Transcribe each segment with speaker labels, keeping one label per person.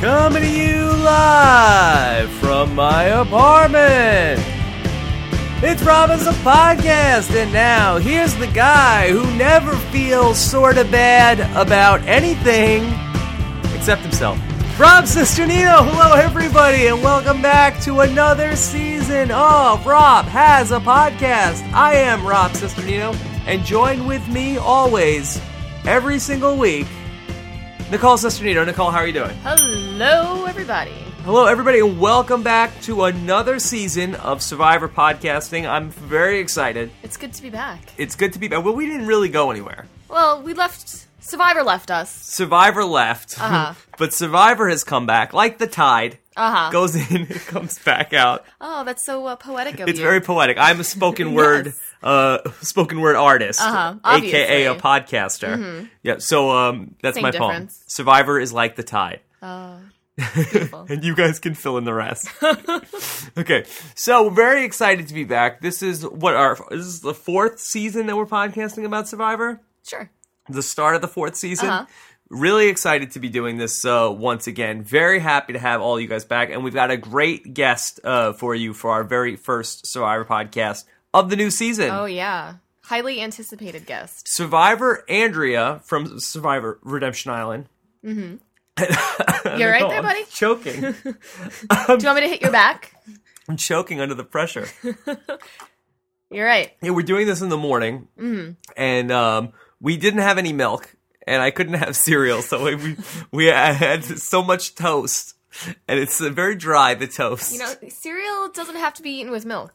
Speaker 1: Coming to you live from my apartment. It's Robin's a podcast, and now here's the guy who never feels sort of bad about anything except himself. Rob Sisternino, hello everybody, and welcome back to another season of Rob Has a Podcast. I am Rob Sisternino, and join with me always, every single week, Nicole Sisternino. Nicole, how are you doing?
Speaker 2: Hello, everybody.
Speaker 1: Hello, everybody, and welcome back to another season of Survivor Podcasting. I'm very excited.
Speaker 2: It's good to be back.
Speaker 1: It's good to be back. Well, we didn't really go anywhere.
Speaker 2: Well, we left. Survivor left us.
Speaker 1: Survivor left,
Speaker 2: Uh-huh.
Speaker 1: but Survivor has come back like the tide.
Speaker 2: Uh huh.
Speaker 1: Goes in, it comes back out.
Speaker 2: Oh, that's so uh, poetic of
Speaker 1: It's
Speaker 2: you.
Speaker 1: very poetic. I'm a spoken word,
Speaker 2: Yes.
Speaker 1: uh, spoken word artist,
Speaker 2: Uh-huh,
Speaker 1: aka a
Speaker 2: obviously. Mm-hmm.
Speaker 1: podcaster. Yeah, so um, that's
Speaker 2: Same
Speaker 1: my poem.
Speaker 2: difference.
Speaker 1: Survivor is like the tide.
Speaker 2: Oh, beautiful.
Speaker 1: and you guys can fill in the rest. okay, so we're very excited to be back. This is what our this is the fourth season that we're podcasting about Survivor.
Speaker 2: sure.
Speaker 1: The start of the fourth season.
Speaker 2: Uh-huh.
Speaker 1: Really excited to be doing this uh, once again. Very happy to have all you guys back, and we've got a great guest uh, for you for our very first Survivor podcast of the new season.
Speaker 2: Oh, yeah. Highly anticipated guest.
Speaker 1: Survivor Andrea from Survivor Redemption Island.
Speaker 2: You're right
Speaker 1: Oh,
Speaker 2: there,
Speaker 1: I'm
Speaker 2: buddy.
Speaker 1: choking.
Speaker 2: Do you want me to hit your back?
Speaker 1: I'm choking under the pressure.
Speaker 2: You're right.
Speaker 1: Yeah, we're doing this in the morning,
Speaker 2: Mm-hmm.
Speaker 1: and um, we didn't have any milk, and I couldn't have cereal, so we we, we had so much toast, and it's uh, very dry the toast.
Speaker 2: You know, cereal doesn't have to be eaten with milk.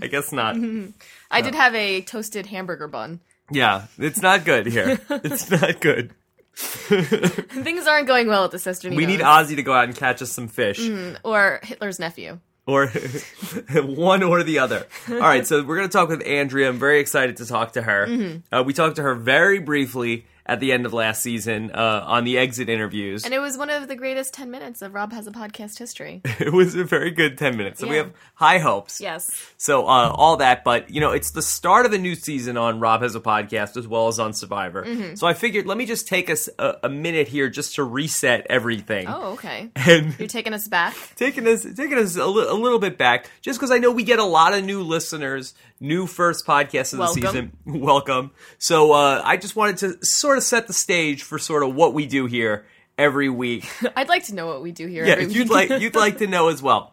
Speaker 1: I guess not.
Speaker 2: mm-hmm. I did have a toasted hamburger bun.
Speaker 1: Yeah, it's not good here. It's not good.
Speaker 2: Things aren't going well at the Sister
Speaker 1: We need Ozzy to go out and catch us some fish,
Speaker 2: Mm-hmm. Or Hitler's nephew.
Speaker 1: or one or the other. All right, so we're gonna talk with Andrea. I'm very excited to talk to her.
Speaker 2: Mm-hmm.
Speaker 1: Uh, we talked to her very briefly at the end of last season uh, on the exit interviews.
Speaker 2: And it was one of the greatest 10 minutes of Rob Has a Podcast history.
Speaker 1: it was a very good 10 minutes. So we
Speaker 2: Yeah.
Speaker 1: have high hopes.
Speaker 2: Yes.
Speaker 1: So uh, all that, but you know, it's the start of a new season on Rob has a podcast as well as on Survivor.
Speaker 2: Mm-hmm.
Speaker 1: So I figured let me just take us a, a minute here just to reset everything
Speaker 2: Oh, okay.
Speaker 1: and
Speaker 2: You're taking us back.
Speaker 1: taking us taking us a, li- a little bit back, just because I know we get a lot of new listeners, new first podcast of
Speaker 2: Welcome.
Speaker 1: the season. Welcome. So uh, I just wanted to sort of set the stage for sort of what we do here every week.
Speaker 2: I'd like to know what we do here.
Speaker 1: yeah,
Speaker 2: every
Speaker 1: you'd
Speaker 2: week.
Speaker 1: like you'd like to know as well.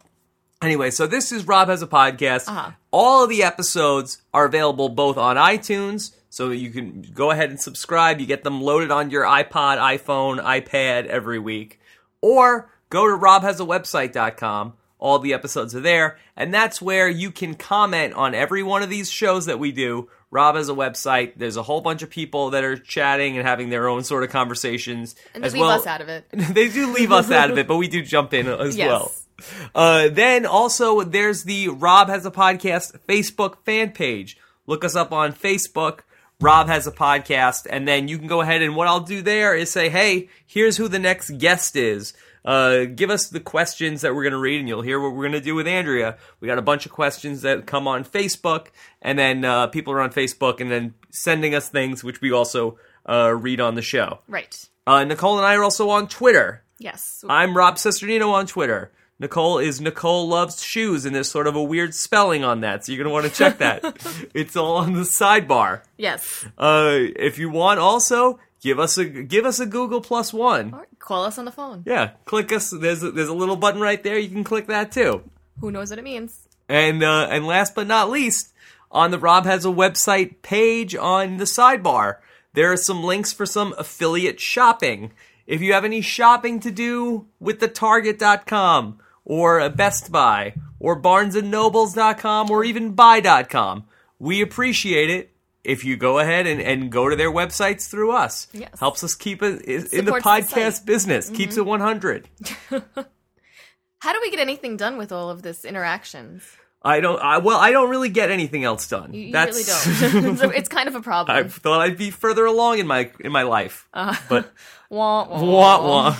Speaker 1: Anyway, so this is Rob has a podcast.
Speaker 2: Uh-huh.
Speaker 1: All of the episodes are available both on iTunes, so you can go ahead and subscribe. You get them loaded on your iPod, iPhone, iPad every week, or go to robhasawebsite.com. All the episodes are there, and that's where you can comment on every one of these shows that we do. Rob has a website. There's a whole bunch of people that are chatting and having their own sort of conversations.
Speaker 2: and
Speaker 1: as
Speaker 2: leave
Speaker 1: well,
Speaker 2: us out of it.
Speaker 1: they do leave us out of it, but we do jump in as
Speaker 2: Yes.
Speaker 1: well. Uh, then also, there's the Rob Has a Podcast Facebook fan page. Look us up on Facebook. Rob has a podcast, and then you can go ahead and what I'll do there is say, hey, here's who the next guest is. Uh, give us the questions that we're going to read, and you'll hear what we're going to do with Andrea. We got a bunch of questions that come on Facebook, and then uh, people are on Facebook and then sending us things, which we also uh, read on the show.
Speaker 2: Right.
Speaker 1: Uh, Nicole and I are also on Twitter.
Speaker 2: Yes.
Speaker 1: I'm Rob Sesternino on Twitter. Nicole is Nicole loves shoes, and there's sort of a weird spelling on that, so you're gonna want to check that. it's all on the sidebar.
Speaker 2: yes.
Speaker 1: Uh, if you want, also give us a give us a Google plus one.
Speaker 2: Or call us on the phone.
Speaker 1: Yeah, click us. There's a, there's a little button right there. You can click that too.
Speaker 2: Who knows what it means?
Speaker 1: And uh, and last but not least, on the Rob has a website page on the sidebar. There are some links for some affiliate shopping. If you have any shopping to do with the Target.com or a Best Buy or BarnesandNobles.com or even Buy.com, we appreciate it if you go ahead and, and go to their websites through us.
Speaker 2: Yes.
Speaker 1: Helps us keep it in- in the
Speaker 2: supports the
Speaker 1: podcast
Speaker 2: site. Mm-hmm.
Speaker 1: business, keeps it 100.
Speaker 2: How do we get anything done with all of this interactions?
Speaker 1: I don't. I, well, I don't really get anything else done.
Speaker 2: You really don't. so it's kind of a problem.
Speaker 1: I thought I'd be further along in my in my life, but
Speaker 2: Wah, wah,
Speaker 1: wah wah.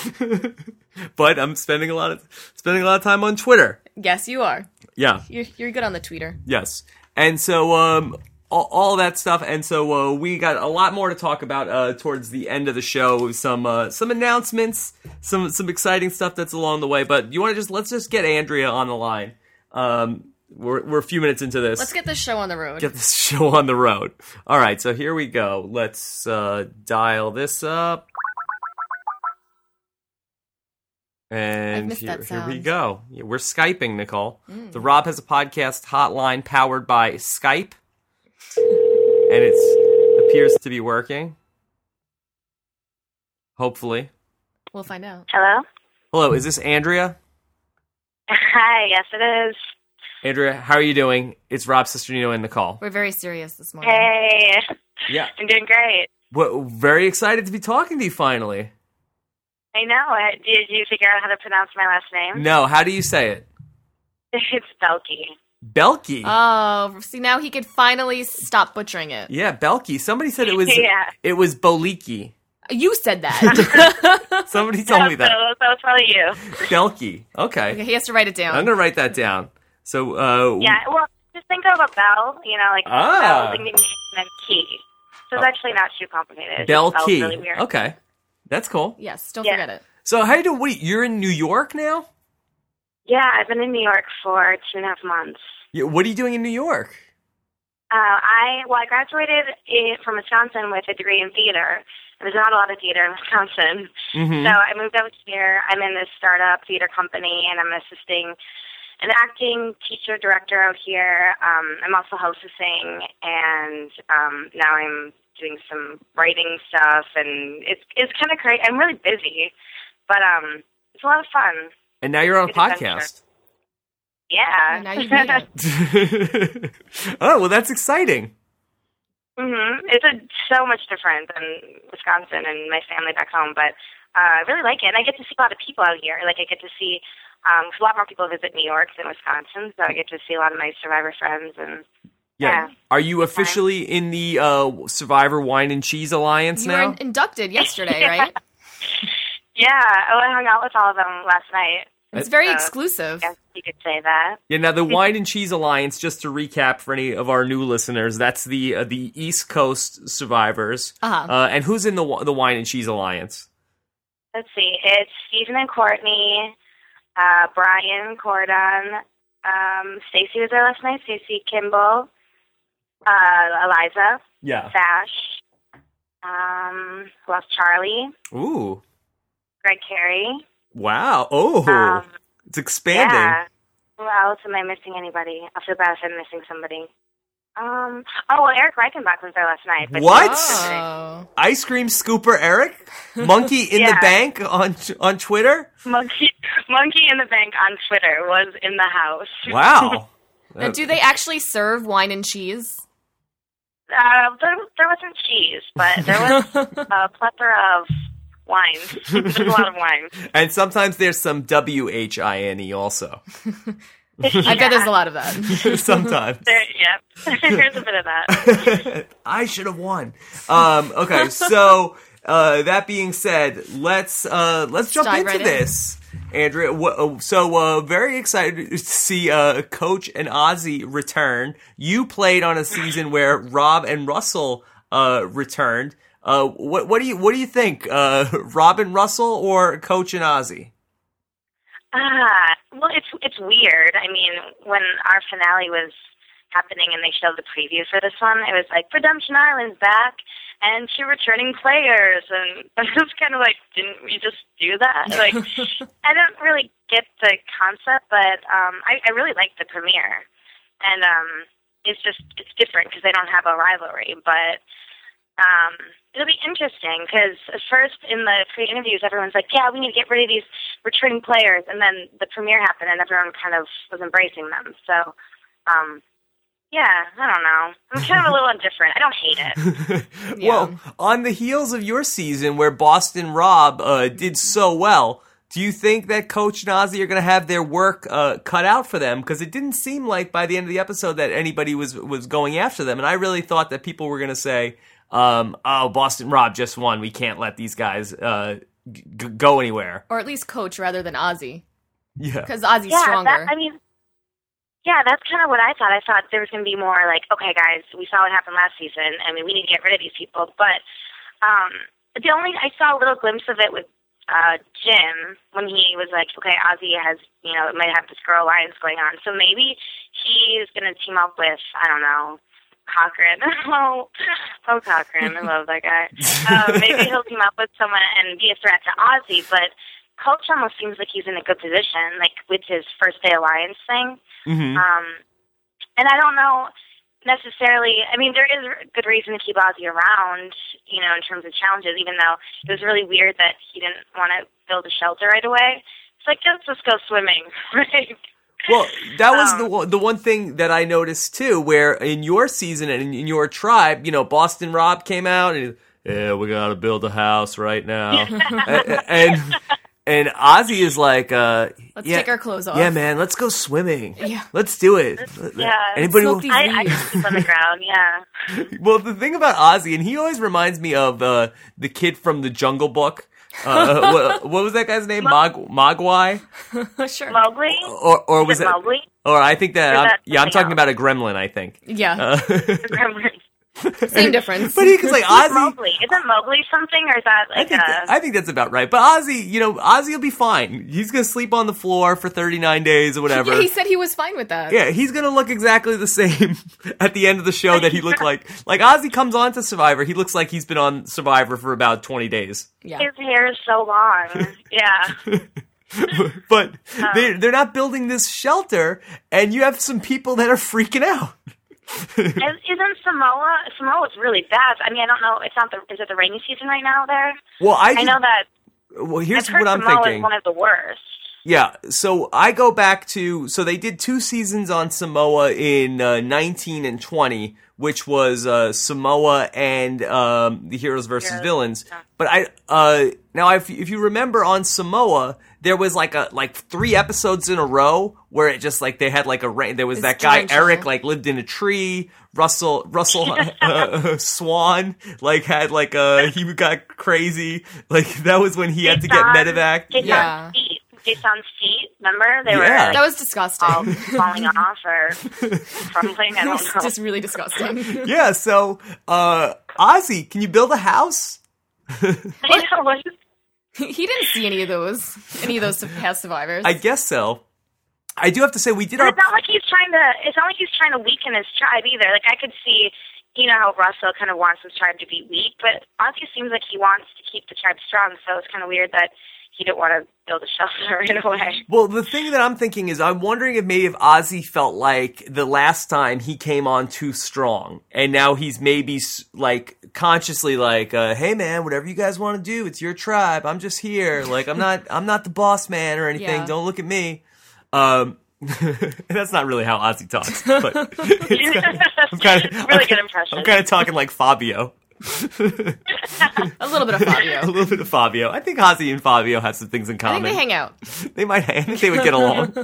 Speaker 1: but I'm spending a lot of spending a lot of time on Twitter.
Speaker 2: Yes, you are.
Speaker 1: Yeah.
Speaker 2: You're, you're good on the tweeter.
Speaker 1: Yes. And so, um, all, all that stuff. And so uh, we got a lot more to talk about uh, towards the end of the show. Some uh, some announcements, some some exciting stuff that's along the way. But you want to just let's just get Andrea on the line. Um, we're we're a few minutes into this.
Speaker 2: Let's get this show on the road.
Speaker 1: Get this show on the road. All right, so here we go. Let's uh, dial this up. And
Speaker 2: missed
Speaker 1: here,
Speaker 2: that
Speaker 1: here we
Speaker 2: sound. Mm.
Speaker 1: go. Yeah, we're Skyping, Nicole. The Rob has a podcast hotline powered by Skype. And it's appears to be working. Hopefully.
Speaker 2: We'll find out.
Speaker 3: Hello?
Speaker 1: Hello, is this Andrea?
Speaker 3: Hi, yes it is.
Speaker 1: Andrea, how are you doing? It's Rob Sisternino and Nicole.
Speaker 2: We're very serious this morning.
Speaker 3: Hey.
Speaker 1: Yeah.
Speaker 3: I'm doing great.
Speaker 1: Well, very excited to be talking to you finally.
Speaker 3: I know it. Did you figure out how to pronounce my last name?
Speaker 1: No, how do you say it?
Speaker 3: It's Belky.
Speaker 1: Belky.
Speaker 2: Oh, see now he could finally stop butchering it.
Speaker 1: yeah, Belky. Somebody said it was
Speaker 3: Yeah.
Speaker 1: it was Boliki.
Speaker 2: You said that.
Speaker 1: Somebody told me that.
Speaker 3: So, so it's probably you.
Speaker 1: Belky. Okay.
Speaker 2: okay, he has to write it down.
Speaker 1: I'm going to write that down. So uh
Speaker 3: Yeah, well, just think of a bell, you know, like
Speaker 1: Ah.
Speaker 3: bell, ding, ding, ding, and then key. So it's actually not too complicated. It's just bell's
Speaker 1: Belky.
Speaker 3: really weird.
Speaker 1: okay. That's cool.
Speaker 2: yes, don't
Speaker 3: Yeah.
Speaker 2: forget it.
Speaker 1: So how you doing? Wait, you're in New York now?
Speaker 3: Yeah, I've been in New York for two and a half months.
Speaker 1: Yeah, what are you doing in New York?
Speaker 3: Uh, I well, I graduated in, from Wisconsin with a degree in theater. And there's not a lot of theater in Wisconsin,
Speaker 1: Mhm.
Speaker 3: so I moved out here. I'm in this startup theater company, and I'm assisting an acting teacher director out here. Um, I'm also hostessing, and um, now I'm doing some writing stuff, and it's it's kind of crazy. I'm really busy, but um, it's a lot of fun.
Speaker 1: And now you're on a
Speaker 3: Good adventure.
Speaker 1: podcast.
Speaker 3: Yeah.
Speaker 2: Now you've made it.
Speaker 1: oh, well that's exciting.
Speaker 3: hmm It's a, so much different than Wisconsin and my family back home, but uh, I really like it. And I get to see a lot of people out here. Like I get to see um, 'cause a lot more people visit New York than Wisconsin, so I get to see a lot of my survivor friends. And
Speaker 1: Yeah.
Speaker 3: Yeah.
Speaker 1: Are you officially in the uh, Survivor Wine and Cheese Alliance
Speaker 2: You
Speaker 1: now?
Speaker 2: were inducted yesterday, right?
Speaker 3: yeah, oh, I hung out with all of them last night.
Speaker 2: It's very
Speaker 3: Uh,
Speaker 2: exclusive.
Speaker 3: I guess you could say that.
Speaker 1: Yeah, now the Wine and Cheese Alliance. Just to recap for any of our new listeners, that's the uh, the East Coast survivors.
Speaker 2: Uh-huh.
Speaker 1: Uh, and who's in the wi- the Wine and Cheese Alliance?
Speaker 3: Let's see. It's Stephen and Courtney, uh, Brian Cordon, um, Stacy was there last night. Stacy Kimball, uh, Eliza.
Speaker 1: Yeah.
Speaker 3: Sash, um, who else? Charlie,
Speaker 1: Ooh.
Speaker 3: Greg Carey.
Speaker 1: Wow. Oh,
Speaker 3: Um,
Speaker 1: it's expanding.
Speaker 3: Yeah. Who else? Am I missing anybody? I feel bad if I'm missing somebody. Um. Oh well, Eric Reichenbach was there last night. But
Speaker 1: What?
Speaker 2: Oh.
Speaker 1: Ice cream scooper Eric, monkey in the
Speaker 3: Yeah.
Speaker 1: bank on on Twitter.
Speaker 3: Monkey, Monkey in the Bank on Twitter was in the house.
Speaker 1: Wow.
Speaker 2: Now, do they actually serve wine and cheese?
Speaker 3: Uh, there, there wasn't cheese, but there was a plethora of wines. There's a lot of wines.
Speaker 1: and sometimes there's some W H I N E also.
Speaker 2: I bet there's a lot of that.
Speaker 1: sometimes.
Speaker 3: There, yep. There's a bit of that.
Speaker 1: I should have won. Um, okay, so uh, that being said, let's uh, let's jump
Speaker 2: dive
Speaker 1: into
Speaker 2: right in.
Speaker 1: this, Andrea. wha- uh, so uh, very excited to see uh, Coach and Ozzy return. You played on a season where Rob and Russell uh, returned. Uh, what what do you what do you think, uh, Rob and Russell or Coach and Ozzy?
Speaker 3: Ah, well, it's it's weird. I mean, when our finale was happening and they showed the preview for this one, it was like Redemption Island's back and two returning players, and I was kind of like, didn't we just do that? Like, I don't really get the concept, but um, I, I really like the premiere, and um, it's just it's different because they don't have a rivalry, but um, it'll be interesting because at first in the pre-interviews, everyone's like, "Yeah, we need to get rid of these returning players," and then the premiere happened, and everyone kind of was embracing them. So, um, yeah, I don't know. I'm kind of a little indifferent. I don't hate it.
Speaker 1: Well, on the heels of your season where Boston Rob uh, did so well, do you think that Coach and Ozzy are going to have their work uh, cut out for them? Because it didn't seem like by the end of the episode that anybody was was going after them, and I really thought that people were going to say, um, "Oh, Boston Rob just won. We can't let these guys uh, g- g- go anywhere."
Speaker 2: Or at least coach rather than Ozzy.
Speaker 1: Yeah,
Speaker 2: Because Ozzy's
Speaker 3: yeah,
Speaker 2: stronger.
Speaker 3: that, I mean, Yeah, that's kind of what I thought. I thought there was going to be more like, okay, guys, we saw what happened last season. I mean, we need to get rid of these people. But um, the only I saw a little glimpse of it with uh, Jim when he was like, okay, Ozzy has, you know, might have this girl alliance going on. So maybe he's going to team up with, I don't know, Cochran. oh, oh, Cochran. I love that guy. Uh, maybe he'll team up with someone and be a threat to Ozzy. But Coach almost seems like he's in a good position, like with his first day alliance thing.
Speaker 1: Mm-hmm.
Speaker 3: Um, and I don't know necessarily. I mean, there is a good reason to keep Ozzy around, you know, in terms of challenges. Even though it was really weird that he didn't want to build a shelter right away. It's like let's just go swimming, right?
Speaker 1: Well, that was
Speaker 3: Um,
Speaker 1: the one, the one thing that I noticed too, where in your season and in, in your tribe, you know, Boston Rob came out and yeah, we gotta build a house right now, A- and and Ozzy is like, uh,
Speaker 2: Let's
Speaker 1: yeah,
Speaker 2: take our clothes off.
Speaker 1: yeah, man, let's go swimming,
Speaker 2: Yeah.
Speaker 1: let's do it.
Speaker 3: yeah.
Speaker 1: anybody?
Speaker 2: Smoke
Speaker 1: want-
Speaker 2: these
Speaker 3: I, I
Speaker 2: leaves.
Speaker 3: just sleep on the ground. Yeah.
Speaker 1: Well, the thing about Ozzy, and he always reminds me of uh, the kid from the Jungle Book. Uh, what, what was that guy's name? Mag- Mogwai,
Speaker 2: sure.
Speaker 3: Mowgli.
Speaker 1: or or Oh, was
Speaker 3: Is it
Speaker 1: it?
Speaker 3: Mowgli?
Speaker 1: Or I think that,
Speaker 3: Or
Speaker 1: I'm,
Speaker 3: that
Speaker 1: yeah, I'm
Speaker 3: something
Speaker 1: talking about a gremlin. I think.
Speaker 2: yeah.
Speaker 1: Uh,
Speaker 2: Same difference.
Speaker 1: But he because like Ozzy,
Speaker 3: Mowgli. Isn't Mowgli something, or is that
Speaker 1: I
Speaker 3: like
Speaker 1: think
Speaker 3: a?
Speaker 1: I think that's about right. But Ozzy, you know, Ozzy will be fine. He's gonna sleep on the floor for 39 days or whatever.
Speaker 2: yeah, he said he was fine with that.
Speaker 1: Yeah, he's gonna look exactly the same at the end of the show that he looked like. Like Ozzy comes on to Survivor, he looks like he's been on Survivor for about 20 days.
Speaker 2: Yeah.
Speaker 3: His hair is so long. Yeah.
Speaker 1: but
Speaker 3: Um,
Speaker 1: they they're not building this shelter, and you have some people that are freaking out.
Speaker 3: Is- Isn't Samoa? Samoa's really bad. I mean, I don't know. It's not the. Is it the rainy season right now there?
Speaker 1: Well, I,
Speaker 3: I know that.
Speaker 1: that. Well,
Speaker 3: I've
Speaker 1: here's
Speaker 3: heard
Speaker 1: what I'm
Speaker 3: Samoa
Speaker 1: thinking.
Speaker 3: is one of the worst.
Speaker 1: Yeah, so I go back to so they did two seasons on Samoa in uh, 19 and 20, which was uh, Samoa and um, the heroes versus
Speaker 3: Heroes.
Speaker 1: villains. But I uh, now if if you remember on Samoa, there was like a like three episodes in a row where it just like they had like a rain. There was
Speaker 2: It's
Speaker 1: that guy
Speaker 2: torrential.
Speaker 1: Eric like lived in a tree. Russell Russell uh, Swan like had like uh he got crazy. Like that was when he had to get
Speaker 3: Jason-
Speaker 1: medevac.
Speaker 3: Jason's
Speaker 1: Yeah.
Speaker 2: Yeah.
Speaker 3: feet. Jason's feet. Remember they
Speaker 1: Yeah.
Speaker 3: were
Speaker 2: That
Speaker 3: like,
Speaker 2: was disgusting.
Speaker 3: all falling off or crumbling. I don't know.
Speaker 2: Just really disgusting.
Speaker 1: yeah, so uh Ozzy, can you build a house?
Speaker 3: I know, what is-
Speaker 2: he didn't see any of those, any of those past survivors.
Speaker 1: I guess so. I do have to say we did
Speaker 3: But
Speaker 1: our
Speaker 3: it's not like he's trying to. It's not like he's trying to weaken his tribe either. Like I could see, you know, how Russell kind of wants his tribe to be weak, but Ozzy seems like he wants to keep the tribe strong. So it's kind of weird that he didn't want to build a shelter in a way.
Speaker 1: Well, the thing that I'm thinking is I'm wondering if maybe if Ozzy felt like the last time he came on too strong and now he's maybe s- like consciously like uh, hey man, whatever you guys want to do, it's your tribe. I'm just here. Like I'm not I'm not the boss man or anything.
Speaker 2: Yeah.
Speaker 1: Don't look at me. Um that's not really how Ozzy talks, but it's kind of, I'm kind of
Speaker 3: really good impression.
Speaker 1: I'm kind of talking like Fabio.
Speaker 2: a little bit of
Speaker 1: a
Speaker 2: Fabio.
Speaker 1: little bit of Fabio. I think Ozzy and Fabio have some things in
Speaker 2: I
Speaker 1: common.
Speaker 2: think they hang out.
Speaker 1: They might hang. I think they would get along.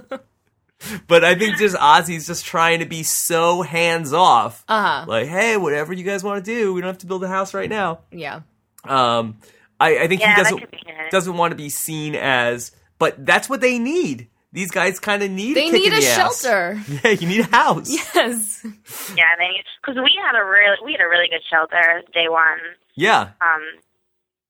Speaker 1: but I think just Ozzy's just trying to be so hands off.
Speaker 2: Uh huh.
Speaker 1: Like, hey, whatever you guys want to do, we don't have to build a house right now.
Speaker 2: Yeah.
Speaker 1: Um, I, I think
Speaker 3: Yeah,
Speaker 1: he
Speaker 3: that
Speaker 1: doesn't
Speaker 3: could be it.
Speaker 1: doesn't want to be seen as. But that's what they need. These guys kind of need.
Speaker 2: They
Speaker 1: kick in
Speaker 2: need a
Speaker 1: the ass.
Speaker 2: shelter.
Speaker 1: Yeah, you need a house.
Speaker 2: Yes.
Speaker 3: Yeah, because we had a really we had a really good shelter day one.
Speaker 1: Yeah.
Speaker 3: Um,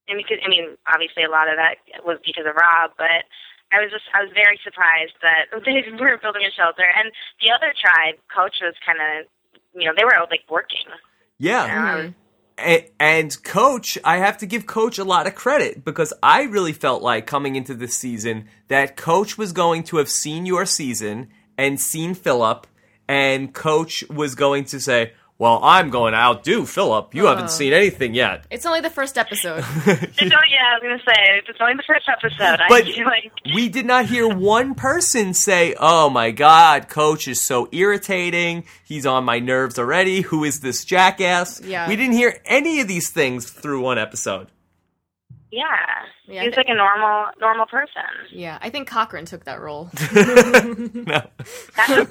Speaker 3: and because I mean, obviously a lot of that was because of Rob, but I was just I was very surprised that they were building a shelter. And the other tribe, Coach was kind of you know they were like working.
Speaker 1: Yeah.
Speaker 2: Oh,
Speaker 3: Um,
Speaker 1: and, and coach i have to give coach a lot of credit because i really felt like coming into this season that coach was going to have seen your season and seen philip and coach was going to say well i'm going to outdo philip you haven't seen anything yet
Speaker 2: It's only the first episode.
Speaker 3: so yeah, I was gonna say it's only the first episode.
Speaker 1: But-
Speaker 3: I feel like
Speaker 1: we did not hear one person say oh my god coach is so irritating he's on my nerves already who is this jackass
Speaker 2: Yeah.
Speaker 1: we didn't hear any of these things through one episode
Speaker 3: yeah,
Speaker 2: Yeah, I
Speaker 3: he's
Speaker 2: think-
Speaker 3: like a normal normal person.
Speaker 2: Yeah. I think Cochran took that role.
Speaker 1: no
Speaker 3: That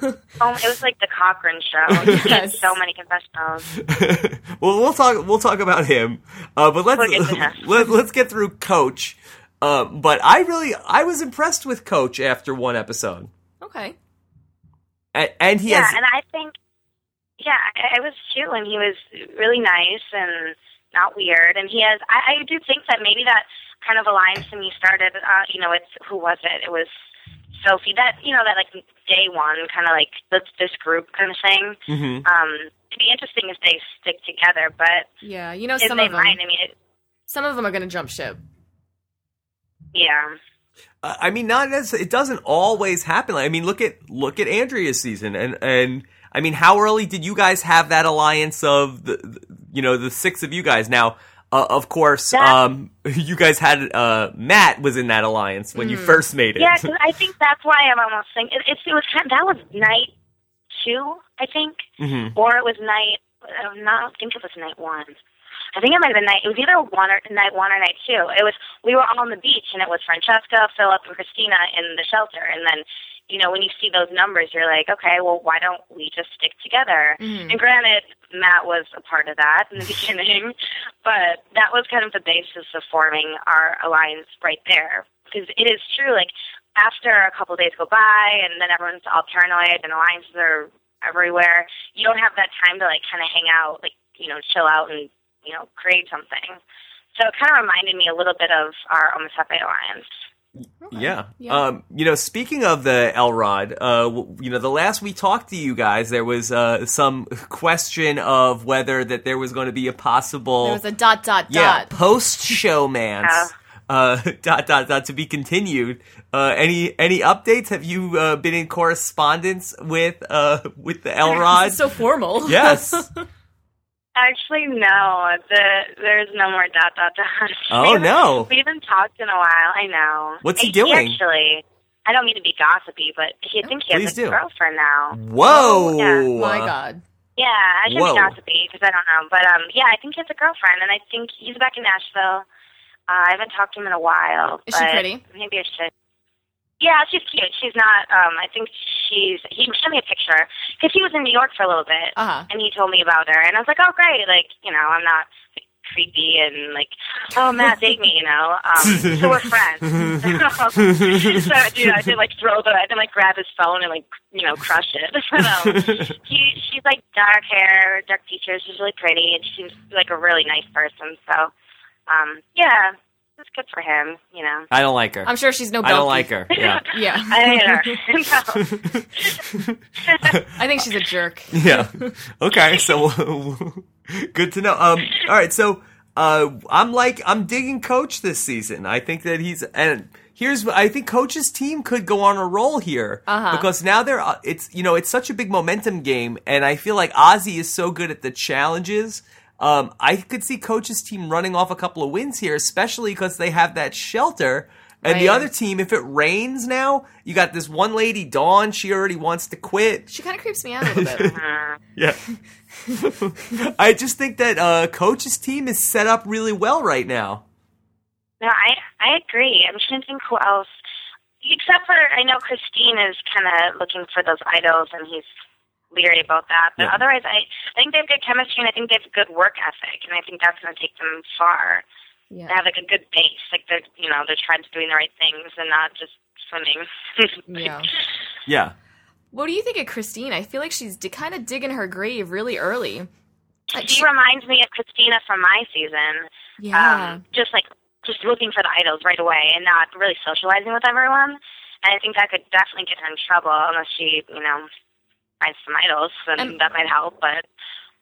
Speaker 3: was, oh, it was like the Cochrane show. He had
Speaker 2: Yes.
Speaker 3: so many confessionals.
Speaker 1: well, we'll talk. We'll talk about him. Uh, but let's
Speaker 3: We'll get to him.
Speaker 1: let, let's get through Coach. Uh, but I really I was impressed with Coach after one episode,
Speaker 2: Okay.
Speaker 1: and, and he
Speaker 3: yeah,
Speaker 1: has
Speaker 3: and I think, yeah, I, I was too, and he was really nice and not weird. And he has, I, I do think that maybe that kind of alliance when you started, uh, you know, it's who was it? It was Sophie. That you know, that like day one kind of like this, this group kind of thing.
Speaker 2: Mm-hmm.
Speaker 1: Mhm.
Speaker 3: Um, it'd be interesting if they stick together, but
Speaker 2: Yeah, you know
Speaker 3: if
Speaker 2: some
Speaker 3: they
Speaker 2: of them.
Speaker 3: might, I mean, it,
Speaker 2: Some of them are going to jump ship.
Speaker 3: yeah.
Speaker 1: Uh, I mean, not as it doesn't always happen. Like, I mean, look at look at Andrea's season, and and I mean, how early did you guys have that alliance of the, the you know the six of you guys? Now, uh, of course,
Speaker 3: That-
Speaker 1: um, you guys had uh, Matt was in that alliance when you first made it.
Speaker 3: Mm-hmm. Yeah, 'cause I think that's why I'm almost saying it, it's it was kind that was night two, I think,
Speaker 1: Mhm.
Speaker 3: or it was night. I don't know, I don't think it was night one. I think it might have been night. It was either one or night one or night two. It was we were all on the beach, and it was Francesca, Philip, and Christina in the shelter. And then, you know, when you see those numbers, you're like, okay, well, why don't we just stick together? And granted, Matt was a part of that in the beginning, but that was kind of the basis of forming our alliance right there. Because it is true, like after a couple of days go by, and then everyone's all paranoid, and alliances are everywhere. You don't have that time to like kind of hang out, like you know, chill out and you know, create something. So it kind of reminded me a little bit of our Omisepe Alliance.
Speaker 1: Yeah.
Speaker 2: Yeah.
Speaker 1: Um, you know, speaking of the Elrod, uh, w- you know, the last we talked to you guys, there was uh, some question of whether that there was going to be a possible
Speaker 2: There was a dot dot
Speaker 1: yeah
Speaker 2: dot.
Speaker 1: post showmance.
Speaker 3: Oh.
Speaker 1: Uh, dot dot dot to be continued. Uh, any any updates? Have you uh, been in correspondence with uh with the Elrod?
Speaker 2: This is so formal.
Speaker 1: yes.
Speaker 3: Actually, no. The there's no more dot dot dot.
Speaker 1: Oh,
Speaker 3: We haven't-
Speaker 1: no.
Speaker 3: We haven't talked in a while. I know.
Speaker 1: What's he
Speaker 3: And
Speaker 1: doing?
Speaker 3: Actually, I don't mean to be gossipy, but he, I think he
Speaker 1: Please
Speaker 3: has a
Speaker 1: do.
Speaker 3: girlfriend now.
Speaker 1: Whoa.
Speaker 3: Yeah.
Speaker 2: Oh my god.
Speaker 3: Yeah, I shouldn't
Speaker 1: Whoa.
Speaker 3: be gossipy because I don't know, but um, yeah, I think he has a girlfriend, and I think he's back in Nashville. Uh, I haven't talked to him in a while.
Speaker 2: Is she
Speaker 3: but
Speaker 2: pretty?
Speaker 3: Maybe I should. Yeah, she's cute. She's not. Um, I think she's. He showed me a picture because he was in New York for a little bit,
Speaker 2: Uh-huh.
Speaker 3: and he told me about her, and I was like, oh great, like you know, I'm not like, creepy and like, oh Matt, date me, you know. Um, so we're friends. so dude, I did like throw the, I did like grab his phone and like you know crush it. but, um, she she's like dark hair, dark features. She's really pretty, and she's like a really nice person. So, um, yeah, it's good for him, you know.
Speaker 1: I don't like her.
Speaker 2: I'm sure she's no
Speaker 1: I
Speaker 2: donkey.
Speaker 1: don't like her. Yeah.
Speaker 2: Yeah.
Speaker 3: I hate her. No.
Speaker 2: I think she's a jerk.
Speaker 1: yeah. Okay. So good to know. Um. All right. So uh, I'm like I'm digging Coach this season. I think that he's and here's I think Coach's team could go on a roll here
Speaker 2: Uh-huh.
Speaker 1: because now they're uh, it's you know it's such a big momentum game, and I feel like Ozzy is so good at the challenges. Um, I could see Coach's team running off a couple of wins here, especially because they have that shelter. And the
Speaker 2: Right.
Speaker 1: other team, if it rains now, you got this one lady, Dawn. She already wants to quit.
Speaker 2: She kind of creeps me out a little bit.
Speaker 1: Yeah. I just think that uh, coach's team is set up really well right now.
Speaker 3: No, I I agree. I'm trying to think who else, except for I know Christine is kind of looking for those idols, and he's leery about that.
Speaker 1: Yeah.
Speaker 3: But otherwise, I I think they have good chemistry, and I think they have good work ethic, and I think that's going to take them far. They
Speaker 2: Yeah.
Speaker 3: have like a good base, like they're you know they're trying to doing the right things and not just swimming.
Speaker 2: Yeah.
Speaker 1: Yeah.
Speaker 2: What do you think of Christine? I feel like she's d- kind of digging her grave really early.
Speaker 3: Um,
Speaker 2: Like,
Speaker 3: she reminds me of Christina from my season.
Speaker 2: yeah.
Speaker 3: um, just like just looking for the idols right away and not really socializing with everyone. And I think that could definitely get her in trouble unless she, you know, finds some idols, and,
Speaker 2: And-
Speaker 3: that might help. But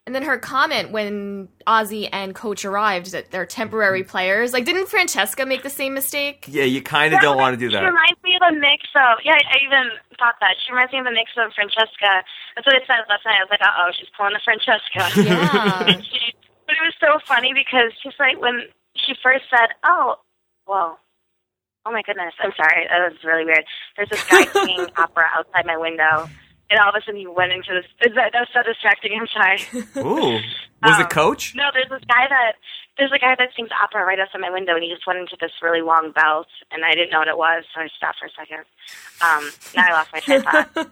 Speaker 2: And then her comment when Ozzy and Coach arrived that they're temporary
Speaker 1: Mm-hmm.
Speaker 2: players. Like, didn't Francesca make the same mistake?
Speaker 1: Yeah, you kind of don't want to do
Speaker 3: She
Speaker 1: that.
Speaker 3: reminds me of a mix of yeah. I even thought that she reminds me of a mix of Francesca. That's what I said last night. I was like, uh oh, she's pulling a Francesca.
Speaker 2: Yeah.
Speaker 3: And she, Um, but it was so funny because she's like when she first said, "Oh, well, oh my goodness, I'm sorry, that was really weird." There's this guy singing opera outside my window, and all of a sudden he went into this. Is that, that was so distracting. I'm sorry.
Speaker 1: Ooh. Was it
Speaker 3: Um,
Speaker 1: coach?
Speaker 3: No, there's this guy that there's a guy that sings opera right outside my window, and he just went into this really long belt, and I didn't know what it was, so I stopped for a second. Um, now I lost my train of thought.
Speaker 1: It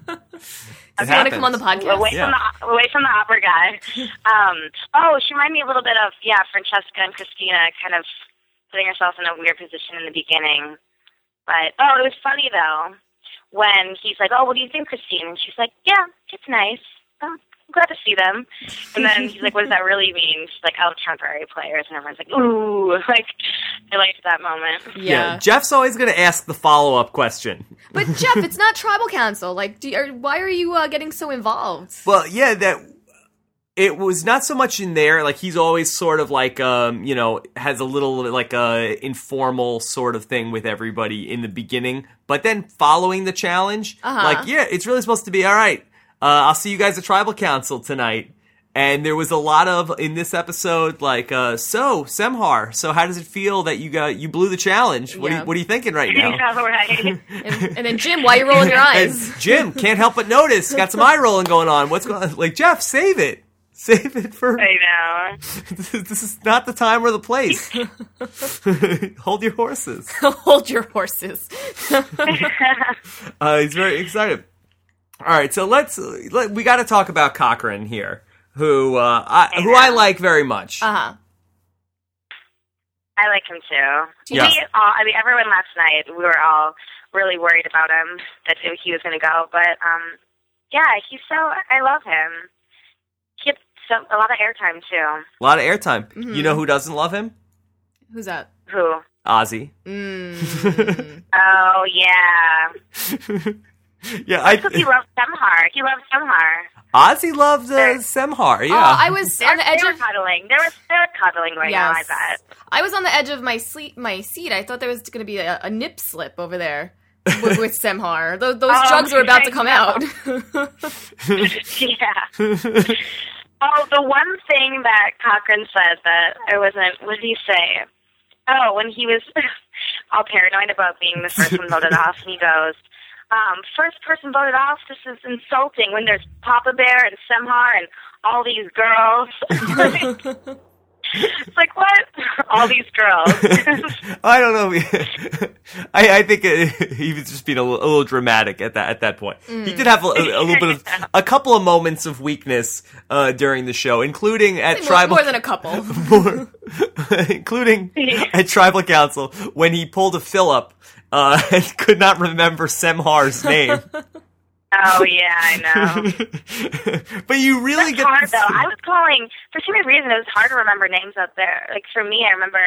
Speaker 2: Do you want to come on the
Speaker 1: happens.
Speaker 2: podcast?
Speaker 3: away from the away from the opera guy. Um, oh, she reminded me a little bit of yeah, Francesca and Christina, kind of putting herself in a weird position in the beginning. But oh, it was funny though. when he's like, "Oh, what do you think, Christine?" And she's like, "Yeah, it's nice. Oh, I'm glad to see them." And then he's like, "What does that really mean?" She's like, "Oh, temporary players." And everyone's like, "Ooh!" Like I liked that moment.
Speaker 2: Yeah.
Speaker 1: Jeff's always going to ask the follow up question.
Speaker 2: But Jeff, it's not tribal council. Like, do you, are, why are you uh, getting so involved?
Speaker 1: Well, yeah, that it was not so much in there. Like he's always sort of like um, you know, has a little like a informal sort of thing with everybody in the beginning, but then following the challenge,
Speaker 2: Uh-huh.
Speaker 1: like yeah, it's really supposed to be all right. Uh, I'll see you guys at tribal council tonight. And there was a lot of in this episode, like uh, so Semhar. So how does it feel that you got you blew the challenge? What are
Speaker 2: Yeah.
Speaker 1: you, what are you thinking right now?
Speaker 3: All right.
Speaker 2: And, and then Jim, why are you rolling your eyes?
Speaker 1: And Jim can't help but notice. Got some eye rolling going on. What's going on? Like Jeff, save it, save it for.
Speaker 3: I know.
Speaker 1: this is not the time or the place. Hold your horses.
Speaker 2: Hold your horses.
Speaker 1: Uh, he's very excited. All right, so let's let, we got to talk about Cochrane here, who uh, I, who I like very much.
Speaker 2: Uh huh.
Speaker 3: I like him too.
Speaker 1: Yeah.
Speaker 3: We all, I mean, everyone last night, we were all really worried about him that he was going to go. But um, yeah, he's so, I love him. He gets so, a lot of airtime too.
Speaker 1: A lot of airtime.
Speaker 2: Mm-hmm.
Speaker 1: You know who doesn't love him?
Speaker 2: Who's that?
Speaker 3: Who?
Speaker 1: Ozzy.
Speaker 2: Mm.
Speaker 3: Oh, yeah.
Speaker 1: yeah, I,
Speaker 3: Because he loves Semhar. He loves Semhar.
Speaker 1: Ozzy loved uh, Semhar. Yeah,
Speaker 2: Oh, I was
Speaker 3: They're,
Speaker 2: on the edge
Speaker 3: they were
Speaker 2: of
Speaker 3: cuddling. There was they're cuddling right now, I
Speaker 2: Yes.
Speaker 3: bet.
Speaker 2: I was on the edge of my seat. My seat. I thought there was going to be a, a nip slip over there with, with Semhar. Those, those
Speaker 3: Oh,
Speaker 2: drugs were about to come
Speaker 3: I
Speaker 2: out.
Speaker 3: Yeah. oh, the one thing that Cochran said that I wasn't, what did he say? Oh, when he was all paranoid about being the first one voted off, and he goes, um, first person voted off, this is insulting when there's Papa Bear and Semhar and all these girls. it's like, what? all these girls.
Speaker 1: I don't know. I, I think uh he was just being a little, a little dramatic at that at that point.
Speaker 3: Mm.
Speaker 1: He did have a, a, a little bit of a couple of moments of weakness uh, during the show, including at
Speaker 2: more,
Speaker 1: tribal,
Speaker 2: more than a couple.
Speaker 1: more- including at tribal council when he pulled a Philip uh, and could not remember Semhar's name.
Speaker 3: oh, yeah, I know.
Speaker 1: but you really
Speaker 3: It's
Speaker 1: get
Speaker 3: hard though. I was calling for some reason. It was hard to remember names out there. Like for me, I remember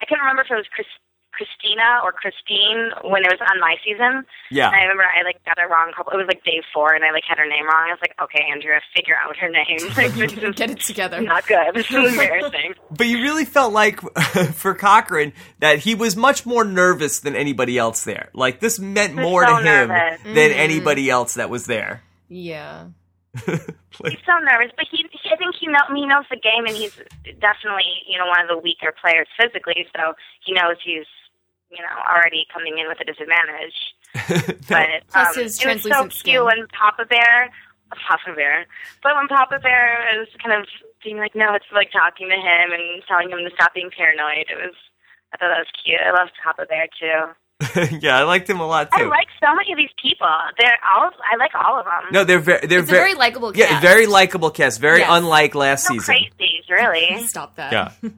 Speaker 3: I couldn't remember if it was Chris, Christina or Christine when it was on my season.
Speaker 1: Yeah.
Speaker 3: And I remember I like got it wrong. a Couple, it was like day four, and I like had her name wrong. I was like, okay, Andrea, figure out her name. Like this is
Speaker 2: Get it together.
Speaker 3: not good. This is embarrassing.
Speaker 1: But you really felt like for Cochran that he was much more nervous than anybody else there. Like this meant
Speaker 3: was
Speaker 1: more
Speaker 3: so
Speaker 1: to him
Speaker 3: nervous.
Speaker 1: than
Speaker 2: Mm-hmm.
Speaker 1: anybody else that was there.
Speaker 2: Yeah.
Speaker 1: Like,
Speaker 3: He's so nervous, but he, he I think he know he knows the game, and he's definitely you know one of the weaker players physically. So he knows he's you know already coming in with a disadvantage. but um,
Speaker 2: Plus his
Speaker 3: it was so
Speaker 2: translucent
Speaker 3: cute
Speaker 2: skin.
Speaker 3: when Papa Bear, Papa Bear, but when Papa Bear was kind of being like, no, it's like talking to him and telling him to stop being paranoid. It was, I thought that was cute. I loved Papa Bear too.
Speaker 1: yeah, I liked him a lot
Speaker 3: I
Speaker 1: too.
Speaker 3: like so many of these people. They're all, I like all of them.
Speaker 1: no, they're very they're
Speaker 2: It's a very likable
Speaker 1: yeah,
Speaker 2: cast.
Speaker 1: very likable cast. Very
Speaker 2: Yes.
Speaker 1: unlike last
Speaker 3: so
Speaker 1: season.
Speaker 3: crazies, really.
Speaker 2: Stop that.
Speaker 1: Yeah.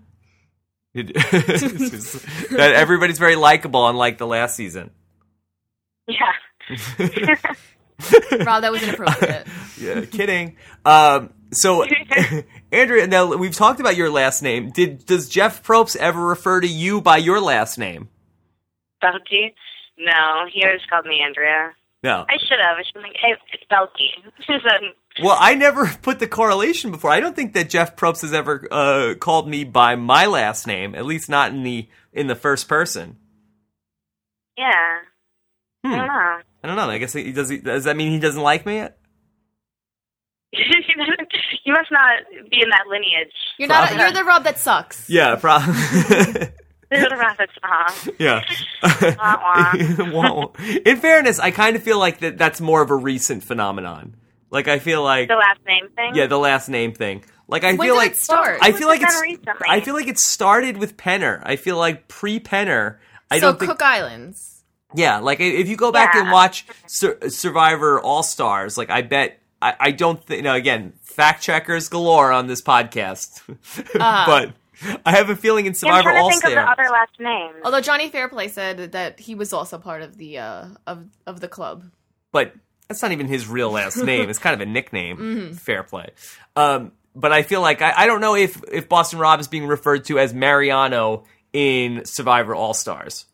Speaker 1: It- that everybody's very likable, unlike the last season.
Speaker 3: Yeah.
Speaker 2: Rob, that was inappropriate.
Speaker 1: Yeah, kidding. Um, so, Andrea, now we've talked about your last name. Did does Jeff Probst ever refer to you by your last name?
Speaker 3: Belky? No, he always called me Andrea.
Speaker 1: No.
Speaker 3: I should have. I should have been like, hey, it's Belky.
Speaker 1: Well, I never put the correlation before. I don't think that Jeff Probst has ever uh, called me by my last name, at least not in the in the first person.
Speaker 3: yeah. I
Speaker 1: Hmm.
Speaker 3: don't know.
Speaker 1: I don't know. I guess he does. He, does that mean he doesn't like me?
Speaker 3: you must not be in that lineage.
Speaker 2: You're not.
Speaker 1: Rob.
Speaker 2: You're the Rob that sucks.
Speaker 1: Yeah, probably.
Speaker 3: There's a Rothitz song.
Speaker 1: yeah. Wah,
Speaker 3: Wah,
Speaker 1: wah. in fairness, I kind of feel like that that's more of a recent phenomenon. Like I feel like
Speaker 3: The last name thing.
Speaker 1: yeah, the last name thing. Like I
Speaker 2: When
Speaker 1: feel
Speaker 2: did
Speaker 1: like
Speaker 2: it start?
Speaker 1: I feel like
Speaker 3: Was it
Speaker 1: it's
Speaker 3: done recently?
Speaker 1: I feel like it started with Penner. I feel like pre Penner. I
Speaker 2: so
Speaker 1: don't think
Speaker 2: Cook Islands.
Speaker 1: Yeah, like i- if you go back
Speaker 3: Yeah.
Speaker 1: and watch Sur- Survivor All Stars, like I bet I, I don't think. Now again, fact checkers galore on this podcast, but I have a feeling in
Speaker 3: Uh-huh. I'm
Speaker 1: Survivor
Speaker 3: trying to
Speaker 1: All
Speaker 3: think of the
Speaker 1: Stars.
Speaker 3: other last names.
Speaker 2: Although Johnny Fairplay said that he was also part of the uh, of of the club.
Speaker 1: but that's not even his real last name. It's kind of a nickname.
Speaker 3: Mm-hmm.
Speaker 1: Fair play. Um, but I feel like I, I don't know if if Boston Rob is being referred to as Mariano in Survivor All Stars.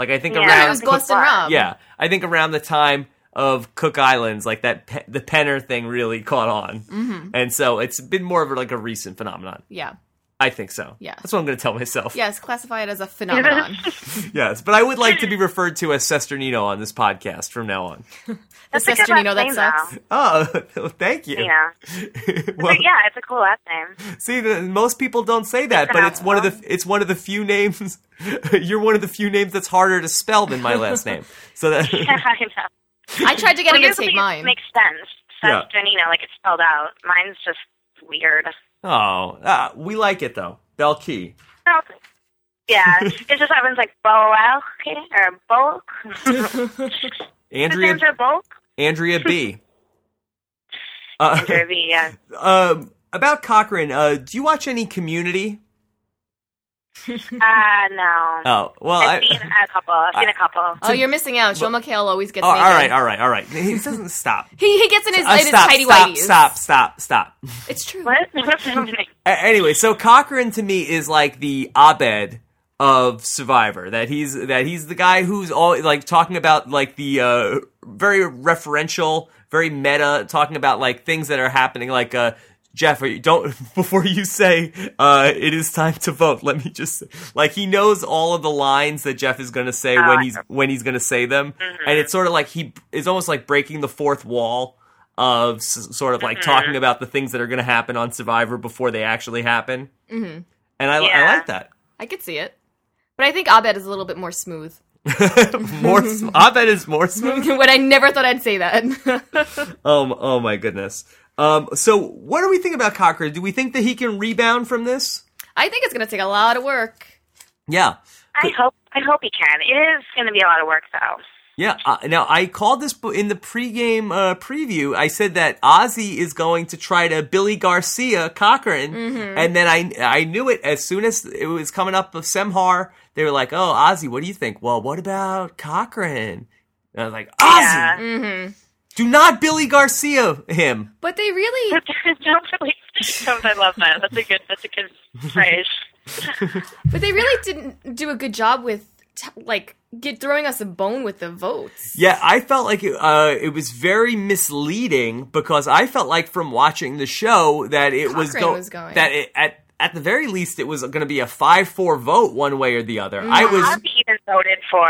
Speaker 1: Like I think
Speaker 3: Yeah.
Speaker 2: Yeah,
Speaker 1: around
Speaker 2: it was
Speaker 3: Cook
Speaker 2: Boston
Speaker 3: Bar.
Speaker 2: Rob.
Speaker 1: yeah, I think around the time of Cook Islands, like that pe- the Penner thing really caught on, mm-hmm. and so it's been more of a, like a recent phenomenon.
Speaker 2: yeah,
Speaker 1: I think so.
Speaker 2: Yeah.
Speaker 1: that's what I'm going to tell myself.
Speaker 2: yes. Classify it as a phenomenon.
Speaker 1: Yes, but I would like to be referred to as Sesternino on this podcast from now on.
Speaker 3: That's
Speaker 2: the
Speaker 3: a good
Speaker 2: Sesternino,
Speaker 3: last
Speaker 2: that
Speaker 3: name,
Speaker 2: sucks.
Speaker 3: though.
Speaker 1: Oh, thank you.
Speaker 3: Yeah.
Speaker 1: Well-
Speaker 3: but yeah, it's a cool last name.
Speaker 1: See, the, most people don't say that, but it's one of the it's one of the few names. you're one of the few names that's harder to spell than my last name. So that
Speaker 3: I know.
Speaker 2: I tried to get
Speaker 3: Well,
Speaker 2: him to
Speaker 3: usually
Speaker 2: take
Speaker 3: it
Speaker 2: mine.
Speaker 3: Makes sense.
Speaker 1: Yeah.
Speaker 3: Sesternino, like it's spelled out. Mine's just weird.
Speaker 1: oh, uh, we like it though. Belkey.
Speaker 3: No. Yeah, it's just everyone's like Boelke or Bulk. His
Speaker 1: Andrea
Speaker 3: name's are Bulk.
Speaker 1: Andrea B. Uh,
Speaker 3: Derby, yeah.
Speaker 1: um, about Cochrane, uh, do you watch any Community?
Speaker 3: Uh, no.
Speaker 1: Oh, well,
Speaker 3: I've
Speaker 1: I,
Speaker 3: seen a couple. I've seen a couple.
Speaker 2: oh, you're missing out. Joe McHale always gets.
Speaker 1: oh, all
Speaker 2: naked.
Speaker 1: right, all right, all right. He doesn't stop.
Speaker 2: He he gets in his
Speaker 1: Uh,
Speaker 2: latest
Speaker 1: stop,
Speaker 2: tidy
Speaker 1: stop,
Speaker 2: whities.
Speaker 1: stop, stop, stop.
Speaker 2: It's true.
Speaker 3: What? What's happening?
Speaker 1: A- anyway, so Cochran to me is like the Abed of Survivor. That he's that he's the guy who's all like talking about like the uh, very referential, very meta, talking about like things that are happening. Like uh, Jeff, are you, don't before you say uh, it is time to vote. Let me just like he knows all of the lines that Jeff is going to say when
Speaker 3: I
Speaker 1: he's when he's going to say them, and it's sort of like he is almost like breaking the fourth wall of s- sort of like talking about the things that are going to happen on Survivor before they actually happen. Mm-hmm. And I, I
Speaker 3: Yeah.
Speaker 1: like that.
Speaker 2: I could see it, but I think Abed is a little bit more smooth.
Speaker 1: more, sm- I bet it's more smooth.
Speaker 2: when I never thought I'd say that.
Speaker 1: Um, oh my goodness. Um, so what do we think about Cochran? Do we think that he can rebound from this?
Speaker 2: I think it's gonna take a lot of work.
Speaker 1: Yeah,
Speaker 3: I hope. I hope he can. It is going to be a lot of work, though.
Speaker 1: yeah. Uh, now I called this bo- in the pregame uh, preview. I said that Ozzy is going to try to Billy Garcia Cochran, and then I I knew it as soon as it was coming up of Semhar. They were like, "Oh, Ozzy, what do you think?" Well, what about Cochran? And I was like, "Ozzy,
Speaker 3: Yeah.
Speaker 2: Mm.
Speaker 1: do not Billy Garcia him."
Speaker 2: But they really,
Speaker 3: Don't really. Don't I love that? That's a good. That's a good phrase.
Speaker 2: but they really didn't do a good job with t- like get throwing us a bone with the votes.
Speaker 1: Yeah, I felt like it, uh, it was very misleading because I felt like from watching the show that it was,
Speaker 2: Cochrane was going.
Speaker 1: that it, at at the very least it was going to be a five four vote one way or the other. I was
Speaker 3: Ozzy even voted for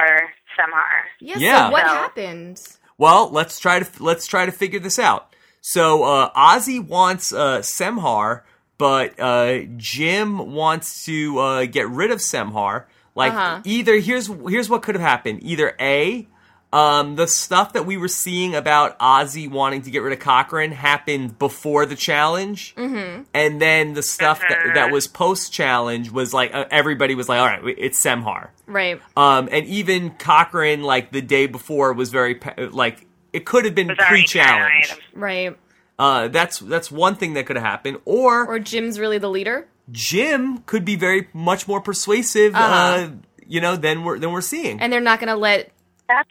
Speaker 3: Semhar.
Speaker 2: Yeah.
Speaker 1: Yeah.
Speaker 2: So what
Speaker 3: No.
Speaker 2: happened?
Speaker 1: well. Let's try to let's try to figure this out. So uh, Ozzy wants uh, Semhar, but uh, Jim wants to uh, get rid of Semhar. Like
Speaker 2: Uh-huh.
Speaker 1: either here's here's what could have happened. Either a um, the stuff that we were seeing about Ozzy wanting to get rid of Cochran happened before the challenge, mm-hmm. and then the stuff that, that was post challenge was like uh, everybody was like, all right, it's Semhar.
Speaker 2: Right.
Speaker 1: Um, and even Cochran, like the day before, was very pa- like it could have been
Speaker 3: Was already
Speaker 1: pre-challenge.
Speaker 3: tried.
Speaker 2: Right.
Speaker 1: Uh, that's that's one thing that could have happened. Or,
Speaker 2: Or Jim's really the leader.
Speaker 1: Jim could be very much more persuasive. uh
Speaker 2: Uh-huh.
Speaker 1: you know, than we're than we're seeing.
Speaker 2: and they're not going to let
Speaker 3: That's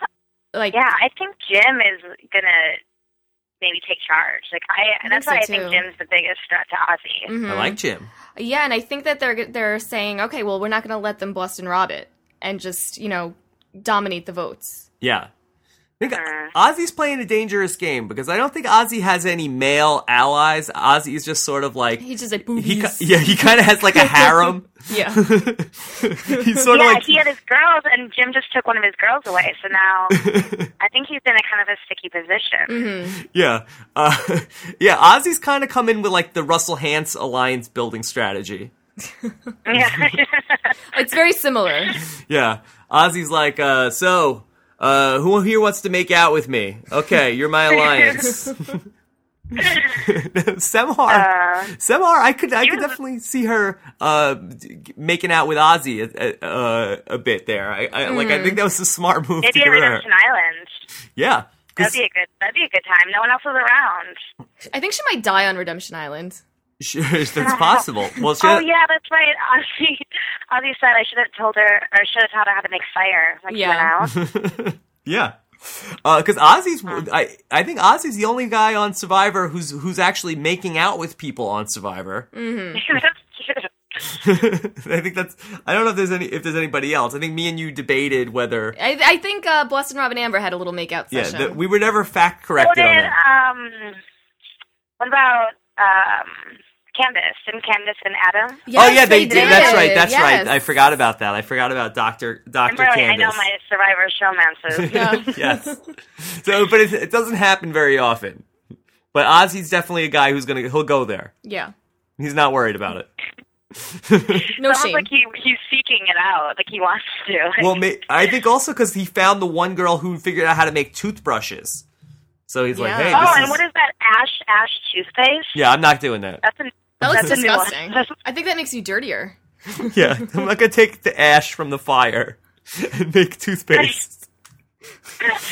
Speaker 2: like
Speaker 3: Yeah, I think Jim is gonna maybe take charge. Like I,
Speaker 2: I
Speaker 3: that's
Speaker 2: think
Speaker 3: why
Speaker 2: so,
Speaker 3: I think
Speaker 2: too. Mm-hmm.
Speaker 3: Jim's the biggest threat to
Speaker 1: I
Speaker 3: Ozzy.
Speaker 2: hmm.
Speaker 1: like Jim.
Speaker 2: yeah, and I think that they're they're saying okay, well, we're not going to let them Boston rob it and just you know dominate the votes.
Speaker 1: Yeah. I think
Speaker 3: Uh-huh.
Speaker 1: Ozzy's playing a dangerous game because I don't think Ozzy has any male allies. Ozzy is just sort of like
Speaker 2: He's just like
Speaker 1: he,
Speaker 2: boobies.
Speaker 1: ki- yeah, he kind of has like a harem.
Speaker 2: yeah.
Speaker 1: he's sort
Speaker 3: Yeah,
Speaker 1: of like
Speaker 3: he had his girls, and Jim just took one of his girls away. So now I think he's in a kind of a sticky position.
Speaker 2: Mm-hmm.
Speaker 1: Yeah. Uh, yeah, Ozzy's kind of come in with like the Russell Hance alliance building strategy.
Speaker 3: Yeah.
Speaker 2: it's very similar.
Speaker 1: Yeah. Ozzy's like, uh, so, uh, who here wants to make out with me? Okay, you're my alliance.
Speaker 3: Uh,
Speaker 1: Semhar, Semhar, I could, I could
Speaker 3: was a-
Speaker 1: definitely see her uh, d- making out with Ozzy a, a, uh, a bit there. I, I like, I think that was a smart move to
Speaker 3: Hmm. Maybe
Speaker 1: get
Speaker 3: a
Speaker 1: rid of
Speaker 3: Redemption
Speaker 1: her.
Speaker 3: Island.
Speaker 1: Yeah, 'Cause-
Speaker 3: That'd be a good. That'd be a good time. No one else was around.
Speaker 2: I think she might die on Redemption Island.
Speaker 1: Sure, that's possible. Well, she
Speaker 3: oh yeah, that's right. Ozzy, Ozzy said I should have told her or should have taught her how to make fire when
Speaker 2: Yeah.
Speaker 3: she went out.
Speaker 1: yeah. Because Ozzy's, I, I think Ozzy's the only guy on Survivor who's who's actually making out with people on Survivor.
Speaker 2: Mm.
Speaker 3: That's cute.
Speaker 1: I think that's. I don't know if there's any if there's anybody else. I think me and you debated whether.
Speaker 2: I, I think uh, Boston Rob and Amber had a little makeout
Speaker 1: Yeah,
Speaker 2: session.
Speaker 1: that we were never fact
Speaker 3: What
Speaker 1: corrected on
Speaker 3: did
Speaker 1: that.
Speaker 3: um? What about um? Candace and Candace and
Speaker 1: oh
Speaker 3: Adam.
Speaker 1: yeah, they, did. That's right. That's right.
Speaker 2: Yes.
Speaker 1: I forgot about that. I forgot about Doctor
Speaker 3: I'm
Speaker 1: Doctor
Speaker 3: really,
Speaker 1: Candace.
Speaker 3: I know my Survivor showmances.
Speaker 2: Yeah.
Speaker 1: yes. So, but it, it doesn't happen very often. But Ozzy's definitely a guy who's gonna he'll go there.
Speaker 2: Yeah.
Speaker 1: He's not worried about it.
Speaker 2: No
Speaker 3: Sounds
Speaker 2: shame.
Speaker 3: like he he's seeking it out, like he wants to.
Speaker 1: Well, ma- I think also because he found the one girl who figured out how to make toothbrushes. So he's like,
Speaker 2: Yeah.
Speaker 1: hey,
Speaker 3: oh,
Speaker 1: this
Speaker 3: and
Speaker 1: is-
Speaker 3: what is that ash ash toothpaste?
Speaker 1: yeah, I'm not doing that.
Speaker 3: That's an
Speaker 2: that looks
Speaker 3: that's a new one.
Speaker 2: disgusting. I think that makes you dirtier.
Speaker 1: yeah, I'm not gonna take the ash from the fire and make toothpaste.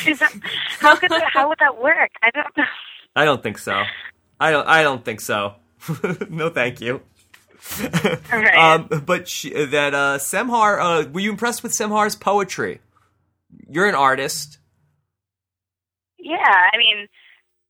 Speaker 3: Is that- how could that, how would that work? I don't know.
Speaker 1: I don't think so. I don't. I don't think so. no, thank you.
Speaker 3: All right.
Speaker 1: Um, but she, that uh, Semhar, uh, were you impressed with Semhar's poetry? You're an artist.
Speaker 3: yeah, I mean,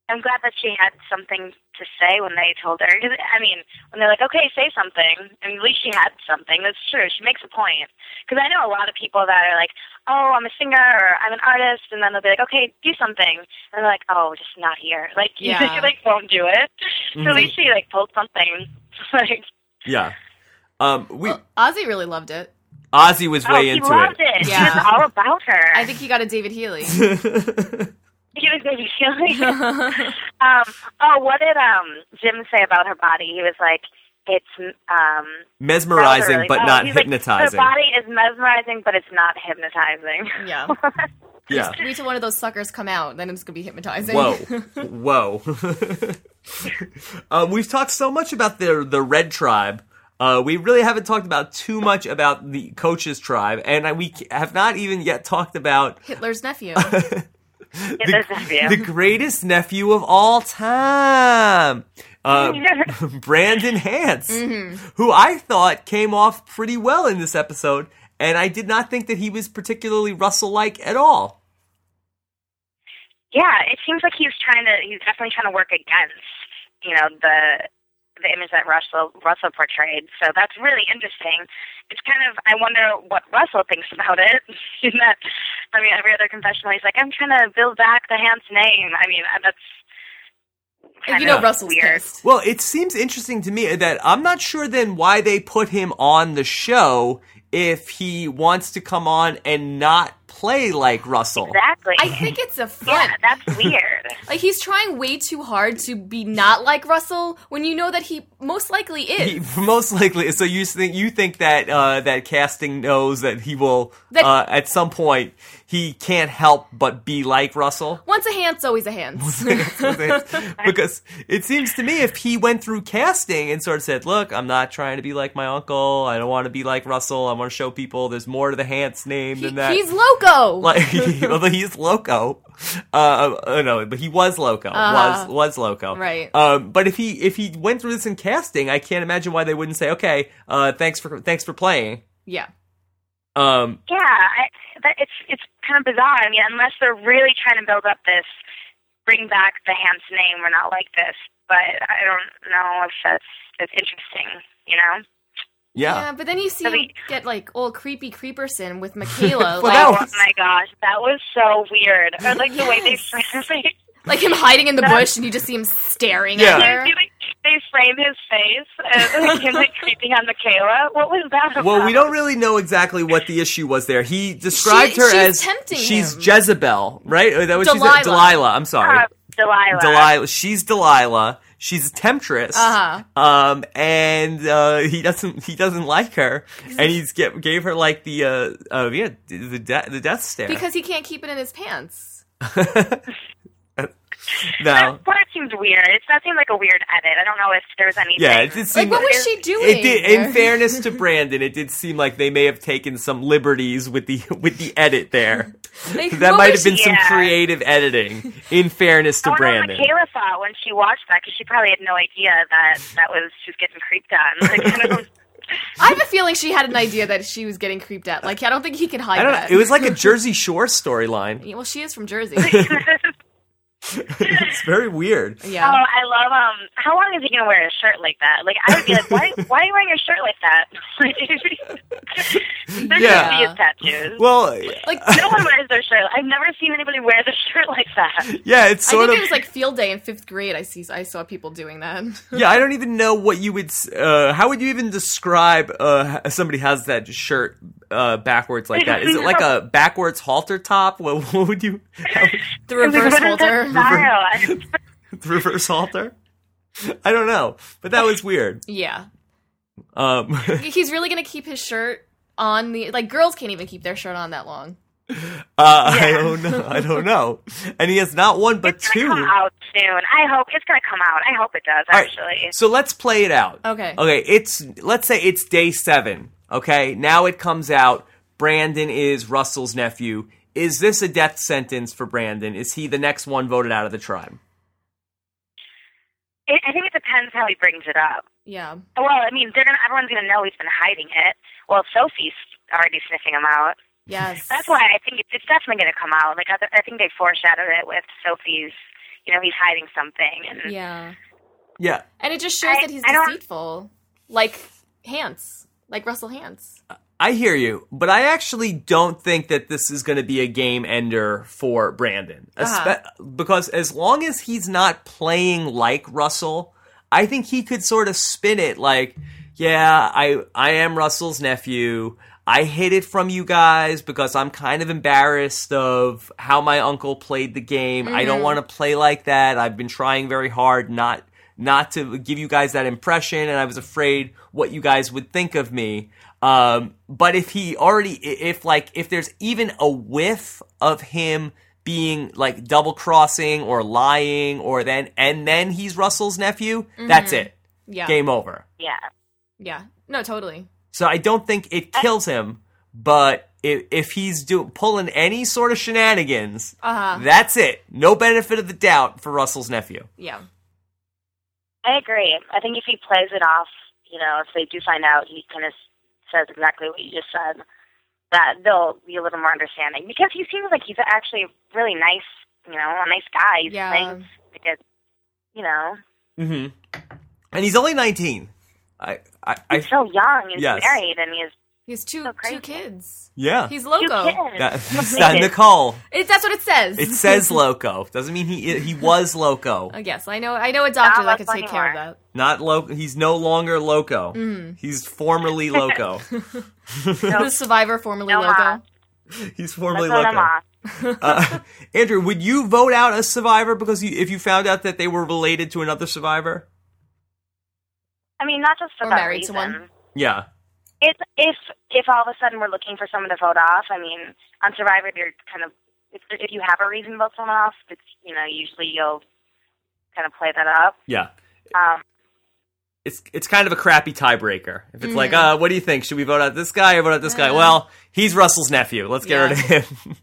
Speaker 3: I'm glad that she had something to say when they told her. 'Cause, I mean, when they're like, "Okay, say something," I mean, at least she had something. That's true. She makes a point. Because I know a lot of people that are like, "Oh, I'm a singer," or "I'm an artist," and then they'll be like, "Okay, do something," and they're like, "Oh, just not here." Like,
Speaker 2: Yeah. Mm-hmm.
Speaker 3: you like won't do it. So at least she like pulled something. like,
Speaker 1: Yeah. Um, we
Speaker 2: Ozzy really loved it.
Speaker 1: Ozzy was
Speaker 3: Uh, oh,
Speaker 1: way
Speaker 3: he
Speaker 1: into
Speaker 3: loved it. She
Speaker 2: Yeah.
Speaker 3: was all about her.
Speaker 2: I think he got a David Healy.
Speaker 3: He was maybe feeling. um, oh, what did um Jim say about her body? He was like, "It's um
Speaker 1: Mesmerizing,
Speaker 3: really-
Speaker 1: but
Speaker 3: oh,
Speaker 1: not
Speaker 3: he's like,
Speaker 1: hypnotizing.
Speaker 3: her body is mesmerizing, but it's not hypnotizing."
Speaker 2: Yeah.
Speaker 1: yeah.
Speaker 2: Wait till one of those suckers come out, then it's gonna be hypnotizing.
Speaker 1: Whoa, whoa. um, we've talked so much about the the red tribe. Uh, we really haven't talked about too much about the coaches tribe, and I, we c- have not even yet talked about
Speaker 2: Hitler's nephew.
Speaker 3: It
Speaker 1: the,
Speaker 3: does have
Speaker 1: the
Speaker 3: you.
Speaker 1: greatest nephew of all time, uh, Brandon Hance, who I thought came off pretty well in this episode, and I did not think that he was particularly Russell like at all.
Speaker 3: yeah, it seems like he's trying to. He's definitely trying to work against, you know, the the image that Russell Russell portrayed. So that's really interesting. It's kind of. I wonder what Russell thinks about it. In that, I mean, every other confessional, he's like, "I'm trying to build back the Hans name." I mean, that's.
Speaker 2: If
Speaker 3: kind
Speaker 2: you know
Speaker 3: of
Speaker 2: Russell's
Speaker 3: weird.
Speaker 2: pissed.
Speaker 1: Well, it seems interesting to me that I'm not sure then why they put him on the show if he wants to come on and not play like Russell.
Speaker 3: Exactly.
Speaker 2: I think it's a front.
Speaker 3: yeah, that's weird.
Speaker 2: Like he's trying way too hard to be not like Russell when you know that he most likely is.
Speaker 1: He- most likely, so you think you think that uh, that casting knows that he will
Speaker 2: That-
Speaker 1: uh, at some point he can't help but be like Russell
Speaker 2: Once a hand's always a hands.
Speaker 1: because it seems to me if he went through casting and sort of said, "Look, I'm not trying to be like my uncle. I don't want to be like Russell. I want to show people there's more to the Hance name
Speaker 2: He-
Speaker 1: than that."
Speaker 2: he's loco.
Speaker 1: like although he's loco uh, uh no but he was loco was was loco
Speaker 2: Uh-huh. Right.
Speaker 1: um but if he if he went through this in casting i can't imagine why they wouldn't say okay uh thanks for thanks for playing
Speaker 2: yeah.
Speaker 1: um
Speaker 3: Yeah, I, that, it's it's kind of bizarre. I mean, unless they're really trying to build up this, bring back the Hans name, we're not like this. But I don't know if that's it's interesting. You know,
Speaker 1: yeah,
Speaker 2: Yeah, but then you see
Speaker 3: I
Speaker 2: him
Speaker 3: mean-
Speaker 2: get like old creepy creeperson with Michaela,
Speaker 1: Well, that
Speaker 2: like,
Speaker 1: was-
Speaker 3: oh my gosh, that was so weird. Or like the way they frame
Speaker 2: like him hiding in the bush and you just see him staring
Speaker 1: Yeah.
Speaker 2: at her.
Speaker 3: they, like, they frame his face and like, him like creeping on Michaela. What was that? About?
Speaker 1: well we don't really know exactly what the issue was there he described
Speaker 2: She-
Speaker 1: her
Speaker 2: she's
Speaker 1: as
Speaker 2: tempting
Speaker 1: she's
Speaker 2: him.
Speaker 1: jezebel right Or that was
Speaker 2: Delilah. Ah,
Speaker 1: she's delilah i'm sorry
Speaker 3: Uh, Delilah.
Speaker 1: delilah she's delilah she's a temptress
Speaker 2: Uh-huh.
Speaker 1: um and uh he doesn't he doesn't like her and he's get, gave her like the uh, uh yeah the de- the death stare
Speaker 2: Because he can't keep it in his pants.
Speaker 1: No.
Speaker 3: That part seemed weird. It seemed like a weird edit. I don't know if there was anything.
Speaker 1: Yeah, it did seem
Speaker 2: Like, what was she doing?
Speaker 1: It did. In
Speaker 2: there?
Speaker 1: fairness to Brandon, it did seem like they may have taken some liberties with the with the edit there.
Speaker 2: Like,
Speaker 1: that
Speaker 2: what
Speaker 1: might have
Speaker 2: was
Speaker 1: been
Speaker 2: she-
Speaker 1: some
Speaker 3: Yeah.
Speaker 1: creative editing. In fairness to
Speaker 3: I wonder what
Speaker 1: Brandon,
Speaker 3: Michaela thought when she watched that because she probably had no idea that that was she was getting creeped on. Like, I don't-
Speaker 2: I have a feeling she had an idea that she was getting creeped at. Like I don't think he can hide
Speaker 1: I don't know.
Speaker 2: that.
Speaker 1: It was like a Jersey Shore storyline.
Speaker 2: Yeah, well, she is from Jersey.
Speaker 1: it's very weird.
Speaker 2: Yeah.
Speaker 3: Oh, I love um. How long is he gonna wear a shirt like that? Like I would be like, why? Why are you wearing a shirt like that? There
Speaker 1: Yeah.
Speaker 3: should be his tattoos.
Speaker 1: Well,
Speaker 2: Like
Speaker 3: no one wears their shirt. I've never seen anybody wear the shirt like that.
Speaker 1: yeah, it's
Speaker 2: I
Speaker 1: sort of
Speaker 2: think it was like field day in fifth grade. I see. I saw people doing that.
Speaker 1: yeah, I don't even know what you would. s- Uh, how would you even describe uh, h- somebody has that shirt uh, backwards like that? Is it like a backwards halter top? What, what would you how would-
Speaker 2: The reverse
Speaker 3: What is that
Speaker 2: holder.
Speaker 3: style? I don't-
Speaker 1: reverse halter? I don't know, but that was weird.
Speaker 2: Yeah.
Speaker 1: Um,
Speaker 2: He's really gonna keep his shirt on the like girls can't even keep their shirt on that long.
Speaker 1: uh, I don't know. I don't know. And he has not one but
Speaker 3: It's gonna
Speaker 1: two.
Speaker 3: come out soon. I hope it's gonna come out. I hope it does.
Speaker 1: All right,
Speaker 3: Actually,
Speaker 1: So let's play it out.
Speaker 2: Okay.
Speaker 1: Okay, it's let's say it's day seven. Okay, now it comes out. Brandon is Russell's nephew. Is this a death sentence for Brandon? Is he the next one voted out of the tribe?
Speaker 3: it, I think it depends how he brings it up.
Speaker 2: Yeah.
Speaker 3: Well, I mean, they're gonna. Everyone's gonna know he's been hiding it. Well, Sophie's already sniffing him out.
Speaker 2: Yes.
Speaker 3: That's why I think it, it's definitely gonna come out. Like I, th- I think they foreshadowed it with Sophie's. You know, he's hiding something, and
Speaker 2: Yeah.
Speaker 1: Yeah.
Speaker 2: And it just shows
Speaker 3: I-
Speaker 2: that he's
Speaker 3: I don't-
Speaker 2: deceitful, like Hans, like Russell Hans.
Speaker 1: I hear you, but I actually don't think that this is going to be a game ender for Brandon. Espe- Because as long as he's not playing like Russell, I think he could sort of spin it like, yeah, I, I am Russell's nephew. I hid it from you guys because I'm kind of embarrassed of how my uncle played the game. I don't want to play like that. I've been trying very hard not not to give you guys that impression and i was afraid what you guys would think of me um, but if he already i- if like if there's even a whiff of him being like double crossing or lying or then and then he's russell's nephew that's it
Speaker 2: Yeah.
Speaker 1: game over
Speaker 3: yeah.
Speaker 2: Yeah. No, totally.
Speaker 1: so i don't think it kills him but if, if he's do, pulling any sort of shenanigans
Speaker 2: Uh huh.
Speaker 1: that's it no benefit of the doubt for russell's nephew
Speaker 2: Yeah.
Speaker 3: I agree. I think if he plays it off, you know, if they do find out, he kind of says exactly what you just said. That they'll be a little more understanding because he seems like he's actually really nice, you know, a nice guy. He's
Speaker 2: Yeah.
Speaker 3: playing because, you know,
Speaker 1: hmm and he's only 19 i i, I
Speaker 3: he's so young and
Speaker 1: Yes.
Speaker 3: married, and he's
Speaker 2: He has two
Speaker 3: So crazy.
Speaker 2: two kids.
Speaker 1: Yeah.
Speaker 2: He's
Speaker 3: two
Speaker 2: loco.
Speaker 3: kids.
Speaker 1: That- that's
Speaker 3: Amazing.
Speaker 1: not Nicole.
Speaker 2: It, that's what it says.
Speaker 1: It says loco. Doesn't mean he he was loco.
Speaker 2: Uh, yes, I know. I know a doctor that
Speaker 3: Not
Speaker 2: could
Speaker 3: loco
Speaker 2: take care of
Speaker 3: anymore.
Speaker 2: that.
Speaker 1: Not loco. He's no longer loco.
Speaker 2: Mm.
Speaker 1: He's formerly loco.
Speaker 2: The survivor formerly
Speaker 3: No,
Speaker 2: logo.
Speaker 3: Ma.
Speaker 1: He's
Speaker 3: Let's
Speaker 1: formerly
Speaker 3: vote him
Speaker 1: loco.
Speaker 3: off.
Speaker 1: Uh, Andrew, would you vote out a survivor because you, if you found out that they were related to another survivor?
Speaker 3: I mean, not just for
Speaker 2: Or
Speaker 3: that
Speaker 2: married to
Speaker 3: reason.
Speaker 2: one.
Speaker 1: Yeah.
Speaker 3: If if if all of a sudden we're looking for someone to vote off, I mean, on Survivor, you're kind of if if you have a reason to vote someone off, it's you know usually you'll kind of play that up.
Speaker 1: Yeah.
Speaker 3: Um,
Speaker 1: It's it's kind of a crappy tiebreaker. If it's like,
Speaker 2: Mm.
Speaker 1: uh, what do you think? Should we vote out this guy or vote out this guy? Well, he's Russell's nephew. Let's get
Speaker 2: Uh. Yeah.
Speaker 1: rid of him.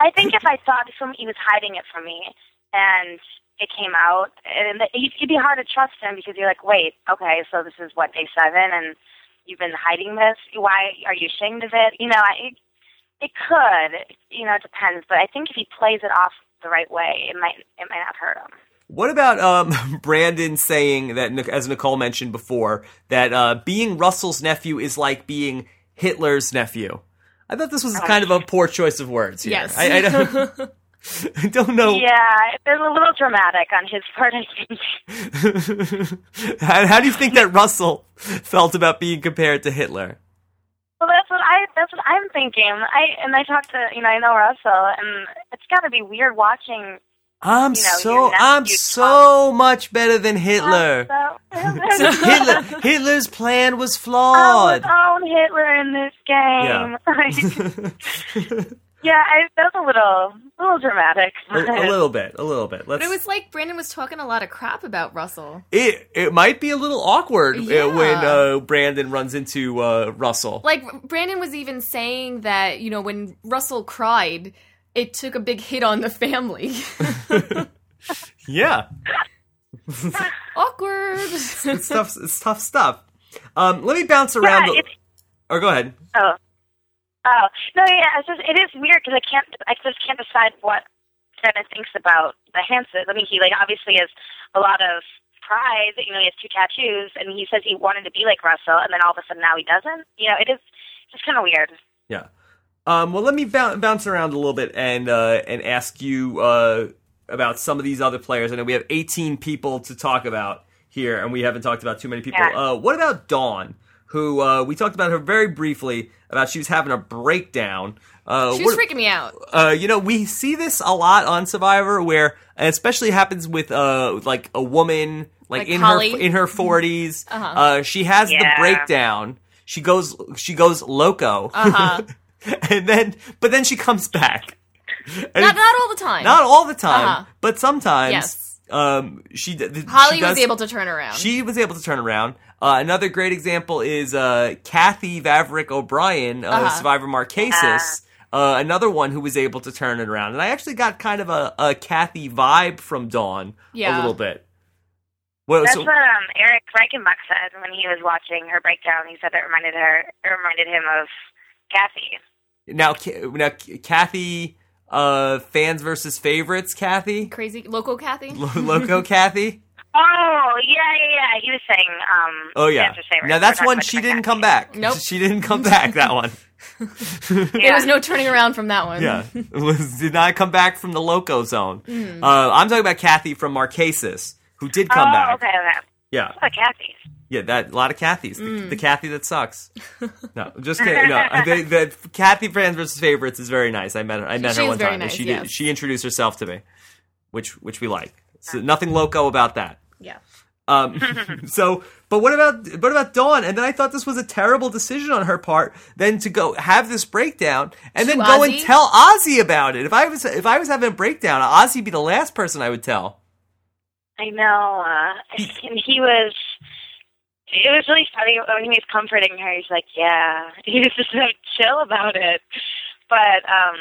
Speaker 3: I think if I thought some he was hiding it from me and it came out, and it- it'd be hard to trust him because you're like, wait, okay, so this is what day seven, and you've been hiding this. Why are you ashamed of it? You know, I, it could, you know, it depends. But I think if he plays it off the right way, it might it might not hurt him.
Speaker 1: What about um, Brandon saying that, Nic- as Nicole mentioned before, that uh, being Russell's nephew is like being Hitler's nephew? I thought this was kind of a poor choice of words here.
Speaker 2: Yes.
Speaker 1: I, I, don't, I don't know.
Speaker 3: Yeah, it's a little dramatic on his part. I think.
Speaker 1: how, how do you think that Russell felt about being compared to Hitler?
Speaker 3: Well, that's what I that's what I'm thinking. I and I talked to you know I know Russell, and it's got to be weird watching.
Speaker 1: I'm
Speaker 3: You know,
Speaker 1: so
Speaker 3: your
Speaker 1: I'm
Speaker 3: nephew
Speaker 1: so much better than Hitler.
Speaker 3: So-
Speaker 1: Hitler Hitler's plan was
Speaker 3: I was
Speaker 1: flawed.
Speaker 3: on Hitler in this game. Like,
Speaker 1: Yeah.
Speaker 3: yeah. Yeah, I, that was a little, a little dramatic.
Speaker 1: A, a little bit, a little bit.
Speaker 2: But
Speaker 1: Let's.
Speaker 2: it was like Brandon was talking a lot of crap about Russell.
Speaker 1: it it might be a little awkward uh,
Speaker 2: Yeah.
Speaker 1: when uh, Brandon runs into uh, Russell.
Speaker 2: Like Brandon was even saying that you know when Russell cried, it took a big hit on the family.
Speaker 1: yeah,
Speaker 2: Awkward.
Speaker 1: it's tough. It's tough stuff. Um, let me bounce around.
Speaker 3: Yeah,
Speaker 1: the-
Speaker 3: it's-
Speaker 1: or go ahead.
Speaker 3: Oh, oh no, yeah. It's just, it is weird because I can't, I just can't decide what Dennis thinks about the Hanson. I mean, he like obviously has a lot of pride. You know, he has two tattoos, and he says he wanted to be like Russell, and then all of a sudden now he doesn't. You know, it is just kind of weird.
Speaker 1: Yeah. Um, well, let me bou- bounce around a little bit and uh, and ask you uh, about some of these other players. I know we have 18 people to talk about here, and we haven't talked about too many people.
Speaker 3: Yeah.
Speaker 1: Uh, what about Dawn? Who uh, we talked about her very briefly about she was having a breakdown. Uh,
Speaker 2: she was
Speaker 1: what-
Speaker 2: freaking me out.
Speaker 1: uh, you know, we see this a lot on Survivor, where and especially happens with uh, like a woman, like,
Speaker 2: Like
Speaker 1: in her
Speaker 2: Holly?
Speaker 1: in her 40s
Speaker 2: Uh-huh.
Speaker 1: Uh, she has
Speaker 3: Yeah.
Speaker 1: the breakdown. She goes, she goes loco,
Speaker 2: Uh-huh.
Speaker 1: and then, but then she comes back. And
Speaker 2: Not
Speaker 1: it's-
Speaker 2: not all the time.
Speaker 1: not all the time,
Speaker 2: Uh-huh.
Speaker 1: but sometimes.
Speaker 2: Yes.
Speaker 1: Um, she d- th-
Speaker 2: Holly
Speaker 1: she
Speaker 2: was
Speaker 1: does-
Speaker 2: able to turn around.
Speaker 1: she was able to turn around. Uh, another great example is uh, Kathy Vavrick O'Brien, uh,
Speaker 2: Uh-huh.
Speaker 1: Survivor Marquesas. Uh, another one who was able to turn it around, and I actually got kind of a, a Kathy vibe from Dawn a
Speaker 2: Yeah.
Speaker 1: little bit. Well,
Speaker 3: That's
Speaker 1: Oh, so,
Speaker 3: what um, Eric Reichenbach said when he was watching her breakdown. He said it reminded her, it reminded him of Kathy.
Speaker 1: now, Ca- now Kathy, uh, fans versus favorites, Kathy,
Speaker 2: Crazy local Kathy.
Speaker 1: Lo- Loco Kathy.
Speaker 3: Oh yeah, yeah, yeah. He was saying. Um,
Speaker 1: Oh yeah.
Speaker 3: Spencer Savers.
Speaker 1: Now
Speaker 3: We're
Speaker 1: that's
Speaker 3: talking
Speaker 1: one
Speaker 3: about
Speaker 1: she
Speaker 3: different
Speaker 1: didn't
Speaker 3: Kathy.
Speaker 1: come back.
Speaker 2: Nope.
Speaker 1: She didn't come back. That one.
Speaker 2: There
Speaker 3: Yeah.
Speaker 2: was no turning around from that one.
Speaker 1: Yeah, was, did not come back from the loco zone.
Speaker 2: Hmm.
Speaker 1: Uh, I'm talking about Kathy from Marquesas, who did come
Speaker 3: oh,
Speaker 1: back.
Speaker 3: okay, okay.
Speaker 1: Yeah,
Speaker 3: Oh, Kathy.
Speaker 1: yeah, that a lot of Kathys. The,
Speaker 2: Hmm.
Speaker 1: the Kathy that sucks. No, just kidding. No, the, the Kathy fans versus favorites is very nice. I met her. I met
Speaker 2: She
Speaker 1: her
Speaker 2: is
Speaker 1: one
Speaker 2: very
Speaker 1: time, and
Speaker 2: nice,
Speaker 1: she did,
Speaker 2: yes.
Speaker 1: she introduced herself to me, which which we like. So nothing loco about that.
Speaker 2: Yeah.
Speaker 1: Um, so, but what about what about Dawn? And then I thought this was a terrible decision on her part. Then to go have this breakdown and
Speaker 2: To
Speaker 1: then go and
Speaker 2: Ozzy?
Speaker 1: tell Ozzy about it. If I was if I was having a breakdown, Ozzy be the last person I would tell.
Speaker 3: I know. Uh, and he was. It was really funny when he was comforting her. He's like, "Yeah," he was just so chill about it. But um,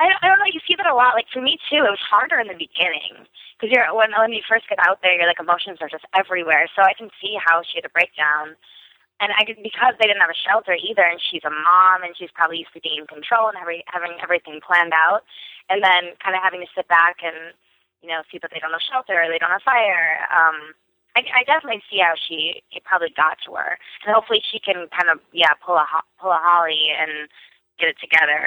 Speaker 3: I, don't- I don't know. You see that a lot. Like for me too, it was harder in the beginning because you're when when you first get out there, your like emotions are just everywhere. So I can see how she had a breakdown. And I could, because they didn't have a shelter either, and she's a mom, and she's probably used to being in control and every, having everything planned out, and then kind of having to sit back and you know, see that they don't have shelter, they don't have fire. Um, I, I definitely see how she it probably got to her, and hopefully she can kind of yeah pull a ho- pull a Holly and get it together.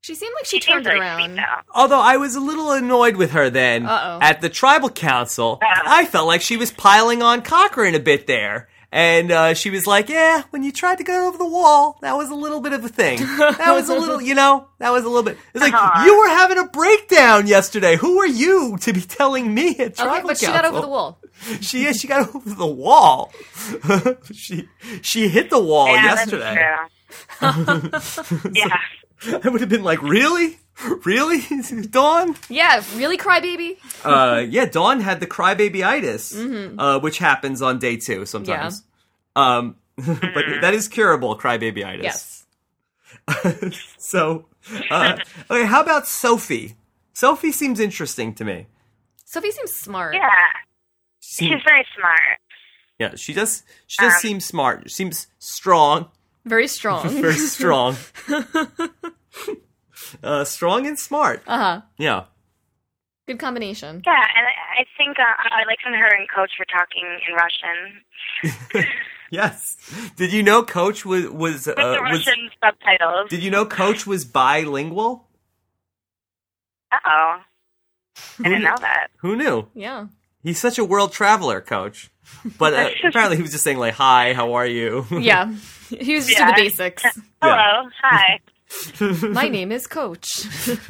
Speaker 2: She seemed like she,
Speaker 3: seems
Speaker 2: turned it
Speaker 3: really
Speaker 2: around.
Speaker 3: Sweet, though.
Speaker 1: Although I was a little annoyed with her then
Speaker 2: Uh-oh.
Speaker 1: at the tribal council,
Speaker 3: Yeah.
Speaker 1: I felt like she was piling on Cochrane a bit there. And uh, she was like, "Yeah, when you tried to go over the wall, that was a little bit of a thing. That was a little, you know, that was a little bit. It's like
Speaker 3: Aw.
Speaker 1: you were having a breakdown yesterday. Who are you to be telling me at tribal
Speaker 2: Okay, but she
Speaker 1: council?
Speaker 2: got over the wall.
Speaker 1: She yeah, she got over the wall. she she hit the wall
Speaker 3: yeah,
Speaker 1: Oh, yesterday.
Speaker 3: That's true. yeah.
Speaker 1: I would have been like, really, really, Dawn."
Speaker 2: Yeah, really crybaby.
Speaker 1: uh, yeah, Dawn had the crybaby-itis, uh, which happens on day two sometimes. Um, but that is curable, crybaby-itis.
Speaker 2: Yes.
Speaker 1: So, uh, okay, how about Sophie? Sophie seems interesting to me.
Speaker 2: Sophie seems smart.
Speaker 3: Yeah.
Speaker 1: She
Speaker 3: She's
Speaker 1: seems,
Speaker 3: very smart.
Speaker 1: yeah, she does. She does
Speaker 3: Um,
Speaker 1: seem smart. She seems strong,
Speaker 2: Very strong.
Speaker 1: very strong, uh, strong and smart.
Speaker 2: uh huh.
Speaker 1: Yeah.
Speaker 2: Good combination.
Speaker 3: Yeah, and I, I think uh, I like when her and Coach were talking in Russian
Speaker 1: Yes. Did you know Coach was was
Speaker 3: with
Speaker 1: uh,
Speaker 3: the
Speaker 1: was?
Speaker 3: Russian subtitles.
Speaker 1: Did you know Coach was bilingual?
Speaker 3: Uh oh, I didn't know that.
Speaker 1: Who knew?
Speaker 2: Yeah.
Speaker 1: He's such a world traveler, coach. But uh, apparently, he was just saying like, "Hi, how are you?"
Speaker 2: Yeah. He was just
Speaker 3: Yeah.
Speaker 2: to the basics.
Speaker 3: Hello, hi.
Speaker 2: My name is Coach.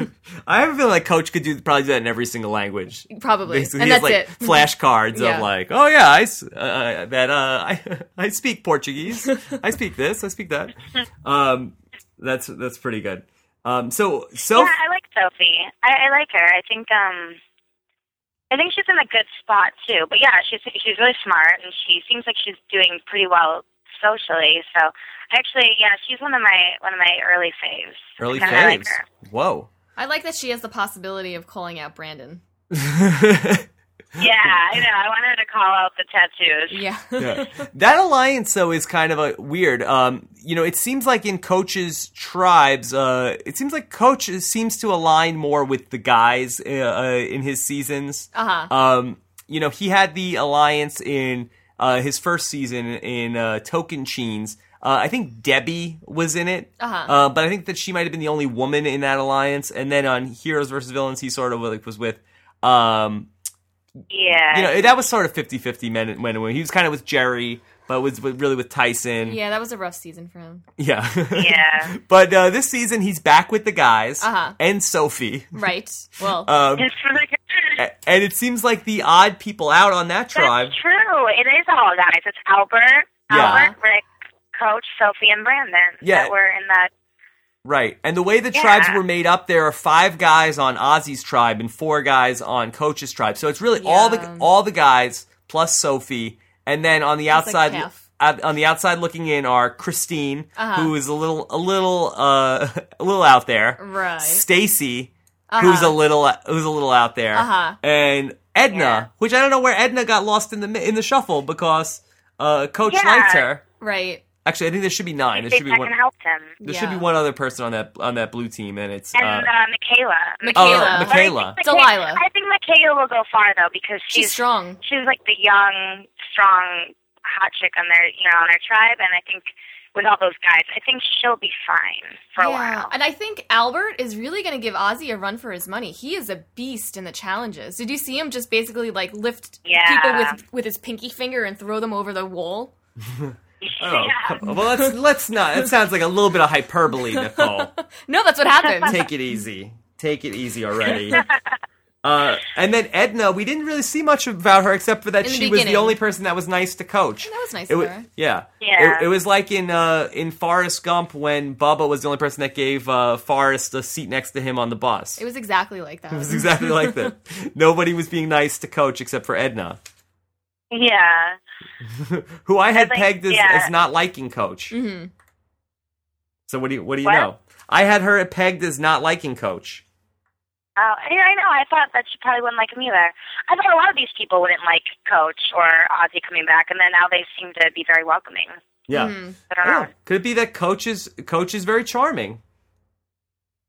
Speaker 1: I have a feeling like Coach could do probably do that in every single language.
Speaker 2: Probably.
Speaker 1: Basically,
Speaker 2: and
Speaker 1: he has
Speaker 2: that's
Speaker 1: like
Speaker 2: it. Mm-hmm.
Speaker 1: flashcards
Speaker 2: Yeah.
Speaker 1: of like, "Oh yeah, I s- uh, that uh, I I speak Portuguese. I speak this. I speak that." Um, that's that's pretty good. Um, so Soph,
Speaker 3: yeah, I like Sophie. I, I like her. I think um, I think she's in a good spot too. But yeah, she's she's really smart, and she seems like she's doing pretty well socially. So actually, yeah, she's one of my one of my early faves.
Speaker 1: early
Speaker 3: Kinda like
Speaker 1: faves.
Speaker 3: her.
Speaker 1: Whoa.
Speaker 2: I like that she has the possibility of calling out Brandon.
Speaker 3: yeah, I know. I wanted to call out the tattoos.
Speaker 2: Yeah.
Speaker 1: Yeah. that alliance though is kind of a weird. Um, you know, it seems like in Coach's tribes, uh, it seems like Coach seems to align more with the guys uh, uh, in his seasons.
Speaker 2: Uh-huh.
Speaker 1: Um, you know, he had the alliance in uh, his first season in uh, Token Cheens. Uh, I think Debbie was in it,
Speaker 2: Uh-huh.
Speaker 1: uh, but I think that she might have been the only woman in that alliance. And then on Heroes versus Villains, he sort of like was with um,
Speaker 3: Yeah.
Speaker 1: you know, that was sort of 50-50 men and women. He was kind of with Jerry, but was with, really with Tyson.
Speaker 2: Yeah, that was a rough season for him.
Speaker 1: Yeah.
Speaker 3: yeah.
Speaker 1: but uh, this season, he's back with the guys
Speaker 2: Uh-huh.
Speaker 1: and Sophie.
Speaker 2: Right. Well,
Speaker 1: Um,
Speaker 3: It's really good.
Speaker 1: a- and it seems like the odd people out on that tribe.
Speaker 3: That's true. It is all guys. It's Albert,
Speaker 1: Yeah.
Speaker 3: Albert, Rick, Coach, Sophie, and Brandon
Speaker 1: Yeah.
Speaker 3: that were in that.
Speaker 1: Right. And the way the
Speaker 3: Yeah.
Speaker 1: tribes were made up, there are five guys on Ozzy's tribe and four guys on Coach's tribe. So it's really all the
Speaker 2: Yeah.
Speaker 1: all the guys plus Sophie, and then on the
Speaker 2: It's like
Speaker 1: outside,
Speaker 2: half.
Speaker 1: out- on the outside looking in are Christine,
Speaker 2: Uh-huh.
Speaker 1: who is a little a little uh, a little out there,
Speaker 2: Right.
Speaker 1: Stacy,
Speaker 2: Uh-huh.
Speaker 1: who's a little who's a little out there,
Speaker 2: Uh-huh.
Speaker 1: and Edna,
Speaker 3: Yeah.
Speaker 1: which I don't know where Edna got lost in the mi- in the shuffle because uh, Coach
Speaker 3: Yeah.
Speaker 1: liked her.
Speaker 2: right.
Speaker 1: Actually, I think there should be nine. There
Speaker 3: they
Speaker 1: should be
Speaker 3: second
Speaker 1: one.
Speaker 3: helped him.
Speaker 1: There should be
Speaker 2: Yeah.
Speaker 1: one other person on that on that blue team, and it's uh,
Speaker 3: And uh, Michaela.
Speaker 1: oh,
Speaker 2: Michaela.
Speaker 3: But I think
Speaker 1: Michaela.
Speaker 2: Delilah.
Speaker 3: I think Michaela will go far though because
Speaker 2: She's,
Speaker 3: she's
Speaker 2: strong.
Speaker 3: she's like the young, strong, hot chick on their you know on their tribe, and I think with all those guys, I think she'll be fine for a
Speaker 2: yeah.
Speaker 3: while.
Speaker 2: And I think Albert is really going to give Ozzy a run for his money. He is a beast in the challenges. Did you see him just basically like lift
Speaker 3: Yeah.
Speaker 2: people with with his pinky finger and throw them over the wall?
Speaker 1: Oh,
Speaker 3: yeah.
Speaker 1: come- well, let's let's not. That sounds like a little bit of hyperbole, Nicole.
Speaker 2: No, that's what happened.
Speaker 1: Take it easy. Take it easy already. Uh, and then Edna, we didn't really see much about her except for that
Speaker 2: In the
Speaker 1: she was the
Speaker 2: beginning.
Speaker 1: only person that was nice to coach.
Speaker 2: that was nice
Speaker 1: It
Speaker 2: of
Speaker 1: wa-
Speaker 2: her.
Speaker 1: yeah,
Speaker 3: Yeah.
Speaker 1: It, it was like in uh, in Forrest Gump when Bubba was the only person that gave uh, Forrest a seat next to him on the bus.
Speaker 2: It was exactly like that.
Speaker 1: It was exactly like that. Nobody was being nice to coach except for Edna,
Speaker 3: yeah.
Speaker 1: who I had
Speaker 3: I think-
Speaker 1: pegged as,
Speaker 3: yeah.
Speaker 1: as not liking coach.
Speaker 2: Mhm.
Speaker 1: So what do you what do you
Speaker 3: What?
Speaker 1: know? I had her pegged as not liking coach.
Speaker 3: Oh, yeah, I know. I thought that she probably wouldn't like him either. I thought a lot of these people wouldn't like Coach or Ozzy coming back, and then now they seem to be very welcoming.
Speaker 1: Yeah.
Speaker 2: Mhm.
Speaker 3: I
Speaker 1: I
Speaker 3: don't
Speaker 1: don't
Speaker 3: know.
Speaker 1: know. Could it be that coach is coach is very charming?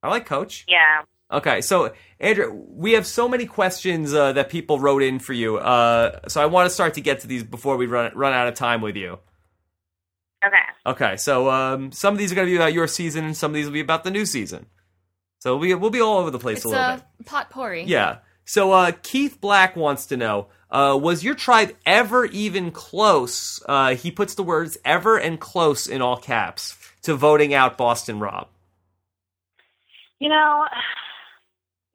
Speaker 1: I like coach.
Speaker 3: Yeah.
Speaker 1: Okay, so Andrew, we have so many questions uh, that people wrote in for you. Uh, so I want to start to get to these before we run run out of time with you.
Speaker 3: Okay.
Speaker 1: Okay, so um, some of these are going to be about your season, and some of these will be about the new season. So we we'll be all over the place
Speaker 2: It's uh,
Speaker 1: a little bit.
Speaker 2: a potpourri.
Speaker 1: Yeah. So uh, Keith Black wants to know: uh, Was your tribe ever even close? Uh, he puts the words "ever" and "close" in all caps to voting out Boston Rob.
Speaker 3: You know,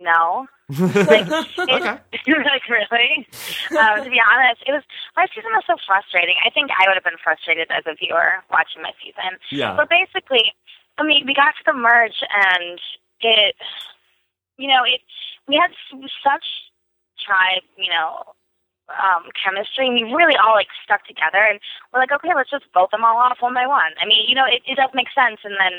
Speaker 3: no.
Speaker 1: okay.
Speaker 3: like really? Um, to be honest, it was my season was so frustrating. I think I would have been frustrated as a viewer watching my season.
Speaker 1: Yeah.
Speaker 3: But basically, I mean, we got to the merge, and it, you know, it we had s- such tribe, you know, um, chemistry, and we really all like stuck together, and we're like, okay, let's just vote them all off one by one. I mean, you know, it, it does make sense, and then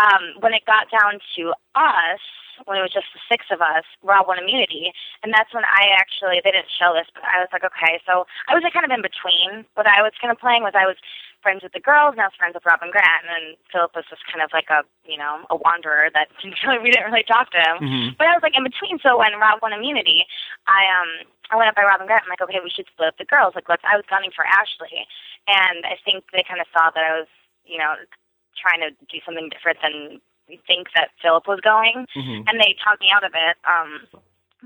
Speaker 3: um, when it got down to us, when it was just the six of us, we're all one immunity, and that's when I actually they didn't show this, but I was like, okay, so I was like kind of in between. What I was kind of playing was I was friends with the girls, and I was friends with Robin Grant, and then Philip was just kind of like a you know a wanderer that we didn't really talk to him.
Speaker 1: Mhm.
Speaker 3: But I was like in between. So when Rob won immunity, I um I went up by Robin Grant. I'm like, okay, we should split up the girls. Like, let's. I was gunning for Ashley, and I think they kind of saw that I was you know trying to do something different than we think that Philip was going,
Speaker 1: Mhm.
Speaker 3: and they talked me out of it. Um,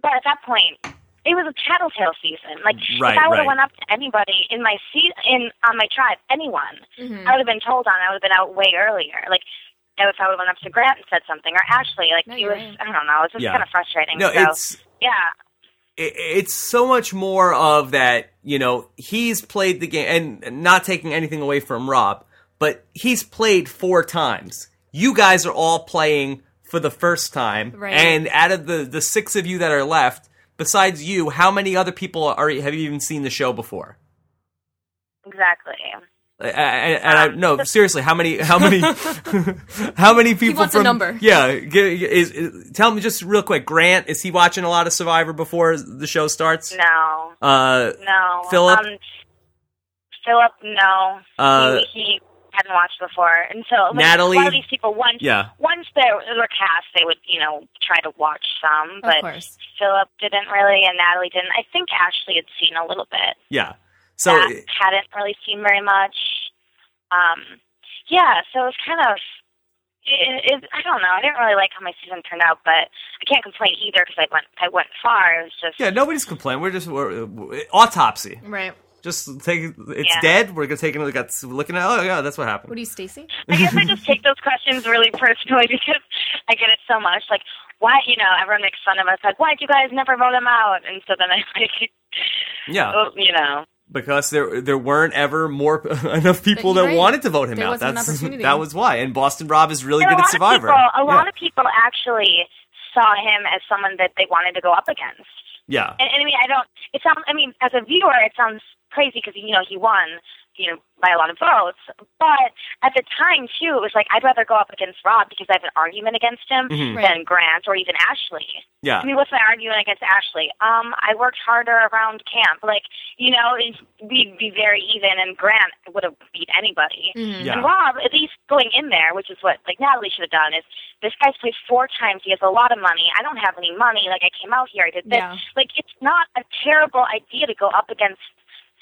Speaker 3: but at that point, it was a tattletale season. Like
Speaker 1: Right,
Speaker 3: if I would
Speaker 1: right.
Speaker 3: have went up to anybody in my seat in on my tribe, anyone,
Speaker 2: Mm-hmm.
Speaker 3: I would have been told on. I would have been out way earlier. Like if I would have went up to Grant and said something or Ashley, like
Speaker 2: No,
Speaker 3: it
Speaker 2: you're
Speaker 3: was.
Speaker 2: right.
Speaker 3: I don't know. It was just
Speaker 1: Yeah.
Speaker 3: kind of frustrating.
Speaker 1: No,
Speaker 3: so
Speaker 1: it's
Speaker 3: yeah.
Speaker 1: it- it's so much more of that you know he's played the game and not taking anything away from rob but he's played four times you guys are all playing for the first time.
Speaker 2: Right.
Speaker 1: And out of the the six of you that are left, besides you, how many other people are have you even seen the show before?
Speaker 3: Exactly.
Speaker 1: Uh, and, and I, no, seriously, how many, how many, how many people
Speaker 2: wants a
Speaker 1: from?
Speaker 2: number.
Speaker 1: Yeah, g- g- is, is- tell me just real quick. Grant, is he watching a lot of Survivor before the show starts?
Speaker 3: No.
Speaker 1: Uh,
Speaker 3: No.
Speaker 1: Philip?
Speaker 3: Um, Philip, no.
Speaker 1: Uh,
Speaker 3: he, he hadn't watched before. And so like,
Speaker 1: Natalie?
Speaker 3: a lot of these people, once,
Speaker 1: yeah.
Speaker 3: once they were cast, they would, you know, try to watch some.
Speaker 2: Of
Speaker 3: But
Speaker 2: course.
Speaker 3: Philip didn't really, and Natalie didn't. I think Ashley had seen a little bit.
Speaker 1: Yeah. So
Speaker 3: Zach hadn't really seen very much. Um, yeah, so it's kind of. It, it, I don't know. I didn't really like how my season turned out, but I can't complain either because I went I went far. It was just
Speaker 1: yeah, nobody's complaining. We're just we're, we autopsy.
Speaker 2: Right.
Speaker 1: Just take it's
Speaker 3: Yeah.
Speaker 1: dead. We're gonna take another. Got looking at. Oh yeah, that's what happened.
Speaker 2: What do you, Stacy?
Speaker 3: I guess I just take those questions really personally because I get it so much. Like, why, you know, everyone makes fun of us. Like, why'd you guys never vote him out? And so then I like,
Speaker 1: yeah,
Speaker 3: oh, you know,
Speaker 1: because there there weren't ever more enough people
Speaker 2: But
Speaker 1: that
Speaker 2: you're right.
Speaker 1: wanted to vote him
Speaker 2: There
Speaker 1: out.
Speaker 2: wasn't an
Speaker 1: That's
Speaker 2: opportunity.
Speaker 1: that was why. And Boston Rob is really
Speaker 3: And
Speaker 1: good at
Speaker 3: a lot
Speaker 1: Survivor.
Speaker 3: of people, a lot
Speaker 1: yeah.
Speaker 3: of people actually saw him as someone that they wanted to go up against.
Speaker 1: yeah.
Speaker 3: And, and I mean, I don't. It sounds. I mean, as a viewer, it sounds crazy because you know he won, you know, by a lot of votes. But at the time too, it was like I'd rather go up against Rob because I have an argument against him
Speaker 1: Mhm.
Speaker 2: Right.
Speaker 3: than Grant or even Ashley.
Speaker 1: Yeah.
Speaker 3: I mean, what's my argument against Ashley? Um, I worked harder around camp. Like, you know, it's, we'd be very even, and Grant would have beat anybody.
Speaker 2: Mhm.
Speaker 1: Yeah.
Speaker 3: And Rob, at least going in there, which is what like Natalie should have done, is this guy's played four times. He has a lot of money. I don't have any money. Like I came out here, I did this.
Speaker 2: Yeah.
Speaker 3: Like it's not a terrible idea to go up against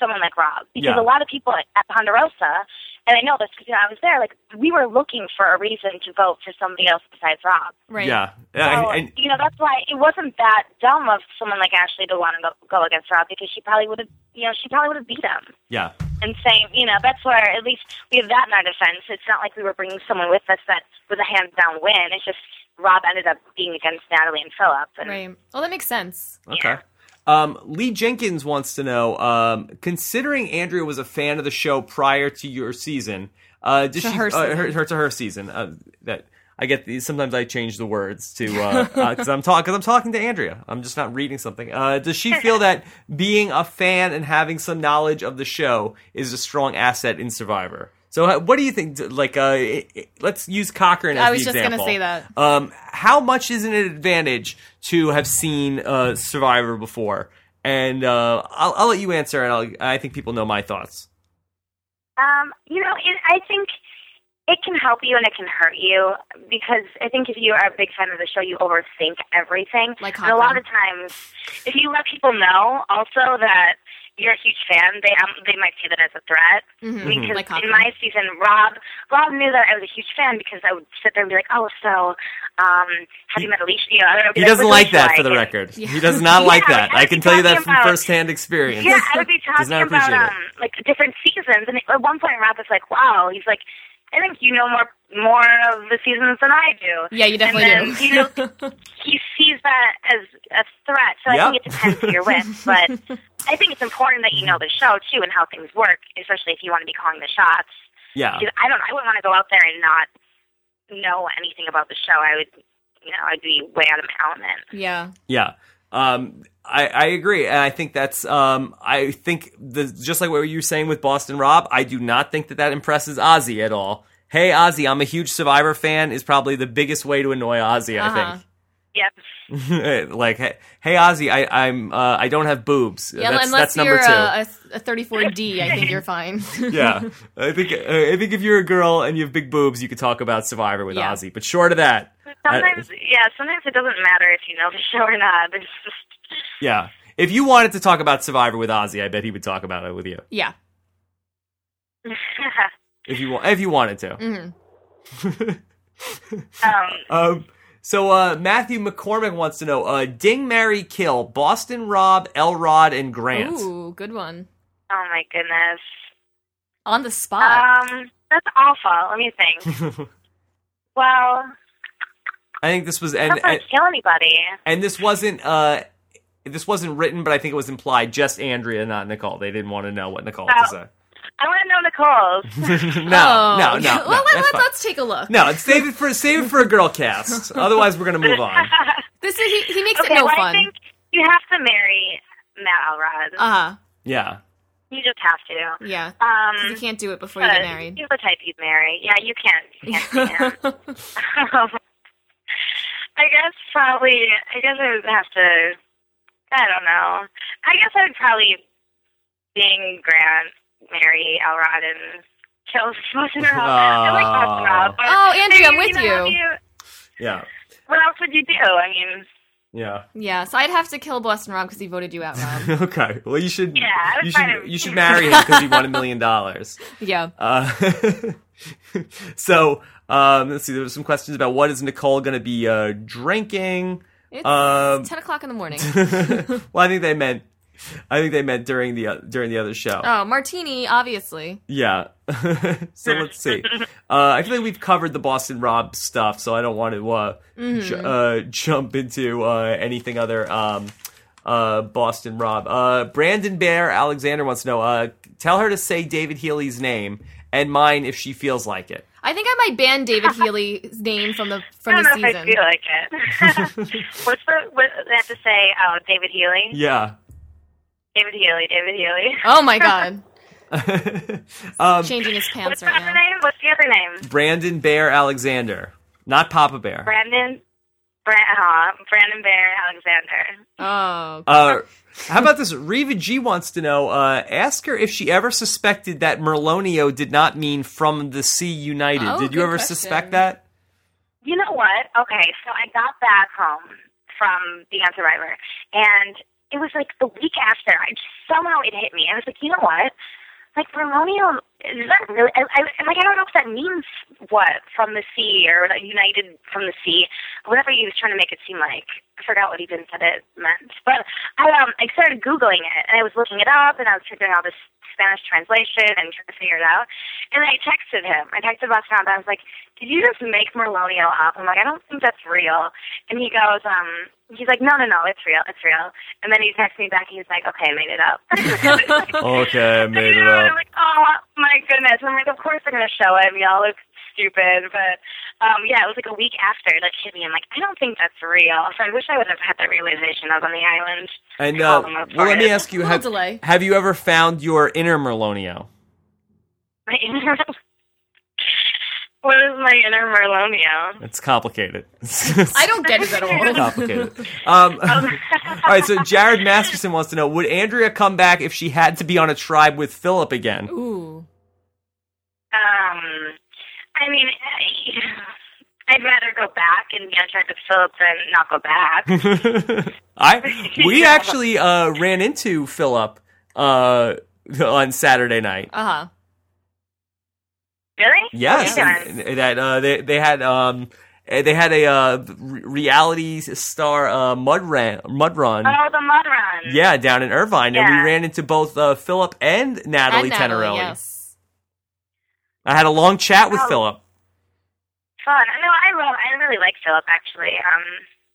Speaker 3: someone like Rob because
Speaker 1: Yeah.
Speaker 3: a lot of people at, at Ponderosa, and I know this because you know, I was there. Like we were looking for a reason to vote for somebody else besides Rob.
Speaker 2: Right.
Speaker 1: Yeah. Yeah,
Speaker 3: So,
Speaker 1: and- and-
Speaker 3: you know that's why it wasn't that dumb of someone like Ashley to want to go, go against Rob because she probably would have, you know, she probably would have beat him
Speaker 1: yeah.
Speaker 3: and saying, you know, that's where at least we have that in our defense. It's not like we were bringing someone with us that was a hands down win. It's just Rob ended up being against Natalie and Philip. And
Speaker 2: Right. Well, that makes sense.
Speaker 1: Okay. Um, Lee Jenkins wants to know, um, considering Andrea was a fan of the show prior to your season, uh, did she
Speaker 2: To her
Speaker 1: Uh,
Speaker 2: season.
Speaker 1: her, her to her season uh, that I get these sometimes I change the words to because uh, uh 'cause I'm talking I'm talking to Andrea. I'm just not reading something. Uh, does she feel that being a fan and having some knowledge of the show is a strong asset in Survivor? So uh, what do you think? Like, uh, i- i- let's use Cochrane as
Speaker 2: I
Speaker 1: the
Speaker 2: was just gonna
Speaker 1: example.
Speaker 2: say that.
Speaker 1: Um, how much is it an advantage to have seen uh, Survivor before? And uh, I'll, I'll let you answer, and I'll, I think people know my thoughts.
Speaker 3: Um, you know, it, I think it can help you and it can hurt you because I think if you are a big fan of the show, you overthink everything.
Speaker 2: Like
Speaker 3: and a lot
Speaker 2: Hawkeye.
Speaker 3: of times, if you let people know also that you're a huge fan, they um, they might see that as a threat.
Speaker 1: Mm-hmm.
Speaker 2: Mhm.
Speaker 3: Because
Speaker 2: Like Hawkeye.
Speaker 3: in my season, Rob Rob knew that I was a huge fan because I would sit there and be like, "Oh, so um, have
Speaker 1: He-
Speaker 3: you met Alicia?" You know, I don't
Speaker 1: He doesn't like that, for the
Speaker 3: And-
Speaker 1: record.
Speaker 2: Yeah.
Speaker 1: He does not
Speaker 3: Yeah,
Speaker 1: like
Speaker 3: like,
Speaker 1: that. I
Speaker 3: I
Speaker 1: can
Speaker 3: was
Speaker 1: tell you that from
Speaker 3: talking about-
Speaker 1: firsthand experience.
Speaker 3: Yeah, I would be
Speaker 1: Does
Speaker 3: talking
Speaker 1: not
Speaker 3: about
Speaker 1: appreciate
Speaker 3: um like different seasons, and at one point Rob was like, "Wow," he's like, "I think you know more more of the seasons than I do."
Speaker 2: Yeah, you definitely
Speaker 3: and then,
Speaker 2: do.
Speaker 3: You know, he sees that as a threat,
Speaker 1: Yep.
Speaker 3: so I think it depends who you're with, but I think it's important that you know the show too and how things work, especially if you want to be calling the shots.
Speaker 1: Yeah.
Speaker 3: Because I don't, I wouldn't want to go out there and not know anything about the show. I would, you know, I'd be way out of my element.
Speaker 2: yeah.
Speaker 1: Yeah. Um, I, I agree, and I think that's. Um, I think the just like what you were saying with Boston Rob, I do not think that that impresses Ozzy at all. Hey Ozzy, I'm a huge Survivor fan. Is probably the biggest way to annoy Ozzy.
Speaker 2: Uh-huh.
Speaker 3: Yep.
Speaker 1: I think. like, hey, hey Ozzy, I, I'm. Uh, I don't have boobs.
Speaker 2: Yeah,
Speaker 1: that's,
Speaker 2: unless
Speaker 1: that's number
Speaker 2: you're uh,
Speaker 1: two.
Speaker 2: a, a 34D, I think you're fine.
Speaker 1: yeah, I think. Uh, I think if you're a girl and you have big boobs, you could talk about Survivor with
Speaker 2: Yeah.
Speaker 1: Ozzy. But short of that, I-
Speaker 3: Sometimes, yeah, sometimes it doesn't matter if you know the show or not. It's just,
Speaker 1: yeah. If you wanted to talk about Survivor with Ozzy, I bet he would talk about it with you.
Speaker 2: yeah.
Speaker 1: If you wa- if you wanted to.
Speaker 2: hmm
Speaker 3: um,
Speaker 1: Um, so uh, Matthew McCormick wants to know: uh, Ding, Mary, kill Boston Rob, Elrod, and Grant.
Speaker 2: Ooh, good one.
Speaker 3: oh my goodness.
Speaker 2: On the spot.
Speaker 3: Um, that's awful. Let me think. Well,
Speaker 1: I think this was
Speaker 3: I'm
Speaker 1: and,
Speaker 3: not going
Speaker 1: and
Speaker 3: to kill anybody.
Speaker 1: and this wasn't uh,
Speaker 3: Oh.
Speaker 1: this wasn't written, but I think it was implied. Just Andrea, not Nicole. They didn't want to know what Nicole had to say.
Speaker 3: I want to know Nicole's.
Speaker 1: No, no, no.
Speaker 2: Oh.
Speaker 1: no,
Speaker 2: well,
Speaker 1: that's
Speaker 2: let,
Speaker 1: fine.
Speaker 2: let's take a look.
Speaker 1: No, it's save it for save it for a girl cast. Otherwise, we're gonna move on.
Speaker 2: This is, he, he makes
Speaker 3: okay,
Speaker 2: it no
Speaker 3: well, I
Speaker 2: fun.
Speaker 3: think you have to marry Matt Alrod.
Speaker 2: uh-huh.
Speaker 1: Yeah,
Speaker 3: you just have to.
Speaker 2: Yeah.
Speaker 3: Um,
Speaker 2: You can't do it before you get married.
Speaker 3: He's the type you'd marry. Yeah, you can't. You can't see him. I guess probably. I guess I would have to. I don't know. I guess I would probably Bing Grant, marry Elrod, and kill Boston Rob. I like Boston Rob. but-
Speaker 2: Oh, Andrea, I'm
Speaker 3: I mean,
Speaker 2: with
Speaker 3: know,
Speaker 2: you.
Speaker 1: yeah,
Speaker 3: what else would you do? I mean,
Speaker 1: yeah.
Speaker 2: yeah, so I'd have to kill Boston Rob because he voted you out, Rob.
Speaker 1: Okay. Well, you should.
Speaker 3: Yeah, I was
Speaker 1: you
Speaker 3: trying
Speaker 1: should.
Speaker 3: to-
Speaker 1: You should marry him because he won a million dollars.
Speaker 2: yeah.
Speaker 1: Uh, so um, let's see. There were some questions about what is Nicole going to be uh, drinking.
Speaker 2: It's
Speaker 1: Um,
Speaker 2: 10 o'clock in the morning.
Speaker 1: well, I think they meant. I think they meant during the uh, during the other show.
Speaker 2: Oh, martini, obviously.
Speaker 1: Yeah. so let's see. Uh, I feel like we've covered the Boston Rob stuff, so I don't want to uh, j- uh, jump into uh, anything other um, uh, Boston Rob. Uh, Brandon Bear Alexander wants to know uh, tell her to say David Healy's name and mine if she feels like it.
Speaker 2: I think I might ban David Healy's name from the from
Speaker 3: I
Speaker 2: the
Speaker 3: don't know if I
Speaker 2: season.
Speaker 3: feel like it. What's the? What they have to say? Oh, David Healy.
Speaker 1: Yeah.
Speaker 3: David Healy. David Healy.
Speaker 2: Oh my god.
Speaker 1: um,
Speaker 2: Changing his
Speaker 3: What's
Speaker 2: pants
Speaker 3: the other
Speaker 2: right now.
Speaker 3: name? What's the other name?
Speaker 1: Brandon Bear Alexander, not Papa Bear.
Speaker 3: Brandon. Brand, uh, Brandon Bear Alexander.
Speaker 2: Oh.
Speaker 1: Uh, how about this? Reva G wants to know. Uh, ask her if she ever suspected that Merlonio did not mean from the sea united.
Speaker 2: Oh,
Speaker 1: did you
Speaker 2: good
Speaker 1: ever
Speaker 2: question.
Speaker 1: suspect that?
Speaker 3: You know what? Okay, so I got back home from being on Survivor, and it was like the week after. I somehow it hit me. I was like, you know what? Like Romeo, is that really? I, I, I'm like, I don't know if that means what from the sea or like, united from the sea, whatever he was trying to make it seem like. I forgot what even said it meant, but I um I started googling it and I was looking it up and I was figuring out this Spanish translation and trying to figure it out. And I texted him. I texted Boston and I was like, Did you just make Merlonio up? I'm like, I don't think that's real. And he goes, um, he's like, No, no, no, it's real, it's real. And then he texts me back and he's like, Okay, I made it up.
Speaker 2: Oh.
Speaker 1: Okay, I
Speaker 3: You know, and I'm like, oh my goodness. I'm like, of course they're gonna show him. Y'all look stupid, but um, yeah, it was like a week after it like hit me. I'm like, I don't think that's real. So I wish I would have had that realization. I was on the island.
Speaker 1: And uh,
Speaker 3: Problem of
Speaker 1: well, let me
Speaker 3: course.
Speaker 1: ask you:
Speaker 2: Little
Speaker 1: have,
Speaker 2: delay.
Speaker 1: have you ever found your inner Merlonio?
Speaker 3: what is my inner Merlonio?
Speaker 1: It's complicated.
Speaker 2: I don't get it at all.
Speaker 1: complicated. Um, all right, so Jared Masterson wants to know: Would Andrea come back if she had to be on a tribe with Philip again?
Speaker 2: Ooh.
Speaker 3: Um, I mean, I, I'd rather go back and be on track with Philip than not go back.
Speaker 1: I we actually uh, ran into Philip uh, on Saturday night.
Speaker 2: Uh-huh.
Speaker 3: Really?
Speaker 1: Yes,
Speaker 3: What are you
Speaker 1: and-
Speaker 3: doing?
Speaker 1: and that uh, they they had um eh, they had a uh, re- reality star uh, mud ran mud run.
Speaker 3: Oh, the mud run.
Speaker 1: Yeah, down in Irvine, and
Speaker 3: Yeah.
Speaker 1: we ran into both uh, Philip and Natalie
Speaker 2: And Natalie,
Speaker 1: Tenorelli.
Speaker 2: yes.
Speaker 1: I had a long chat with
Speaker 3: Oh.
Speaker 1: Philip.
Speaker 3: fun. No, I love. I really like Philip actually. Um,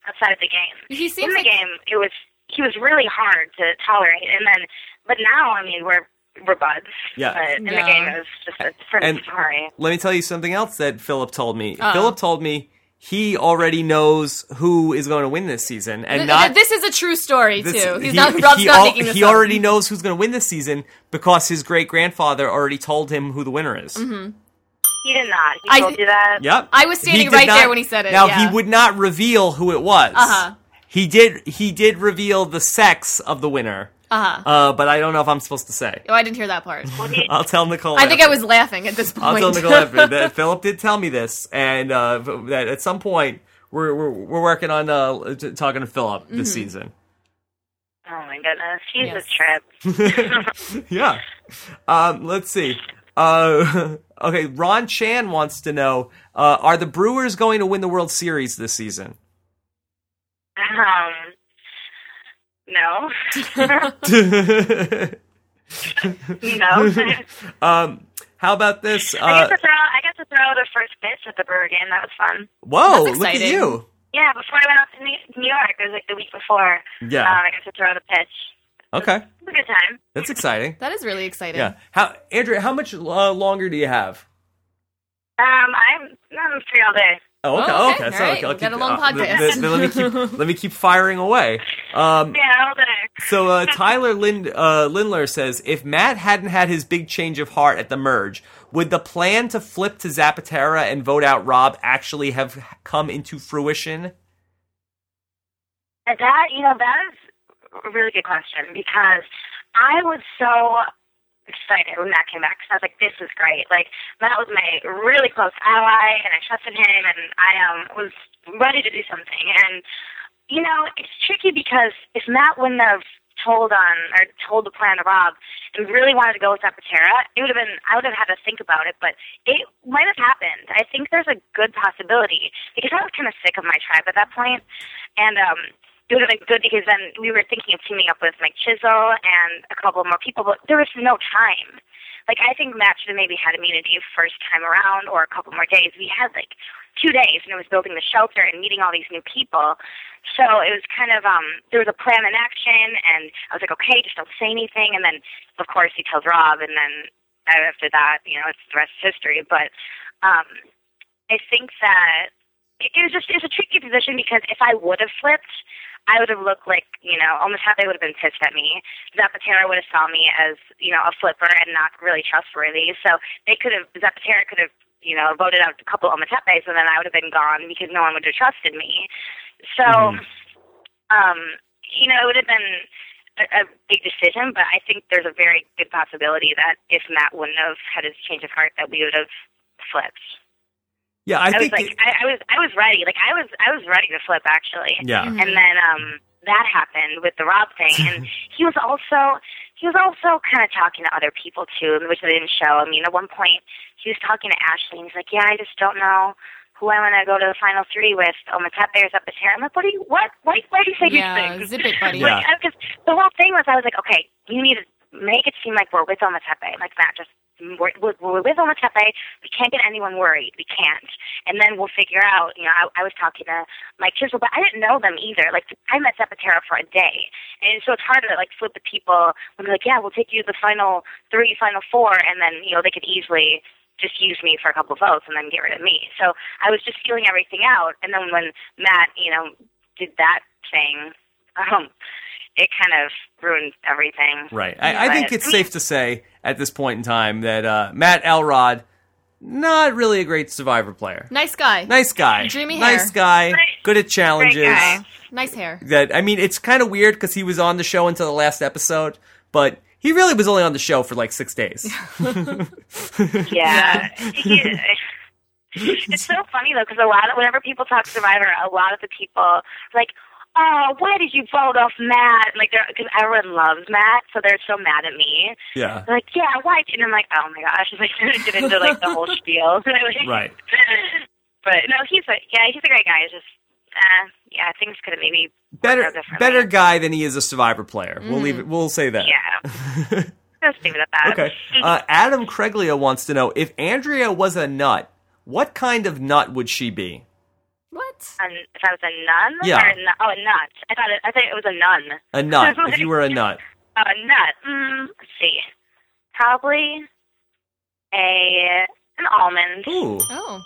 Speaker 3: outside of the game,
Speaker 2: He
Speaker 3: in
Speaker 2: seems
Speaker 3: the
Speaker 2: like
Speaker 3: game, it was he was really hard to tolerate, and then but now I mean we're we're buds.
Speaker 1: Yeah.
Speaker 3: But in
Speaker 2: Yeah.
Speaker 3: the game, it was just a
Speaker 1: And-
Speaker 3: different story.
Speaker 1: Let me tell you something else that Philip told me.
Speaker 2: Uh-oh.
Speaker 1: Philip told me he already knows who is going to win this season, and
Speaker 2: Th-
Speaker 1: not
Speaker 2: th- this is a true story
Speaker 1: This-
Speaker 2: too. He's
Speaker 1: he-
Speaker 2: not Rob's
Speaker 1: he
Speaker 2: not
Speaker 1: al-
Speaker 2: making this
Speaker 1: he
Speaker 2: up.
Speaker 1: already knows who's going to win this season because his great grandfather already told him who the winner is.
Speaker 3: He did not. He
Speaker 2: I-
Speaker 3: told you that.
Speaker 1: Yep.
Speaker 2: Mm-hmm. I was standing
Speaker 1: did
Speaker 2: right there when he said it,
Speaker 1: Now
Speaker 2: yeah.
Speaker 1: he would not reveal who it was.
Speaker 2: Uh-huh.
Speaker 1: He did. He did reveal the sex of the winner.
Speaker 2: Uh-huh.
Speaker 1: Uh, but I don't know if I'm supposed to say.
Speaker 2: Oh, I didn't hear that part.
Speaker 3: Well, he-
Speaker 1: I'll tell Nicole.
Speaker 2: I think I
Speaker 1: after.
Speaker 2: was laughing at this point.
Speaker 1: I'll tell Nicole after that. Philip did tell me this, and uh, that at some point we're we're, we're working on uh, t- talking to Philip
Speaker 2: Mm-hmm.
Speaker 1: this season.
Speaker 3: oh my goodness, he's
Speaker 2: Yes.
Speaker 3: a trip.
Speaker 1: yeah. Um, let's see. Uh, okay, Ron Chan wants to know: uh, Are the Brewers going to win the World Series this season?
Speaker 3: Um, no, no.
Speaker 1: um, how about this?
Speaker 3: I
Speaker 1: Uh,
Speaker 3: got to throw. I got to throw the first pitch at the Brewer game. That was fun.
Speaker 1: whoa!
Speaker 2: That's
Speaker 1: Look at
Speaker 2: exciting.
Speaker 1: you.
Speaker 3: Yeah, before I went out to New New York, it was like the week before.
Speaker 1: Yeah.
Speaker 3: Um, I got to throw the pitch.
Speaker 2: Uh,
Speaker 1: Okay,
Speaker 3: It was a good time.
Speaker 1: that's exciting.
Speaker 2: That is really exciting.
Speaker 1: Yeah. How, Andrea? How much uh, longer do you have?
Speaker 3: Um, I'm I'm free all day.
Speaker 1: Oh, okay.
Speaker 2: Oh,
Speaker 1: Oh, okay.
Speaker 2: okay. All
Speaker 1: So,
Speaker 2: right.
Speaker 1: okay, I'll
Speaker 2: We've got
Speaker 1: keep-
Speaker 2: a long
Speaker 1: uh, th- th-
Speaker 2: podcast.
Speaker 1: th- let me keep let me keep firing away. Um,
Speaker 3: Yeah, all day.
Speaker 1: so uh, Tyler Lind, uh, Lindler says, if Matt hadn't had his big change of heart at the merge, would the plan to flip to Zapatera and vote out Rob actually have come into fruition?
Speaker 3: And That you know that is a really good question because I was so excited when Matt came back 'cause I was like, this is great. Like Matt was my really close ally, and I trusted him, and I um was ready to do something. And you know it's tricky because if Matt wouldn't have told on or told the plan to Rob and really wanted to go with Zapatera, it would have been I would have had to think about it, but it might have happened. I think there's a good possibility because I was kind of sick of my tribe at that point, and um, it would have been good because then we were thinking of teaming up with Mike Chisel and a couple more people, but there was no time. Like I think Matt should have maybe had immunity first time around or a couple more days. We had like two days and it was building the shelter and meeting all these new people. So it was kind of um there was a plan in action and I was like, Okay, just don't say anything and then of course he tells Rob and then after that, you know, it's the rest is history. But um I think that it it was just it's a tricky position because if I would have flipped, I would have looked like you know almost how they would have been pissed at me. Zapatero would have saw me as you know a flipper and not really trustworthy. So they could have Zapatero could have you know voted out a couple of Ometepes and then I would have been gone because no one would have trusted me. So
Speaker 1: Mhm.
Speaker 3: um, you know it would have been. A, a big decision, but I think there's a very good possibility that if Matt wouldn't have had his change of heart, that we would have flipped.
Speaker 1: Yeah, I,
Speaker 3: I, was
Speaker 1: think.
Speaker 3: like, I, I was, I was ready. Like, I was, I was ready to flip actually.
Speaker 1: yeah.
Speaker 2: Mm-hmm.
Speaker 3: And then um, that happened with the Rob thing, and he was also, he was also kind of talking to other people too, which they didn't show. I mean, at one point he was talking to Ashley, and he's like, "Yeah, I just don't know." Who I want to go to the final three with? Oh, my top bears up his hair. I'm like, what do you, what? Why, why do you say
Speaker 2: Yeah,
Speaker 3: these things?
Speaker 2: zip it, buddy.
Speaker 1: Yeah.
Speaker 3: Like, I- 'cause the whole thing was, I was like, okay, you need to make it seem like we're with Ometepe. Like, not just, we're, we're we're with Ometepe. We can't get anyone worried. We can't. And then we'll figure out, you know, I, I was talking to Mike Chisel, but I didn't know them either. Like, I met Zapatero for a day. And so it's hard to, like, flip the people when they're like, yeah, we'll take you to the final three, final four. And then, you know, they could easily just use me for a couple votes and then get rid of me. So I was just feeling everything out. And then when Matt, you know, did that thing, um, it kind of ruined everything.
Speaker 1: Right. I, I think
Speaker 3: But-
Speaker 1: it's safe to say at this point in time that uh, Matt Elrod, not really a great survivor
Speaker 3: Mm.
Speaker 1: player.
Speaker 2: Nice guy.
Speaker 1: Nice guy.
Speaker 2: Dreamy
Speaker 1: nice
Speaker 2: hair.
Speaker 1: guy.
Speaker 3: Right.
Speaker 1: Good at challenges.
Speaker 3: Great guy.
Speaker 2: Nice hair.
Speaker 1: That I mean, it's kind of weird because he was on the show until the last episode, but he really was only on the show for like six days.
Speaker 3: Yeah. Yeah. it's so funny though, because a lot of whenever people talk Survivor, a lot of the people are like, "Oh, why did you vote off Matt?" Like, they're because everyone loves Matt, so they're so mad at me.
Speaker 1: yeah.
Speaker 3: They're like, "Yeah, why?" And I'm like, "Oh my gosh!" Like, I get into like the whole spiel.
Speaker 1: Right.
Speaker 3: But no, he's a yeah, he's a great guy. It's just uh, yeah, things could have maybe worked
Speaker 1: Better
Speaker 3: out differently. Mm.
Speaker 1: better guy than he is a survivor player. We'll leave it. We'll say that.
Speaker 3: Yeah. Let's leave it at that.
Speaker 1: Okay. Uh, Adam Craiglia wants to know if Andrea was a nut, what kind of nut would she be?
Speaker 2: What?
Speaker 3: An, if I was a nun?
Speaker 1: Yeah.
Speaker 3: Or a nu- oh, a nut. I thought it, I thought it was a nun.
Speaker 1: A nut. if you were a nut.
Speaker 3: Oh, a nut. Mm, let's see. Probably a an almond.
Speaker 1: Ooh,
Speaker 2: Oh.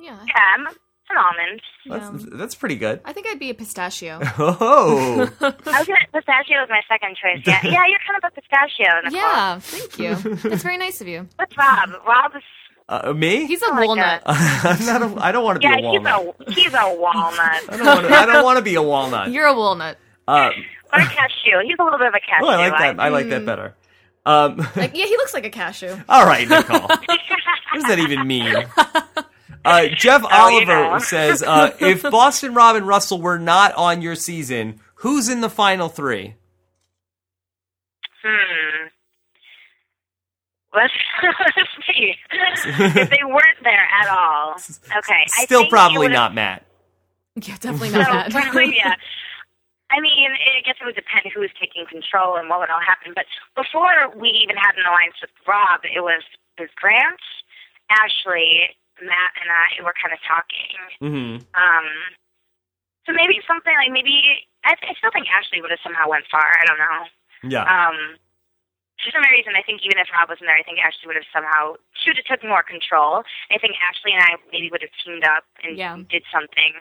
Speaker 2: Yeah.
Speaker 3: Yeah, I'm an almond.
Speaker 1: that's
Speaker 2: Yeah.
Speaker 1: that's pretty good.
Speaker 2: I think I'd be a pistachio.
Speaker 1: Oh,
Speaker 3: I was gonna pistachio was my second choice. Yeah, yeah, you're kind of a pistachio. Nicole.
Speaker 2: yeah. Thank you. That's very nice of you.
Speaker 3: What's Rob? Rob is
Speaker 1: uh, me?
Speaker 2: He's a
Speaker 3: like
Speaker 2: walnut.
Speaker 1: I'm not. A, I don't want to
Speaker 3: yeah,
Speaker 1: be a walnut.
Speaker 3: he's a he's a
Speaker 1: I
Speaker 3: walnut
Speaker 1: don't want to, I don't want to be a walnut.
Speaker 2: You're a walnut.
Speaker 1: Uh,
Speaker 3: or a cashew. He's a little bit of a cashew.
Speaker 1: oh, I like that. I like
Speaker 3: mm.
Speaker 1: that better. Um,
Speaker 2: Like, yeah, he looks like a cashew.
Speaker 1: all right, Nicole. What does that even mean? Uh, Jeff
Speaker 3: Oh, you
Speaker 1: Oliver
Speaker 3: know.
Speaker 1: says, uh, if Boston Rob and Russell were not on your season, who's in the final three?
Speaker 3: Hmm. Let's, let's see. if they weren't there at all, okay. I
Speaker 1: Still
Speaker 3: think it
Speaker 1: probably
Speaker 3: would've-
Speaker 1: not Matt.
Speaker 2: Yeah, definitely
Speaker 3: So
Speaker 2: not that.
Speaker 3: probably, yeah. I mean, I guess it would depend who was taking control and what would all happen. But before we even had an alliance with Rob, it was it was Grant, Ashley, Matt, and I were kind of talking.
Speaker 1: Mm-hmm.
Speaker 3: Um, so maybe something like maybe I, I still think Ashley would have somehow went far. I don't know.
Speaker 1: Yeah.
Speaker 3: Um, for some reason, I think even if Rob wasn't there, I think Ashley would have somehow she would have took more control. I think Ashley and I maybe would have teamed up and
Speaker 2: Yeah.
Speaker 3: did something.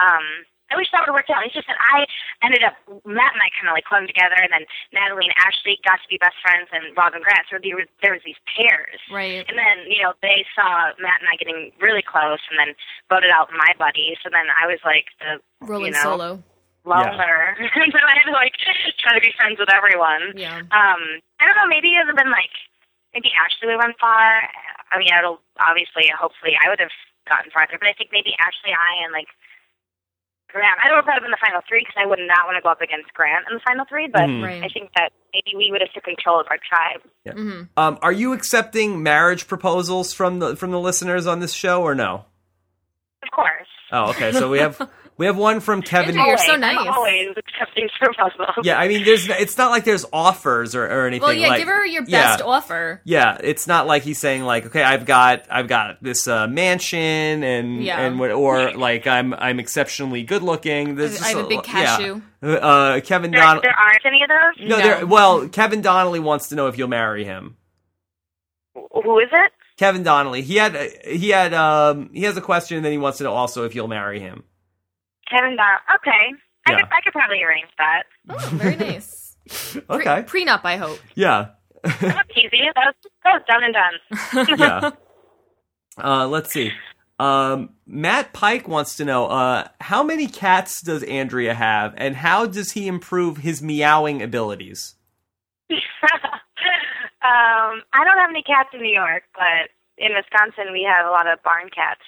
Speaker 3: Um, I wish that would have worked out. It's just that I ended up Matt and I kind of like clung together, and then Natalie and Ashley got to be best friends, and Rob and Grant. So there was, there was these pairs.
Speaker 2: Right.
Speaker 3: And then, you know, they saw Matt and I getting really close and then voted out my buddy. So then I was like the
Speaker 2: Rolling
Speaker 3: you
Speaker 2: solo.
Speaker 3: know, loner. so I had to like try to be friends with everyone.
Speaker 2: Yeah.
Speaker 3: Um, I don't know, maybe it would have been like maybe Ashley would have went far. I mean, it'll obviously hopefully I would have gotten farther, but I think maybe Ashley, I and like Grant. I don't know if that would have been the final three because I would not want to go up against Grant in the final three, but
Speaker 1: Mhm.
Speaker 2: Right.
Speaker 3: I think that maybe we would have took control of our tribe.
Speaker 2: hmm
Speaker 3: Uh,
Speaker 1: Um, are you accepting marriage proposals from the from the listeners on this show or no?
Speaker 3: Of course.
Speaker 1: Oh, okay. So we have we have one from Kevin.
Speaker 2: Andrew, you're so
Speaker 3: Always. I'm
Speaker 2: nice.
Speaker 3: always accepting proposals.
Speaker 1: Yeah, I mean, there's it's not like there's offers or, or anything.
Speaker 2: Well, yeah,
Speaker 1: like,
Speaker 2: give her your
Speaker 1: yeah.
Speaker 2: best offer.
Speaker 1: Yeah, it's not like he's saying like, okay, I've got I've got this uh, mansion and
Speaker 2: Yeah.
Speaker 1: and what or like I'm I'm exceptionally good looking. This
Speaker 2: I have
Speaker 1: is
Speaker 2: a big
Speaker 1: yeah.
Speaker 2: cashew.
Speaker 1: Uh, Kevin
Speaker 3: There,
Speaker 1: Donnelly.
Speaker 3: there aren't any of those.
Speaker 1: No,
Speaker 2: No.
Speaker 1: there. Well, Kevin Donnelly wants to know if you'll marry him.
Speaker 3: Who is it?
Speaker 1: Kevin Donnelly. He had he had um he has a question and then he wants to know also if you'll marry him.
Speaker 3: Kevin Don. Okay. I,
Speaker 1: Yeah.
Speaker 3: could, I could probably arrange that.
Speaker 2: Oh, very nice. Pre-
Speaker 1: Okay.
Speaker 2: prenup, I hope.
Speaker 1: Yeah.
Speaker 3: That's easy. That was, that was done and done.
Speaker 1: yeah. Uh, let's see. Um, Matt Pike wants to know uh, how many cats does Andrea have, and how does he improve his meowing abilities?
Speaker 3: um, I don't have any cats in New York, but in Wisconsin we have a lot of barn cats.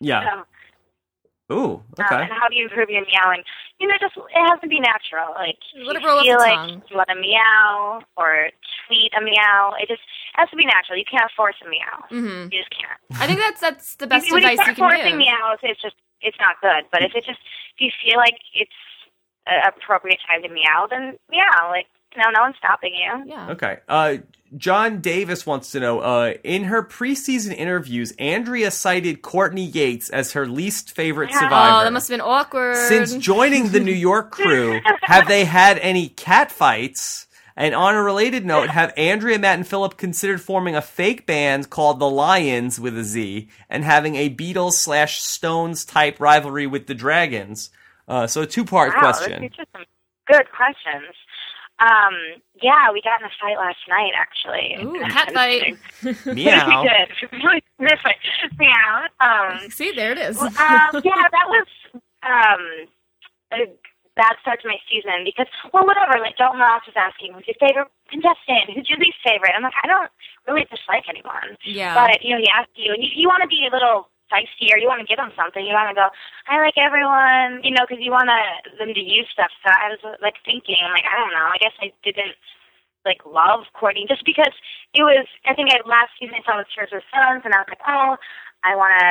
Speaker 1: Yeah.
Speaker 3: So,
Speaker 1: Ooh.
Speaker 3: um,
Speaker 1: Okay.
Speaker 3: and how do you improve your meowing? You know, just it has to be natural. Like
Speaker 2: Let it
Speaker 3: you
Speaker 2: roll off
Speaker 3: feel
Speaker 2: the
Speaker 3: like
Speaker 2: tongue.
Speaker 3: you want to meow or tweet a meow. It just has to be natural. You can't force a meow.
Speaker 2: hmm
Speaker 3: You just can't.
Speaker 2: I think that's that's the best
Speaker 3: when
Speaker 2: advice
Speaker 3: you
Speaker 2: you
Speaker 3: start forcing
Speaker 2: can give.
Speaker 3: meows, it's just it's not good. But if it just if you feel like it's an appropriate time to meow, then meow. Like no, no one's stopping you.
Speaker 2: Yeah.
Speaker 1: Okay. Uh, John Davis wants to know uh, in her preseason interviews, Andrea cited Courtney Yates as her least favorite
Speaker 3: Yeah.
Speaker 1: survivor.
Speaker 2: Oh, that must have been awkward.
Speaker 1: Since joining the New York crew, have they had any cat fights? And on a related note, have Andrea, Matt, and Philip considered forming a fake band called the Lions with a Z and having a Beatles slash Stones type rivalry with the Dragons? Uh, so, two part
Speaker 3: wow,
Speaker 1: question.
Speaker 3: These are some good questions. Um, yeah, we got in a fight last night actually.
Speaker 2: Ooh, cat fight.
Speaker 1: Meow.
Speaker 3: we did. Really, this way. meow. Um,
Speaker 2: See, there it is.
Speaker 3: Well, um, yeah, that was um, a bad start to my season because, well, whatever. Like Dalton Ross was asking, who's your favorite contestant? Who's your least favorite? I'm like, I don't really dislike anyone.
Speaker 2: yeah.
Speaker 3: But, you know, he asked you, and you, you want to be a little feisty or you want to give them something. You want to go, I like everyone, you know, because you want to, them to use stuff. So I was, like, thinking, I'm like, I don't know. I guess I didn't, like, love Courtney just because it was, I think I last season I saw the Church of Sons, and I was like, oh, I want to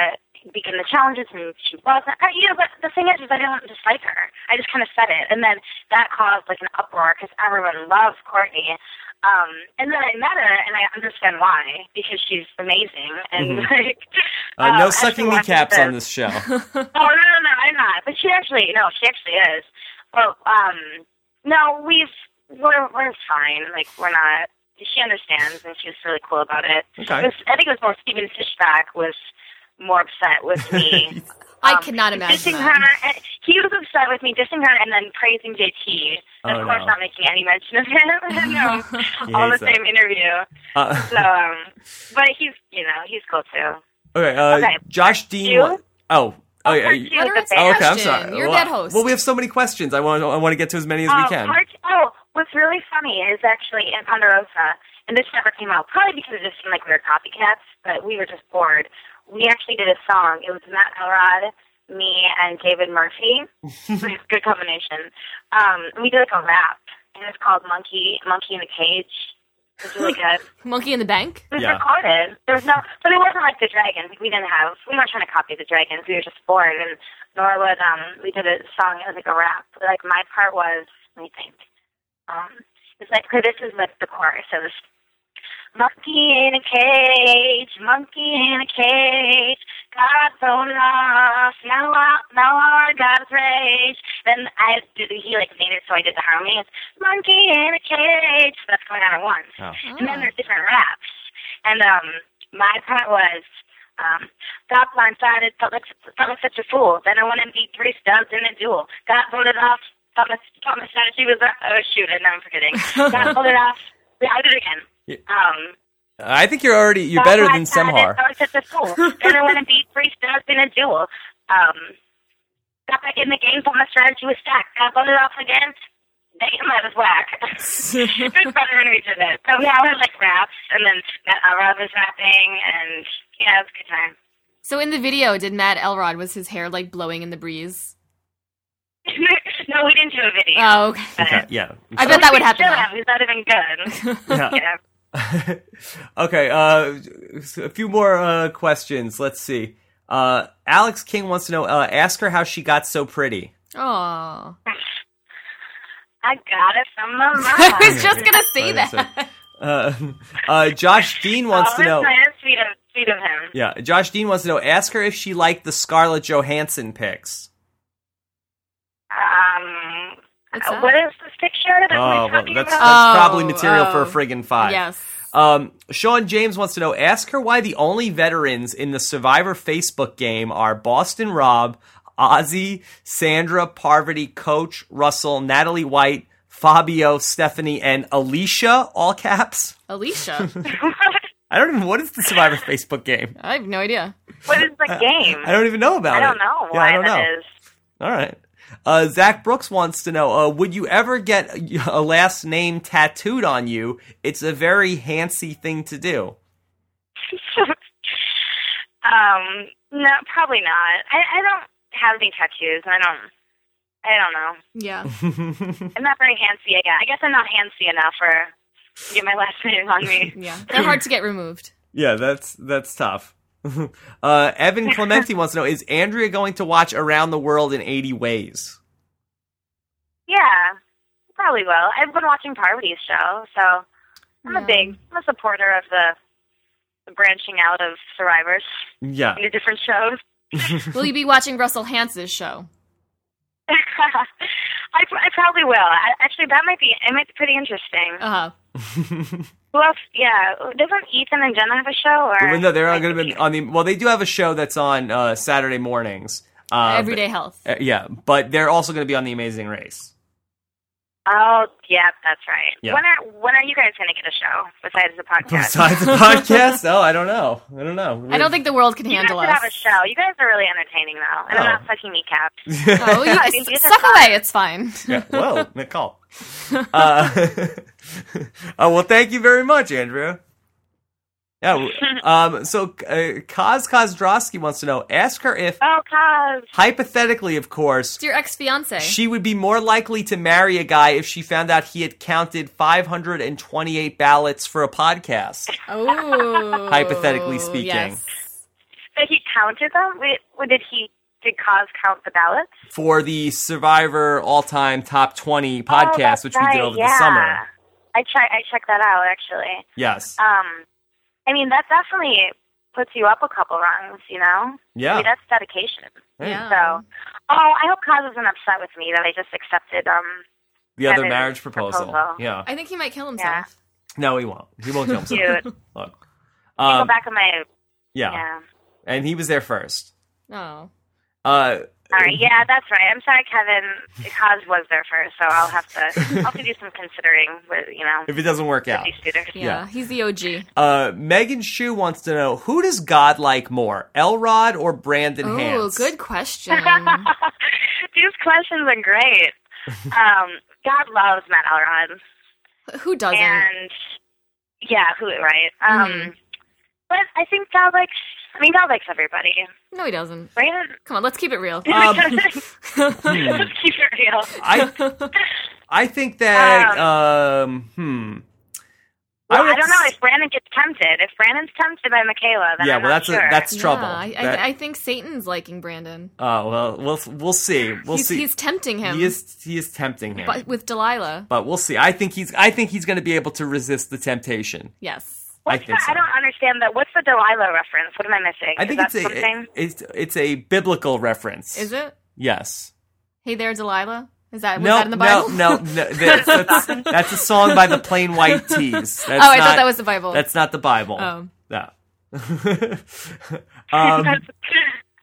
Speaker 3: begin the challenges, and she wasn't. I, you know, but the thing is, is I didn't dislike her. I just kind of said it. And then that caused, like, an uproar because everyone loves Courtney. Um, and then I met her, and I understand why because she's amazing. And
Speaker 1: Mhm.
Speaker 3: like,
Speaker 1: Uh,
Speaker 3: um,
Speaker 1: no
Speaker 3: I
Speaker 1: sucking
Speaker 3: still
Speaker 1: kneecaps caps
Speaker 3: watch
Speaker 1: on this show.
Speaker 3: Oh no, no, no, I'm not. But she actually, no, she actually is. But um, no, we've we're we're fine. Like we're not. She understands, and she was really cool about it.
Speaker 1: Okay.
Speaker 3: It was- I think it was more Steven Fishback was more upset with me.
Speaker 2: I
Speaker 3: um,
Speaker 2: cannot imagine
Speaker 3: dissing
Speaker 2: that.
Speaker 3: her. and- He was upset with me dissing her and then praising JT. And
Speaker 1: Oh,
Speaker 3: of course,
Speaker 1: no.
Speaker 3: not making any mention of him. no,
Speaker 1: He
Speaker 3: all the
Speaker 1: hates that.
Speaker 3: same interview.
Speaker 1: Uh,
Speaker 3: So, um, but he's you know he's cool too.
Speaker 1: okay, uh,
Speaker 3: Okay.
Speaker 1: Josh Dean.
Speaker 3: You?
Speaker 1: wa- oh, oh, yeah.
Speaker 3: part
Speaker 1: you-
Speaker 3: two
Speaker 2: Let
Speaker 3: is
Speaker 2: her
Speaker 3: a
Speaker 1: oh,
Speaker 2: answer
Speaker 3: band.
Speaker 1: okay, I'm
Speaker 2: Question.
Speaker 1: sorry.
Speaker 2: You're
Speaker 1: well,
Speaker 2: dead host.
Speaker 1: Well, we have so many questions. I want. I want to get to as many as we
Speaker 3: Um,
Speaker 1: can.
Speaker 3: part- oh, what's really funny is actually in Ponderosa, and this never came out, probably because it just seemed like we were copycats, but we were just bored. We actually did a song. It was Matt Elrod, me, and David Murphy. it was a good combination. Um, and we did like a rap, and it's called Monkey, Monkey in the Cage. It was really good.
Speaker 2: Monkey in the bank.
Speaker 3: It was
Speaker 1: Yeah.
Speaker 3: recorded. There was no, but it wasn't like the Dragons. Like, we didn't have. We weren't trying to copy the Dragons. We were just bored. And Norwood, um, we did a song. It was like a rap. Like my part was, let me think. Um, it's like okay, this is like the chorus. It was monkey in a cage, monkey in a cage, God so lost, now I, now our God's race. Then I did, he like made it so I did the harmony. It's monkey in a cage. That's going on at once.
Speaker 1: Oh.
Speaker 3: And then there's different raps. And um, my part was um, got blindsided, felt like, felt like such a fool. Then I won and beat three studs in a duel. Got voted off, thought my, thought my strategy was a, oh shoot, and now I'm forgetting. Got voted off. Yeah, I'll do it again.
Speaker 1: Yeah.
Speaker 3: Um,
Speaker 1: I think you're already you're better than Semhar.
Speaker 3: I was at the school, and I want to beat three stars in a duel. Um, got back in the game, but my strategy was stacked. Got voted off again. Damn, I was whack. it was better than we did it. So yeah, I was like raps, and then Matt Elrod was rapping, and yeah, it was a good time.
Speaker 2: So in the video, did Matt Elrod was his hair like blowing in the breeze?
Speaker 3: no, we didn't do a video.
Speaker 2: Oh, okay.
Speaker 3: but-
Speaker 1: Uh, Okay, yeah.
Speaker 2: I bet that would
Speaker 3: We
Speaker 2: happen.
Speaker 3: should
Speaker 2: though.
Speaker 3: have. That would have been good.
Speaker 1: Yeah.
Speaker 3: yeah.
Speaker 1: okay, uh, a few more uh, questions. Let's see. Uh, Alex King wants to know. Uh, ask her how she got so pretty.
Speaker 2: Oh,
Speaker 3: I got it from my mom.
Speaker 2: I was just gonna say
Speaker 1: Sorry,
Speaker 2: that.
Speaker 1: Uh, uh, Josh Dean wants
Speaker 3: oh,
Speaker 1: to know.
Speaker 3: That's nice. Sweet of, sweet of him.
Speaker 1: Yeah, Josh Dean wants to know. Ask her if she liked the Scarlett Johansson pics.
Speaker 3: Um,
Speaker 2: What's
Speaker 3: uh,
Speaker 2: that?
Speaker 3: what is this picture that
Speaker 1: Oh,
Speaker 3: we're
Speaker 1: well,
Speaker 3: talking
Speaker 1: that's, that's
Speaker 3: about?
Speaker 2: Oh,
Speaker 1: probably material for a
Speaker 2: oh.
Speaker 1: friggin' five.
Speaker 2: Yes.
Speaker 1: Um, Sean James wants to know. Ask her why the only veterans in the Survivor Facebook game are Boston Rob, Ozzy, Sandra, Parvati, Coach, Russell, Natalie White, Fabio, Stephanie, and Alicia. All caps.
Speaker 2: Alicia,
Speaker 1: Uh, I don't even. What is the Survivor Facebook game?
Speaker 2: I have no idea.
Speaker 3: what is the game?
Speaker 1: I don't even know about
Speaker 3: I
Speaker 1: it.
Speaker 3: don't know
Speaker 1: Yeah,
Speaker 3: why
Speaker 1: I don't
Speaker 3: that
Speaker 1: know.
Speaker 3: is.
Speaker 1: All right. Uh, Zach Brooks wants to know: uh, Would you ever get a last name tattooed on you? It's a very handsy thing to do.
Speaker 3: um, no, probably not. I, I don't have any tattoos. I don't. I don't know.
Speaker 2: Yeah.
Speaker 3: I'm not very handsy. I guess. I guess I'm not handsy enough for to get my last name on me.
Speaker 2: Yeah. They're hard to get removed.
Speaker 1: yeah, that's that's tough. uh, Evan Clementi wants to know: Is Andrea going to watch Around the World in 80 Ways?
Speaker 3: Yeah, probably will. I've been watching Parvati's show, so I'm
Speaker 2: Yeah.
Speaker 3: a big, I'm a supporter of the, the branching out of survivors
Speaker 1: Yeah.
Speaker 3: into different shows.
Speaker 2: Will you be watching Russell Hans's show?
Speaker 3: I, I probably will. I, actually, that might be it. Might be pretty interesting.
Speaker 2: Uh huh.
Speaker 3: Who else? Yeah, doesn't Ethan and Jenna have a show? Or
Speaker 1: no, they're going to be on the. Well, they do have a show that's on uh, Saturday mornings. Uh,
Speaker 2: Everyday health.
Speaker 1: but- uh, yeah, but they're also going to be on The Amazing Race.
Speaker 3: Oh, yeah, that's right.
Speaker 1: Yeah.
Speaker 3: When are when are you guys going to get a show besides the podcast?
Speaker 1: Besides the podcast, oh, I don't know. I don't know.
Speaker 2: I don't think the world can
Speaker 3: you guys
Speaker 2: handle
Speaker 3: should
Speaker 2: us.
Speaker 3: have a show. You guys are really entertaining, though, and I'm
Speaker 1: Oh.
Speaker 3: not sucking kneecaps.
Speaker 2: Oh, you,
Speaker 3: I mean, these are
Speaker 2: suck away. It's fine.
Speaker 1: yeah. Whoa, Nicole. Uh, uh, well, thank you very much, Andrea. Yeah. w- Um, so, uh, Kaz Kozdrowski wants to know ask her if,
Speaker 3: Oh, cause
Speaker 1: hypothetically, of course,
Speaker 2: It's your ex fiance.
Speaker 1: she would be more likely to marry a guy if she found out he had counted 528 ballots for a podcast.
Speaker 2: oh.
Speaker 1: Hypothetically speaking.
Speaker 2: Yes.
Speaker 3: that he counted them. Wait, what did he? Did cause count the ballots?
Speaker 1: For the Survivor all time top 20 podcast,
Speaker 3: oh, that's
Speaker 1: which we
Speaker 3: right,
Speaker 1: did over
Speaker 3: yeah.
Speaker 1: the summer.
Speaker 3: I check. I checked that out actually.
Speaker 1: Yes.
Speaker 3: Um, I mean that definitely puts you up a couple rungs, you know. I
Speaker 1: yeah.
Speaker 3: mean, that's dedication.
Speaker 2: Yeah.
Speaker 3: So, oh, I hope Cos isn't upset with me that I just accepted. Um,
Speaker 1: The other
Speaker 3: That is
Speaker 1: marriage proposal.
Speaker 3: proposal.
Speaker 1: Yeah.
Speaker 2: I think he might kill himself.
Speaker 1: No, he won't. He won't kill himself.
Speaker 3: dude,
Speaker 1: Look.
Speaker 3: go
Speaker 1: Um,
Speaker 3: back on my
Speaker 1: yeah.
Speaker 3: yeah.
Speaker 1: and he was there first.
Speaker 2: Oh.
Speaker 1: Uh,
Speaker 3: All right, yeah, that's right. I'm sorry, Kevin. Cos was there first, so I'll have to I'll have to do some considering with you know
Speaker 1: if it doesn't work out,
Speaker 3: these students.
Speaker 2: Yeah.
Speaker 1: Yeah.
Speaker 2: He's the OG.
Speaker 1: uh, Megan Shu wants to know who does God like more, Elrod or Brandon
Speaker 2: Oh,
Speaker 1: Hands?
Speaker 2: good question.
Speaker 3: These questions are great. Um, God loves Matt Elrod.
Speaker 2: Who doesn't?
Speaker 3: And yeah, who right? Um,
Speaker 1: Mm-hmm.
Speaker 2: Mhm.
Speaker 3: but I think God likes. I mean, God likes everybody,
Speaker 2: No, he doesn't.
Speaker 3: right?
Speaker 2: Come on, let's keep it real.
Speaker 1: Um, hmm.
Speaker 3: Let's keep it real.
Speaker 1: I I think that um, hmm.
Speaker 3: Well, I,
Speaker 1: would
Speaker 3: don't know
Speaker 1: s-
Speaker 3: if Brandon gets tempted. If Brandon's tempted by Michaela, then
Speaker 1: yeah,
Speaker 3: I'm
Speaker 1: well,
Speaker 3: not
Speaker 1: that's
Speaker 3: sure.
Speaker 1: a, that's trouble.
Speaker 2: Yeah, I,
Speaker 1: That-
Speaker 2: I, I think Satan's liking Brandon.
Speaker 1: oh well, we'll we'll see. We'll
Speaker 2: he's,
Speaker 1: see.
Speaker 2: he's tempting him.
Speaker 1: he is he is tempting him,
Speaker 2: but with Delilah.
Speaker 1: but we'll see. I think he's I think he's going to be able to resist the temptation.
Speaker 2: Yes.
Speaker 3: What's
Speaker 1: I think
Speaker 3: the,
Speaker 1: so.
Speaker 3: I don't understand that. What's the Delilah reference? What am I missing?
Speaker 1: I think
Speaker 3: Is
Speaker 1: it's
Speaker 3: that
Speaker 1: a
Speaker 3: something?
Speaker 1: it's it's a biblical reference.
Speaker 2: Is it?
Speaker 1: Yes.
Speaker 2: Hey there, Delilah. Is that was
Speaker 1: no,
Speaker 2: that in the Bible?
Speaker 1: no, no, no. That's, that's- that's a song by the Plain White Tees. That's
Speaker 2: oh, I
Speaker 1: not-
Speaker 2: thought that was the Bible.
Speaker 1: That's not the Bible.
Speaker 2: Oh.
Speaker 1: Yeah. um,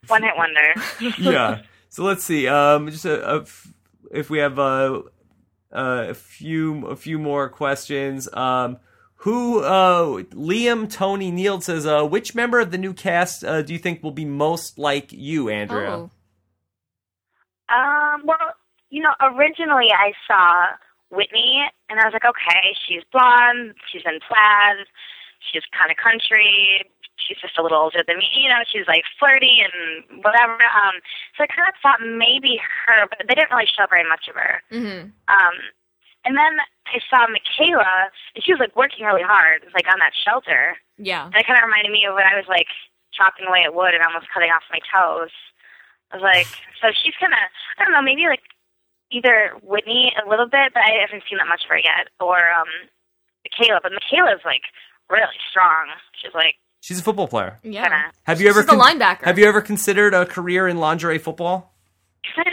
Speaker 3: One hit wonder.
Speaker 1: yeah. So let's see. Um, just a, a f- if we have a, a few a few more questions. Um, who uh, Liam Tony Neal says? Uh, which member of the new cast uh, do you think will be most like you, Andrea?
Speaker 2: oh.
Speaker 3: Um, well, you know, originally I saw Whitney, and I was like, okay, she's blonde, she's in plaid, she's kind of country, she's just a little older than me, you know, she's like flirty and whatever. Um, so I kind of thought maybe her, but they didn't really show very much of her.
Speaker 2: Mm-hmm.
Speaker 3: Um, and then I saw Michaela, and she was like working really hard, like on that shelter.
Speaker 2: Yeah.
Speaker 3: And it kind of reminded me of when I was like chopping away at wood and almost cutting off my toes. I was like, so she's kind of, I don't know, maybe like either Whitney a little bit, but I haven't seen that much of her yet, or um, Michaela. But Michaela's like really strong. She's like
Speaker 1: She's a football player.
Speaker 2: Yeah.
Speaker 3: kind of.
Speaker 1: Have you ever
Speaker 2: She's the linebacker.
Speaker 1: Have you ever considered a career in lingerie football?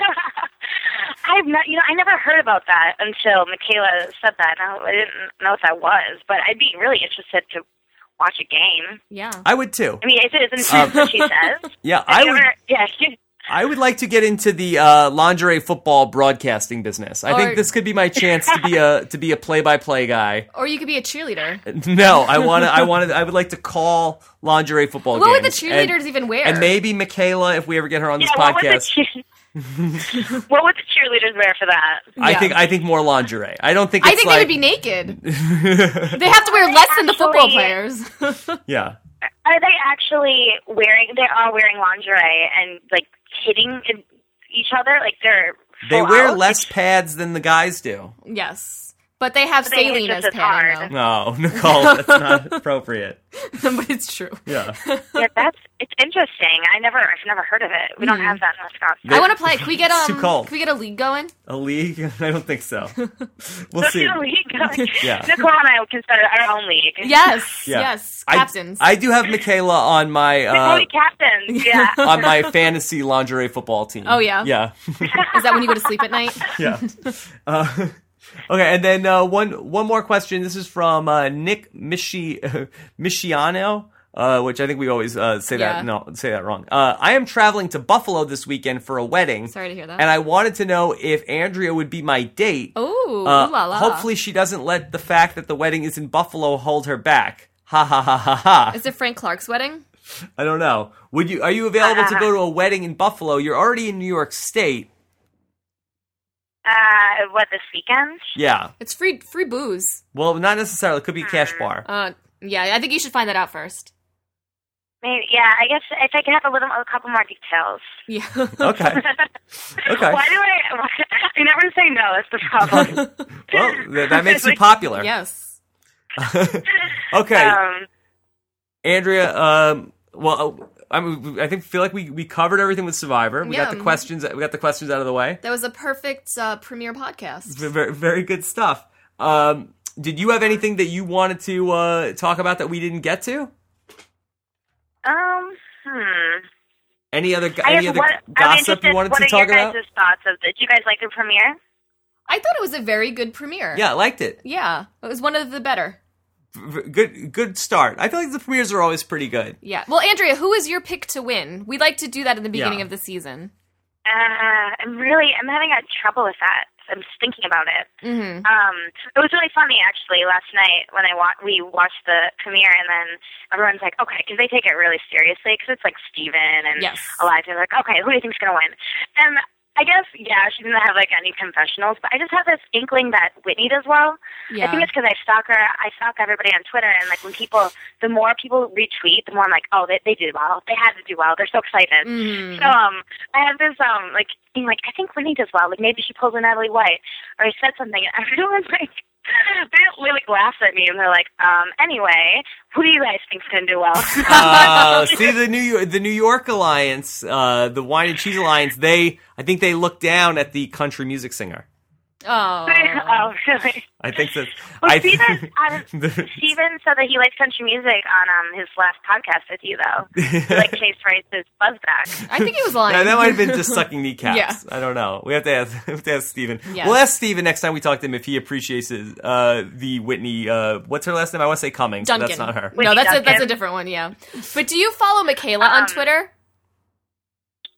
Speaker 3: I've not, you know, I never heard about that until Michaela said that. and I didn't know what that was, but I'd be really interested to watch a game.
Speaker 2: Yeah.
Speaker 1: I would too.
Speaker 3: I mean, it isn't what she says.
Speaker 1: Yeah, Um, I
Speaker 3: You
Speaker 1: would.
Speaker 3: ever- yeah.
Speaker 1: I would like to get into the uh, lingerie football broadcasting business. I
Speaker 2: Or-
Speaker 1: think this could be my chance to be a to be a play by play guy.
Speaker 2: Or you could be a cheerleader.
Speaker 1: No, I want to. I wanted. I would like to call lingerie football.
Speaker 2: What would the
Speaker 1: games
Speaker 2: cheerleaders
Speaker 1: and,
Speaker 2: even wear?
Speaker 1: And maybe Michaela, if we ever get her on this
Speaker 3: what would, the
Speaker 1: podcast,
Speaker 3: cheer- what would the cheerleaders wear for that?
Speaker 1: I
Speaker 2: Yeah.
Speaker 1: think I think more lingerie. I don't think
Speaker 2: I
Speaker 1: it's
Speaker 2: think they
Speaker 1: like
Speaker 2: would be naked. they have to wear less than the football
Speaker 3: Actually-
Speaker 2: players.
Speaker 1: yeah.
Speaker 3: Are they actually wearing? They are wearing lingerie and like hitting in- each other. Like they're
Speaker 1: They
Speaker 3: full
Speaker 1: wear
Speaker 3: out?
Speaker 1: less pads than the guys do.
Speaker 2: yes. But they have
Speaker 3: They hit
Speaker 2: saline as
Speaker 3: just as
Speaker 2: padding,
Speaker 3: hard.
Speaker 1: No, Nicole, that's not appropriate.
Speaker 2: though. but it's true.
Speaker 1: Yeah,
Speaker 3: Yeah, that's it's interesting. I never, I've never heard of it. We don't
Speaker 1: Hmm.
Speaker 3: have that in Wisconsin.
Speaker 2: I want to play. Can we get
Speaker 1: It's
Speaker 2: um?
Speaker 1: too cold.
Speaker 2: Can we get a league going?
Speaker 1: a league? I don't think so. We'll
Speaker 3: Let's
Speaker 1: see.
Speaker 3: do a league.
Speaker 1: Yeah.
Speaker 3: Nicole and I can start our own league.
Speaker 2: Yes.
Speaker 1: Yeah.
Speaker 2: Yes.
Speaker 1: I-
Speaker 2: Captains.
Speaker 1: I, do have Michaela on my
Speaker 3: Oh,
Speaker 1: uh,
Speaker 3: we captains. Yeah.
Speaker 1: on my fantasy lingerie football team.
Speaker 2: Oh, yeah?
Speaker 1: yeah,
Speaker 2: Is that when you go to sleep at night?
Speaker 1: yeah. Uh, okay, and then uh, one one more question. This is from uh, Nick Michi Michiano. Uh, which I think we always uh, say
Speaker 2: Yeah.
Speaker 1: that no say that wrong. Uh, I am traveling to Buffalo this weekend for a wedding,
Speaker 2: Sorry to hear that.
Speaker 1: and I wanted to know if Andrea would be my date.
Speaker 2: oh,
Speaker 1: Uh,
Speaker 2: ooh la la.
Speaker 1: Hopefully, she doesn't let the fact that the wedding is in Buffalo hold her back. Ha ha ha ha ha.
Speaker 2: Is it Frank Clark's wedding?
Speaker 1: I don't know. Would you? Are you available
Speaker 2: Uh,
Speaker 1: to go to a wedding in Buffalo? You're already in New York State.
Speaker 3: Uh, what this weekend?
Speaker 1: Yeah.
Speaker 2: It's free free booze.
Speaker 1: Well, not necessarily. It could be a cash bar.
Speaker 2: Uh, yeah, I think you should find that out first.
Speaker 3: Maybe. Yeah. I guess if I could have a little, a couple more details.
Speaker 2: Yeah.
Speaker 1: Okay. Okay.
Speaker 3: Why do I? Why, I never say no. That's the problem.
Speaker 1: Well, th- that makes you popular.
Speaker 2: yes.
Speaker 1: Okay,
Speaker 3: Um,
Speaker 1: Andrea. Um. Well, I mean, I think feel like we we covered everything with Survivor. We got
Speaker 2: Yeah.
Speaker 1: the questions. We got the questions out of the way.
Speaker 2: That was a perfect uh, premiere podcast.
Speaker 1: Very very good stuff. Um. Did you have anything that you wanted to uh, talk about that we didn't get to?
Speaker 3: um, hmm.
Speaker 1: Any other
Speaker 3: I
Speaker 1: any
Speaker 3: guess
Speaker 1: other
Speaker 3: what, I'm
Speaker 1: gossip
Speaker 3: interested.
Speaker 1: you wanted
Speaker 3: what
Speaker 1: to
Speaker 3: are
Speaker 1: talk
Speaker 3: your guys'
Speaker 1: about?
Speaker 3: thoughts of the? Did you guys like the premiere?
Speaker 2: I thought it was a very good premiere.
Speaker 1: Yeah, I liked it.
Speaker 2: Yeah. It was one of the better.
Speaker 1: v- good good start. I feel like the premieres are always pretty good.
Speaker 2: Yeah. Well, Andrea, who is your pick to win? We like to do that at the beginning
Speaker 1: Yeah.
Speaker 2: of the season.
Speaker 3: Uh, I'm really, I'm having a trouble with that. I'm just thinking about it.
Speaker 2: Mm-hmm.
Speaker 3: Um, it was really funny actually last night when I wa- we watched the premiere, and then everyone's like, okay, because they take it really seriously because it's like Steven and
Speaker 2: Yes.
Speaker 3: Elijah. Like, okay, who do you think's gonna win? And I guess yeah, she didn't have like any confessionals, but I just have this inkling that Whitney does well. I think
Speaker 2: Yeah.
Speaker 3: it's because I stalk her. I stalk everybody on Twitter, and like when people, the more people retweet, the more I'm like, oh, they, they did well. They had to do well. They're so excited.
Speaker 2: Mm.
Speaker 3: So um, I have this um, like being like, I think Whitney does well. Like maybe she pulls a Natalie White, or I said something, and everyone's like. They really like, laugh at me and they're like, um, anyway, who do you guys think's gonna do well?
Speaker 1: Uh, see the New York, the New York Alliance, uh, the Wine and Cheese Alliance. They I think they look down at the country music singer.
Speaker 2: Oh,
Speaker 3: oh, really?
Speaker 1: I think that
Speaker 3: Well,
Speaker 1: I
Speaker 3: Steven, um,
Speaker 1: The-
Speaker 3: Steven said that he likes country music on um, his last podcast with you, though. He like Chase Rice's Buzz Back.
Speaker 2: I think he was lying.
Speaker 1: Yeah, that might have been just sucking kneecaps.
Speaker 2: Yeah.
Speaker 1: I don't know. We have to ask, we have to ask Steven.
Speaker 2: Yeah.
Speaker 1: We'll ask Steven next time we talk to him if he appreciates uh, the Whitney. Uh, what's her last name? I want to say Cummings. but that's
Speaker 2: Duncan.
Speaker 1: not her.
Speaker 3: Wait,
Speaker 2: No, that's a
Speaker 3: Duncan?
Speaker 2: that's a different one. Yeah, but do you follow Michaela on
Speaker 3: Um,
Speaker 2: Twitter?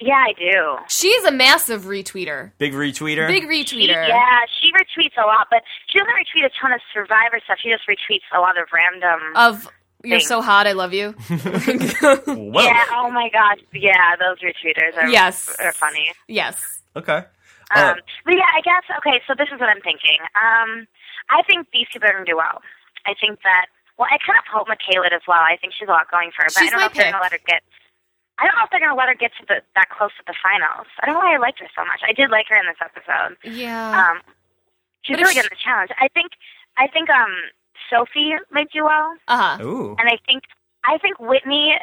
Speaker 3: Yeah, I do.
Speaker 2: She's a massive retweeter,
Speaker 1: Big retweeter.
Speaker 2: big
Speaker 3: She,
Speaker 2: retweeter.
Speaker 3: yeah, she retweets a lot, but she doesn't retweet a ton of Survivor stuff. She just retweets a lot of random.
Speaker 2: Of you're so
Speaker 3: Thanks.
Speaker 2: hot, I love you.
Speaker 1: Whoa.
Speaker 3: yeah, oh my gosh. Yeah, those retweeters are,
Speaker 2: Yes.
Speaker 3: are funny.
Speaker 2: yes.
Speaker 1: Okay. Uh,
Speaker 3: Um, but yeah, I guess okay. So this is what I'm thinking. Um, I think these two are going to do well. I think that. Well, I kind of hope Michaela does well. I think she's a lot going for her, but
Speaker 2: She's my
Speaker 3: I don't know if they're
Speaker 2: pick.
Speaker 3: going to let her get. I don't know if they're going to let her get to the, that close to the finals. I don't know why I liked her so much. I did like her in this episode.
Speaker 2: Yeah.
Speaker 3: Um,
Speaker 2: Uh-huh. But
Speaker 3: she's
Speaker 2: if
Speaker 3: really
Speaker 2: she-
Speaker 3: good in the challenge. I think. I think um, Sophie might do well,
Speaker 2: Uh huh.
Speaker 1: ooh.
Speaker 3: and I think I think Whitney.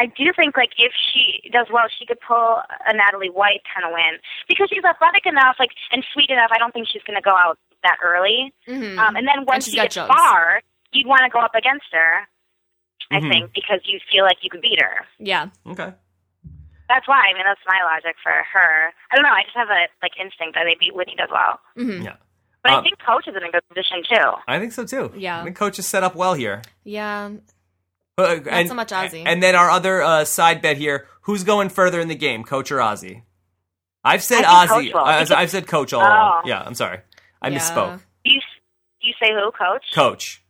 Speaker 3: I do think like if she does well, she could pull a Natalie White kind of win because she's athletic enough, like and sweet enough. I don't think she's going to go out that early.
Speaker 2: hmm
Speaker 3: Um, and then once
Speaker 2: she's
Speaker 3: she
Speaker 2: got
Speaker 3: gets
Speaker 2: jugs.
Speaker 3: far, you'd want to go up against her. I
Speaker 1: Mhm.
Speaker 2: Mm-hmm.
Speaker 3: think because you feel like you could beat her.
Speaker 2: yeah.
Speaker 1: Okay.
Speaker 3: That's why. I mean, that's my logic for her. I don't know. I just have a like instinct that they beat Whitney does well.
Speaker 2: hmm
Speaker 1: Yeah.
Speaker 3: But
Speaker 1: Um,
Speaker 3: I think Coach is in a good position too.
Speaker 1: I think so too.
Speaker 2: Yeah.
Speaker 1: I think coach is set up well here.
Speaker 2: Yeah.
Speaker 1: Uh, Not
Speaker 2: so much Ozzy.
Speaker 1: And then our other uh, side bet here: who's going further in the game, Coach or Ozzy? I've said
Speaker 3: I think
Speaker 1: Ozzy.
Speaker 3: Coach will.
Speaker 1: I- I've, I've said Coach all along.
Speaker 3: Oh.
Speaker 1: Yeah, I'm sorry, I
Speaker 2: Yeah.
Speaker 1: misspoke.
Speaker 3: You s- you say who, Coach?
Speaker 1: Coach.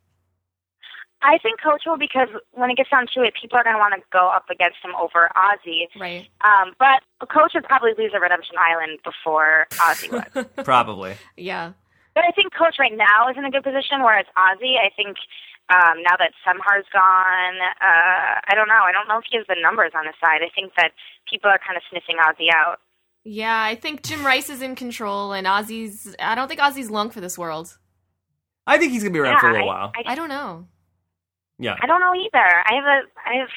Speaker 3: I think Coach will because when it gets down to it, people are going to want to go up against him over Ozzy.
Speaker 2: Right.
Speaker 3: Um, but Coach would probably lose at Redemption Island before Ozzy would.
Speaker 1: Probably.
Speaker 2: Yeah.
Speaker 3: but I think Coach right now is in a good position, whereas Ozzy, I think um, now that Semhar's gone, uh, I don't know. I don't know if he has the numbers on his side. I think that people are kind of sniffing Ozzy out.
Speaker 2: Yeah. I think Jim Rice is in control, and Ozzy's. I don't think Ozzy's long for this world.
Speaker 1: I think he's gonna be around for a little
Speaker 3: I,
Speaker 1: while.
Speaker 3: I,
Speaker 2: I don't know.
Speaker 1: yeah.
Speaker 3: I don't know either. I have a, I have,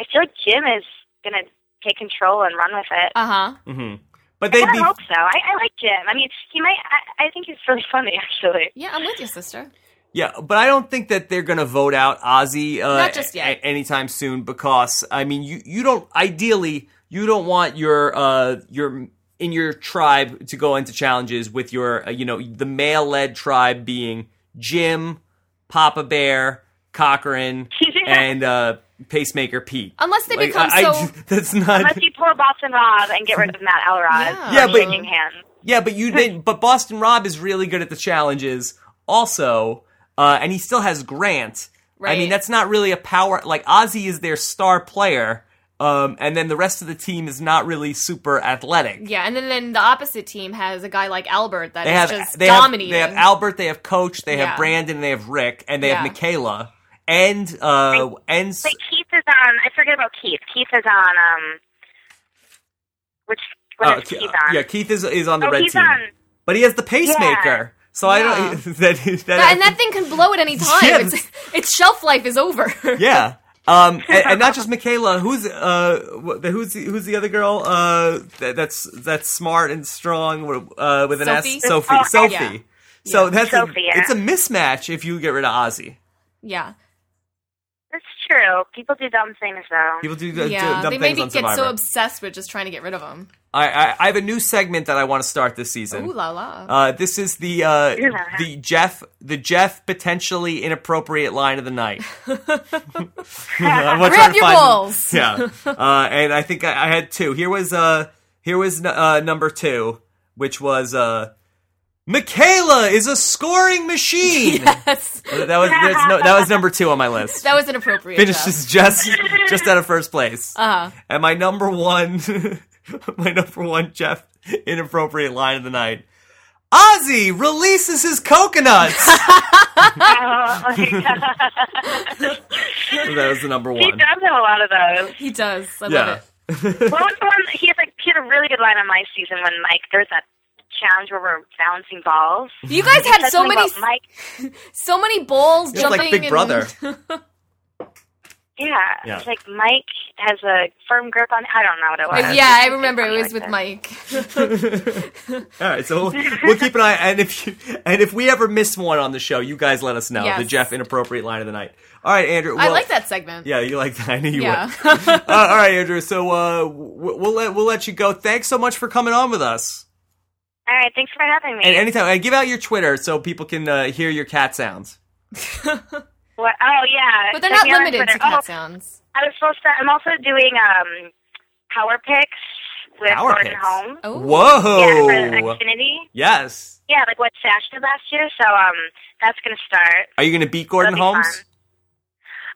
Speaker 3: I feel like Jim is going to take control and run with it.
Speaker 2: Uh huh.
Speaker 1: hmm But
Speaker 3: I
Speaker 1: they'd
Speaker 3: kinda
Speaker 1: be
Speaker 3: hope so. I, I like Jim. I mean, he might. I, I think he's really funny, actually.
Speaker 2: Yeah, I'm with you, sister.
Speaker 1: Yeah, but I don't think that they're going to vote out Ozzy uh,
Speaker 2: Not just yet.
Speaker 1: a- anytime soon because I mean you you don't ideally you don't want your uh your in your tribe to go into challenges with your uh, you know the male led tribe being Jim, Papa Bear, Cochran, and uh, Pacemaker Pete.
Speaker 2: Unless they
Speaker 1: Like,
Speaker 2: become
Speaker 1: I-
Speaker 2: so.
Speaker 1: I- that's not
Speaker 3: Unless you pull a Boston Rob and get rid of Matt Elrod.
Speaker 2: Yeah.
Speaker 3: from
Speaker 1: Yeah, but-
Speaker 3: shaking hands.
Speaker 1: Yeah, but you did. But Boston Rob is really good at the challenges, also, uh, and he still has Grant. I mean,
Speaker 2: Right.
Speaker 1: that's not really a power. Like Ozzy is their star player, um, and then the rest of the team is not really super athletic.
Speaker 2: yeah, and then, then the opposite team has a guy like Albert that is
Speaker 1: They have
Speaker 2: just
Speaker 1: they
Speaker 2: dominating.
Speaker 1: have they have Albert, they have Coach, they
Speaker 2: Yeah.
Speaker 1: have Brandon, they have Rick, and they have
Speaker 2: Yeah.
Speaker 1: Michaela, and uh, and s-
Speaker 3: But Keith is on. I forget about Keith. Keith is on. Um, which what
Speaker 1: uh,
Speaker 3: is
Speaker 1: Ke-
Speaker 3: Keith on?
Speaker 1: yeah, Keith is is on the
Speaker 3: oh,
Speaker 1: red
Speaker 3: he's
Speaker 1: team,
Speaker 3: on.
Speaker 1: but he has the pacemaker. So I don't that, that,
Speaker 2: That- and that thing can blow at any time.
Speaker 1: Yeah.
Speaker 2: It's, its shelf life is over.
Speaker 1: Yeah. Um, and, and not just Michaela. Who's uh, wh- the- who's the, who's the other girl? Uh, that, that's that's smart and strong. Uh, with an
Speaker 2: Sophie?
Speaker 1: S, Sophie.
Speaker 3: Oh,
Speaker 1: Sophie.
Speaker 2: yeah.
Speaker 1: So
Speaker 2: Yeah.
Speaker 1: that's
Speaker 3: Sophie,
Speaker 1: a,
Speaker 3: yeah.
Speaker 1: it's a mismatch if you get rid of Ozzy.
Speaker 2: Yeah.
Speaker 3: That's true. People do dumb things though.
Speaker 1: People do, do,
Speaker 2: Yeah.
Speaker 1: dumb
Speaker 2: They
Speaker 1: things
Speaker 2: maybe
Speaker 1: on
Speaker 2: get
Speaker 1: Survivor.
Speaker 2: so obsessed with just trying to get rid of him.
Speaker 1: I, I I have a new segment that I want to start this season.
Speaker 2: Ooh la la.
Speaker 1: Uh, this is the uh,
Speaker 3: Yeah.
Speaker 1: the Jeff the Jeff potentially inappropriate line of the night. Grab
Speaker 2: Grab your balls.
Speaker 1: Yeah, uh, and I think I, I had two. Here was uh, here was uh, number two, which was uh, Michaela is a scoring machine.
Speaker 2: yes.
Speaker 1: That was that's no, that was number two on my list.
Speaker 2: That was inappropriate.
Speaker 1: Finishes just just out of first place.
Speaker 2: Uh huh.
Speaker 1: And my number one, my number one Jeff inappropriate line of the night. Ozzy releases his coconuts.
Speaker 3: Oh, my God.
Speaker 1: that was the number
Speaker 3: he
Speaker 1: one.
Speaker 3: does have a lot of those.
Speaker 2: He does. I love
Speaker 1: Yeah.
Speaker 2: it.
Speaker 3: What was the one? He had like he had a really good line on my season when Mike. There was that challenge where we're balancing balls.
Speaker 2: You guys had so
Speaker 3: Said something
Speaker 2: many,
Speaker 3: about Mike.
Speaker 2: so many balls
Speaker 1: It's like
Speaker 2: jumping.
Speaker 1: Big
Speaker 2: and-
Speaker 1: Brother.
Speaker 3: Yeah,
Speaker 4: Yeah.
Speaker 3: it's like Mike has a firm grip on. I don't know what it was.
Speaker 4: Right.
Speaker 2: yeah, I remember it was
Speaker 3: Something
Speaker 2: with
Speaker 3: like
Speaker 2: Mike.
Speaker 1: All right, so we'll, we'll keep an eye, and if you, and if we ever miss one on the show, you guys let us know the
Speaker 2: Yes.
Speaker 1: Jeff inappropriate line of the night. All right, Andrew.
Speaker 2: I
Speaker 1: well-
Speaker 2: like that segment.
Speaker 1: Yeah, you like that. I knew you
Speaker 2: Yeah.
Speaker 1: would. uh, all right, Andrew. So uh, w- we'll let we'll let you go. Thanks so much for coming on with us.
Speaker 3: All right, thanks for having me.
Speaker 1: And anytime, and give out your Twitter so people can uh, hear your cat sounds.
Speaker 3: What- oh yeah,
Speaker 2: But they're
Speaker 3: check
Speaker 2: not
Speaker 3: me out on
Speaker 2: limited to
Speaker 3: Twitter.
Speaker 2: cat
Speaker 3: oh,
Speaker 2: sounds.
Speaker 3: I was supposed to. I'm also doing um, power picks with
Speaker 1: Power
Speaker 3: Gordon
Speaker 1: picks? Oh.
Speaker 3: Holmes.
Speaker 2: Oh,
Speaker 3: Yeah,
Speaker 1: Whoa!
Speaker 3: for Xfinity.
Speaker 1: yes.
Speaker 3: Yeah, like what Sash did last year. So um, that's gonna start.
Speaker 1: Are you going to beat Gordon
Speaker 3: That'll be
Speaker 1: Holmes?
Speaker 3: fun.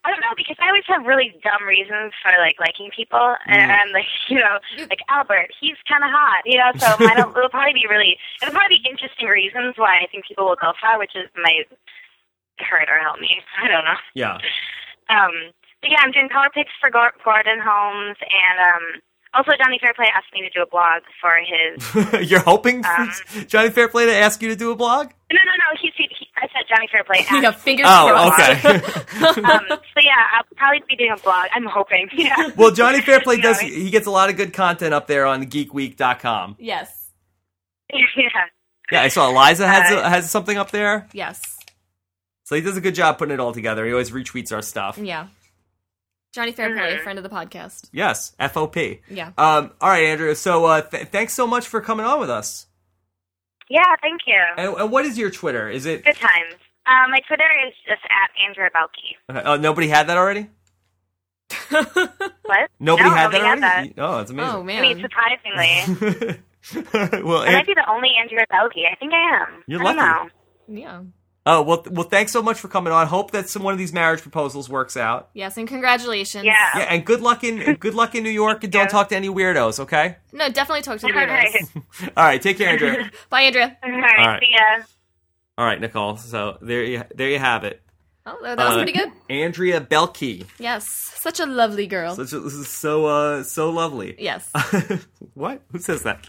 Speaker 3: I don't know because I always have really dumb reasons for like liking people,
Speaker 1: Mm.
Speaker 3: and I'm like you know,
Speaker 2: You-
Speaker 3: like Albert, he's kind of hot, you know. So mine will, it'll probably be really, it'll probably be interesting reasons why I think people will go far, which is might hurt or help me. I don't know.
Speaker 1: Yeah.
Speaker 3: Um, but yeah, I'm doing color picks for Gor- Gordon Holmes, and um, also Johnny Fairplay asked me to do a blog for his.
Speaker 1: You're hoping
Speaker 3: Um,
Speaker 1: Johnny Fairplay to ask you to do a blog?
Speaker 3: no, no, no. He, he, he I said Johnny Fairplay. Asked.
Speaker 2: Yeah, fingers
Speaker 1: Oh,
Speaker 2: crossed.
Speaker 1: okay.
Speaker 3: um, so yeah, I'll probably be doing a blog. I'm hoping. Yeah.
Speaker 1: well, Johnny Fairplay
Speaker 3: You know
Speaker 1: does.
Speaker 3: what I mean?
Speaker 1: He gets a lot of good content up there on GeekWeek.com.
Speaker 2: Yes,
Speaker 3: yeah.
Speaker 1: Yeah, I saw Eliza has
Speaker 3: Uh,
Speaker 1: has something up there.
Speaker 2: yes,
Speaker 1: So he does a good job putting it all together. He always retweets our stuff.
Speaker 2: yeah. Johnny Fairplay, friend of the podcast.
Speaker 1: Yes, FOP.
Speaker 2: Yeah.
Speaker 1: Um, all right, Andrew. So uh, th- thanks so much for coming on with us.
Speaker 3: Yeah. Thank you.
Speaker 1: And, and what is your Twitter? Is it?
Speaker 3: Good times. Um, my Twitter is just at Andrea Balke.
Speaker 1: Oh, nobody had that already.
Speaker 3: What?
Speaker 1: Nobody
Speaker 3: no,
Speaker 1: had that
Speaker 3: nobody
Speaker 1: already.
Speaker 3: Had that.
Speaker 1: Oh, that's amazing.
Speaker 2: Oh
Speaker 3: I mean,
Speaker 2: man.
Speaker 3: surprisingly,
Speaker 2: Oh,
Speaker 1: well,
Speaker 3: I
Speaker 1: An-
Speaker 3: might be the only Andrea Balke. I think I am.
Speaker 1: You're
Speaker 3: I don't
Speaker 1: lucky.
Speaker 3: know.
Speaker 2: Yeah.
Speaker 1: oh well, well. Thanks so much for coming on. Hope that some one of these marriage proposals works out.
Speaker 2: Yes, and congratulations.
Speaker 3: Yeah.
Speaker 1: Yeah, and good luck in good luck in New York, and don't
Speaker 3: Yeah.
Speaker 1: talk to any weirdos. Okay.
Speaker 2: No, definitely talk to the
Speaker 3: All right.
Speaker 2: weirdos.
Speaker 1: All right. Take care, Andrew.
Speaker 2: Bye, Andrea.
Speaker 3: All
Speaker 1: All
Speaker 3: right.
Speaker 1: right.
Speaker 3: See ya.
Speaker 1: all right, Nicole. So there you there you have it.
Speaker 2: Oh, that that was
Speaker 1: Uh,
Speaker 2: pretty good.
Speaker 1: Andrea Belkey.
Speaker 2: Yes, such a lovely girl.
Speaker 1: Such a, this is so uh so lovely.
Speaker 2: yes.
Speaker 1: what? Who says that?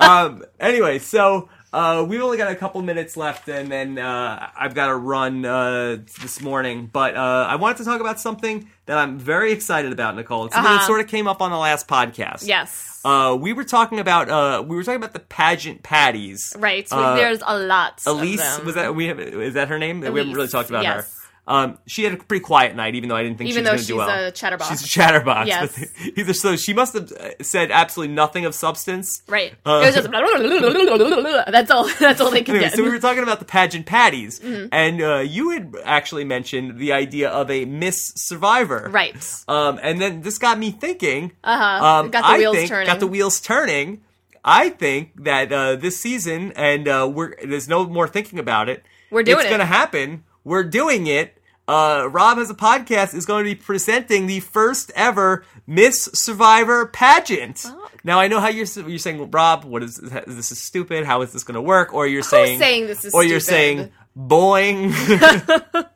Speaker 1: um, anyway, so uh, we've only got a couple minutes left, and then uh, I've got to run uh, this morning. But uh, I wanted to talk about something that I'm very excited about, Nicole. It's something that
Speaker 2: Uh-huh.
Speaker 1: sort of came up on the last podcast.
Speaker 2: Yes.
Speaker 1: Uh, we were talking about uh, we were talking about the pageant patties.
Speaker 2: right. So
Speaker 1: uh,
Speaker 2: there's a lot. of
Speaker 1: Elise
Speaker 2: them.
Speaker 1: was that we have is that her name? We haven't
Speaker 2: Elise,
Speaker 1: really talked about
Speaker 2: yes.
Speaker 1: her. Um, she had a pretty quiet night, even though I didn't think
Speaker 2: Even
Speaker 1: she
Speaker 2: though
Speaker 1: was
Speaker 2: she's
Speaker 1: going to do well.
Speaker 2: a chatterbox.
Speaker 1: She's a chatterbox.
Speaker 2: Uh, Yes.
Speaker 1: but Either so, she must have uh, said absolutely nothing of substance.
Speaker 2: Right.
Speaker 1: Uh,
Speaker 2: it was just that's all. That's all they could
Speaker 1: Anyway,
Speaker 2: get.
Speaker 1: so we were talking about the pageant patties,
Speaker 2: Mm-hmm.
Speaker 1: and uh, you had actually mentioned the idea of a Miss Survivor,
Speaker 2: right.
Speaker 1: Um, and then this got me thinking.
Speaker 2: Uh huh.
Speaker 1: Um,
Speaker 2: got the
Speaker 1: I
Speaker 2: wheels
Speaker 1: think,
Speaker 2: turning.
Speaker 1: Got the wheels turning. I think that uh, this season, and uh, we're there's no more thinking about it.
Speaker 2: We're doing
Speaker 1: it's
Speaker 2: it.
Speaker 1: going to happen. We're doing it. Uh, Rob has a podcast is going to be presenting the first ever Miss Survivor pageant. Now I know how you're s- you're saying, Rob, what is this is stupid? How is this going to work? Or you're saying,
Speaker 2: saying this is
Speaker 1: or you're saying,
Speaker 2: stupid?
Speaker 1: boing.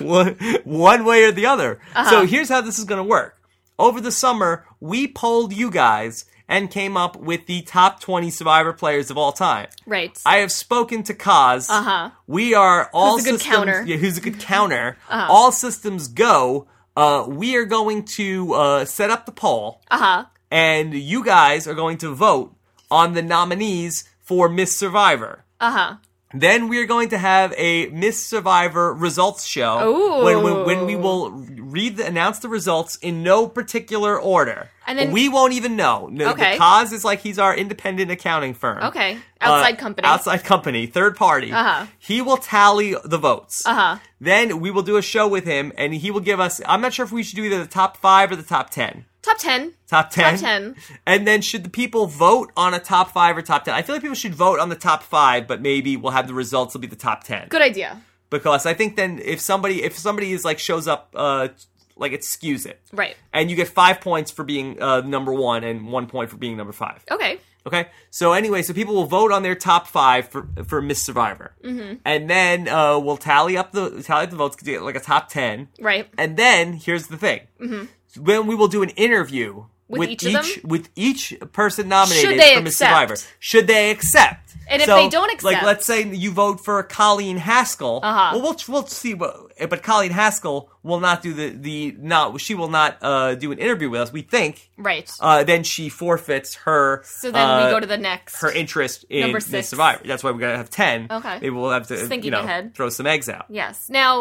Speaker 1: one, one way or the other.
Speaker 2: Uh-huh.
Speaker 1: So here's how this is going to work. Over the summer, we polled you guys and came up with the top 20 Survivor players of all time.
Speaker 2: right.
Speaker 1: I have spoken to Kaz. Uh
Speaker 2: Uh-huh.
Speaker 1: We are all
Speaker 2: Who's a good
Speaker 1: systems,
Speaker 2: counter. Uh-huh.
Speaker 1: Yeah, who's a good counter? All systems go. Uh, we are going to uh, set up the poll,
Speaker 2: uh huh.
Speaker 1: and you guys are going to vote on the nominees for Miss Survivor.
Speaker 2: Uh huh.
Speaker 1: Then we are going to have a Miss Survivor results show
Speaker 2: Ooh.
Speaker 1: when, when, when we will read the, announce the results in no particular order.
Speaker 2: And then-
Speaker 1: we won't even know. No,
Speaker 2: Okay.
Speaker 1: The cause is like he's our independent accounting firm.
Speaker 2: Okay.
Speaker 1: Uh,
Speaker 2: Outside company.
Speaker 1: Outside company, third party.
Speaker 2: Uh-huh.
Speaker 1: He will tally the votes.
Speaker 2: Uh-huh.
Speaker 1: Then we will do a show with him, and he will give us. I'm not sure if we should do either the top five or the top ten.
Speaker 2: Top ten.
Speaker 1: Top ten.
Speaker 2: Top 10.
Speaker 1: And then should the people vote on a top five or top ten? I feel like people should vote on the top five, but maybe we'll have the results will be the top ten.
Speaker 2: Good idea.
Speaker 1: Because I think then if somebody if somebody is like shows up uh like it skews it.
Speaker 2: Right.
Speaker 1: And you get five points for being uh, number one and one point for being number five.
Speaker 2: Okay.
Speaker 1: Okay. So anyway, so people will vote on their top five for for Miss Survivor, mm-hmm. and then uh, we'll tally up the tally up the votes to get like a top ten.
Speaker 2: Right.
Speaker 1: And then here's the thing: mm-hmm. when we will do an interview
Speaker 2: With each of them?
Speaker 1: with each person nominated
Speaker 2: Should they
Speaker 1: from a
Speaker 2: accept?
Speaker 1: survivor. Should they accept?
Speaker 2: And if
Speaker 1: So,
Speaker 2: they don't
Speaker 1: like
Speaker 2: accept-
Speaker 1: let's say you vote for Colleen Haskell,
Speaker 2: Uh-huh.
Speaker 1: well we'll we'll see what, but Colleen Haskell will not do the the not she will not uh, do an interview with us. We think
Speaker 2: Right.
Speaker 1: uh, then she forfeits her.
Speaker 2: so then
Speaker 1: uh,
Speaker 2: we go to the next.
Speaker 1: her interest in
Speaker 2: Number
Speaker 1: the
Speaker 2: six.
Speaker 1: survivor. That's why we gotta have ten.
Speaker 2: Okay.
Speaker 1: maybe we'll have to
Speaker 2: Just
Speaker 1: you
Speaker 2: thinking
Speaker 1: know
Speaker 2: ahead.
Speaker 1: throw some eggs out.
Speaker 2: yes. Now,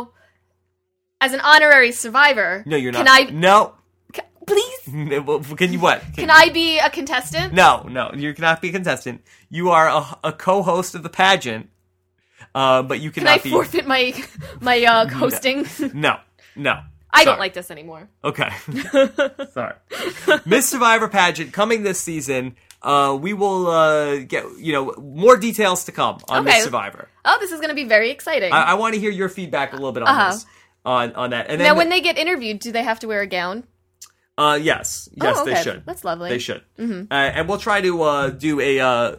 Speaker 2: as an honorary survivor,
Speaker 1: No, you're not.
Speaker 2: Can I?
Speaker 1: No.
Speaker 2: ca- please?
Speaker 1: Well, Can you what?
Speaker 2: Can I be a contestant?
Speaker 1: No, no, you cannot be a contestant. You are a, a co-host of the pageant, uh, but you
Speaker 2: Can
Speaker 1: cannot
Speaker 2: I
Speaker 1: be.
Speaker 2: forfeit my my uh, hosting?
Speaker 1: No, no.
Speaker 2: I don't
Speaker 1: Sorry.
Speaker 2: like this anymore.
Speaker 1: Okay. Sorry. Miss Survivor pageant coming this season. Uh, we will uh, get you know more details to come on
Speaker 2: Okay.
Speaker 1: Miss Survivor.
Speaker 2: Oh, this is going to be very exciting.
Speaker 1: I, I want to hear your feedback a little bit on
Speaker 2: Uh-huh.
Speaker 1: this, on on that. And then
Speaker 2: now, when they get interviewed, do they have to wear a gown?
Speaker 1: uh, yes, yes,
Speaker 2: oh, okay.
Speaker 1: they should.
Speaker 2: That's lovely. Mm-hmm.
Speaker 1: They should. Uh, and we'll try to uh, do a uh, uh,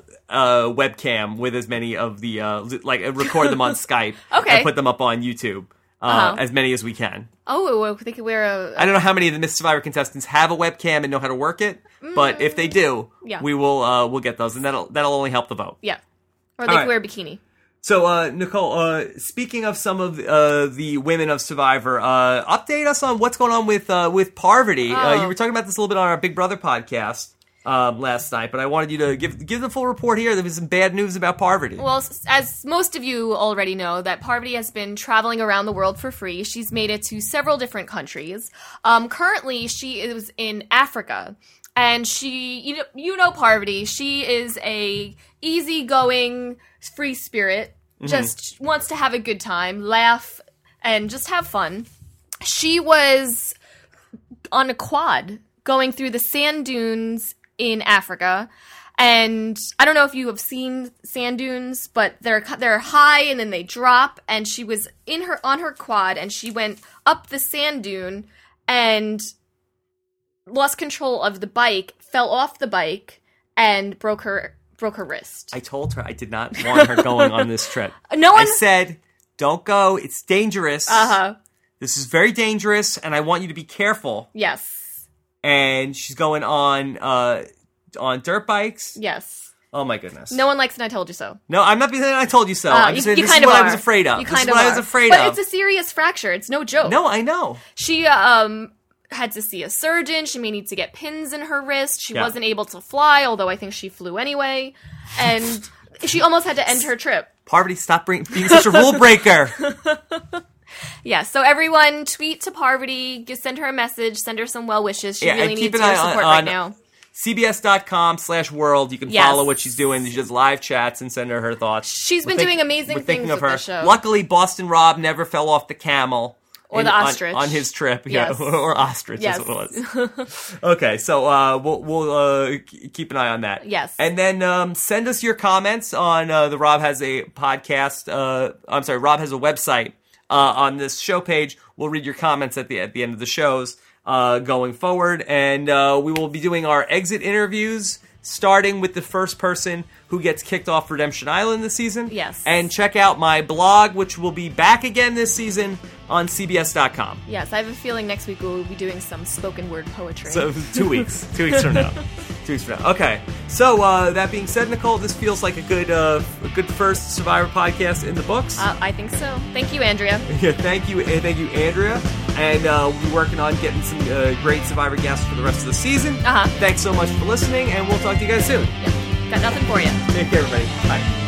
Speaker 1: webcam with as many of the uh, li- like uh, record them on Skype
Speaker 2: Okay.
Speaker 1: and put them up on YouTube. Uh,
Speaker 2: Uh-huh.
Speaker 1: As many as we can.
Speaker 2: Oh, well, they could wear a.
Speaker 1: I don't know how many of the Miss Survivor contestants have a webcam and know how to work it, but if they do,
Speaker 2: Mm, Yeah.
Speaker 1: we will uh, we'll get those, and that'll that'll only help the vote.
Speaker 2: yeah. Or they
Speaker 1: All
Speaker 2: could
Speaker 1: right.
Speaker 2: wear a bikini.
Speaker 1: So, uh, Nicole, uh, speaking of some of uh, the women of Survivor, uh, update us on what's going on with uh, with Parvati. Uh,
Speaker 2: Oh.
Speaker 1: you were talking about this a little bit on our Big Brother podcast um, last night, but I wanted you to give give the full report here. There was some bad news about Parvati.
Speaker 2: Well, s- as most of you already know, that Parvati has been traveling around the world for free. She's made it to several different countries. Um, currently, she is in Africa, and she, you know, you know Parvati. She is a easygoing, free spirit. Just wants to have a good time, laugh, and just have fun. She was on a quad going through the sand dunes in Africa. And I don't know if you have seen sand dunes, but they're they're high and then they drop. And she was in her on her quad, and she went up the sand dune and lost control of the bike, fell off the bike, and broke her broke her wrist.
Speaker 1: I told her I did not want her going on this trip.
Speaker 2: no
Speaker 1: I
Speaker 2: one,
Speaker 1: said, "Don't go. It's dangerous.
Speaker 2: uh huh,
Speaker 1: This is very dangerous, and I want you to be careful."
Speaker 2: yes,
Speaker 1: And she's going on uh, on dirt bikes.
Speaker 2: yes.
Speaker 1: Oh my goodness!
Speaker 2: No one likes, and I told you so.
Speaker 1: No, I'm not saying I told you so.
Speaker 2: Uh,
Speaker 1: Oh, I'm
Speaker 2: you,
Speaker 1: just saying
Speaker 2: you
Speaker 1: this
Speaker 2: kind
Speaker 1: is
Speaker 2: of
Speaker 1: what
Speaker 2: are.
Speaker 1: I was afraid of.
Speaker 2: You
Speaker 1: this is
Speaker 2: kind of
Speaker 1: what I
Speaker 2: are.
Speaker 1: was afraid
Speaker 2: but
Speaker 1: of.
Speaker 2: it's a serious fracture. It's no joke.
Speaker 1: no, I know.
Speaker 2: She um had to see a surgeon. She may need to get pins in her wrist. She
Speaker 1: Yeah.
Speaker 2: wasn't able to fly, although I think she flew anyway. And she almost had to end her trip.
Speaker 1: Parvati, stop bring, being such a rule breaker.
Speaker 2: Yeah, so everyone tweet to Parvati, g- send her a message, send her some well wishes. She
Speaker 1: Yeah, and
Speaker 2: really
Speaker 1: keep
Speaker 2: needs
Speaker 1: an
Speaker 2: your
Speaker 1: eye on-
Speaker 2: support
Speaker 1: on-
Speaker 2: right now.
Speaker 1: CBS.com slash world. You can
Speaker 2: Yes.
Speaker 1: follow what she's doing. She does live chats and send her her thoughts.
Speaker 2: She's
Speaker 1: We're
Speaker 2: been
Speaker 1: think-
Speaker 2: doing amazing
Speaker 1: we're thinking
Speaker 2: things
Speaker 1: of
Speaker 2: with
Speaker 1: her.
Speaker 2: the show.
Speaker 1: Luckily, Boston Rob never fell off the camel.
Speaker 2: Or the
Speaker 1: on-
Speaker 2: ostrich.
Speaker 1: On, his trip. Yeah,
Speaker 2: Yes.
Speaker 1: or ostrich
Speaker 2: Yes.
Speaker 1: is what it was. okay, so uh, we'll, we'll uh, k- keep an eye on that.
Speaker 2: Yes.
Speaker 1: And then um, send us your comments on uh, the Rob Has a Podcast. Uh, I'm sorry, Rob Has a website uh, on this show page. We'll read your comments at the, at the end of the shows uh, going forward. And uh, we will be doing our exit interviews. Starting with the first person who gets kicked off Redemption Island this season.
Speaker 2: Yes.
Speaker 1: And check out my blog, which will be back again this season on CBS.com.
Speaker 2: Yes, I have a feeling next week we'll be doing some spoken word poetry.
Speaker 1: So two weeks, two weeks from now, two weeks from now. Okay. So uh, that being said, Nicole, this feels like a good, uh, a good first Survivor podcast in the books.
Speaker 2: uh, I think so. Thank you, Andrea.
Speaker 1: Yeah, thank you, and thank you, Andrea. And uh, we'll be working on getting some uh, great Survivor guests for the rest of the season.
Speaker 2: Uh-huh.
Speaker 1: Thanks so much for listening, and we'll talk to you guys soon.
Speaker 2: Got nothing for you.
Speaker 1: Take care, everybody. Bye.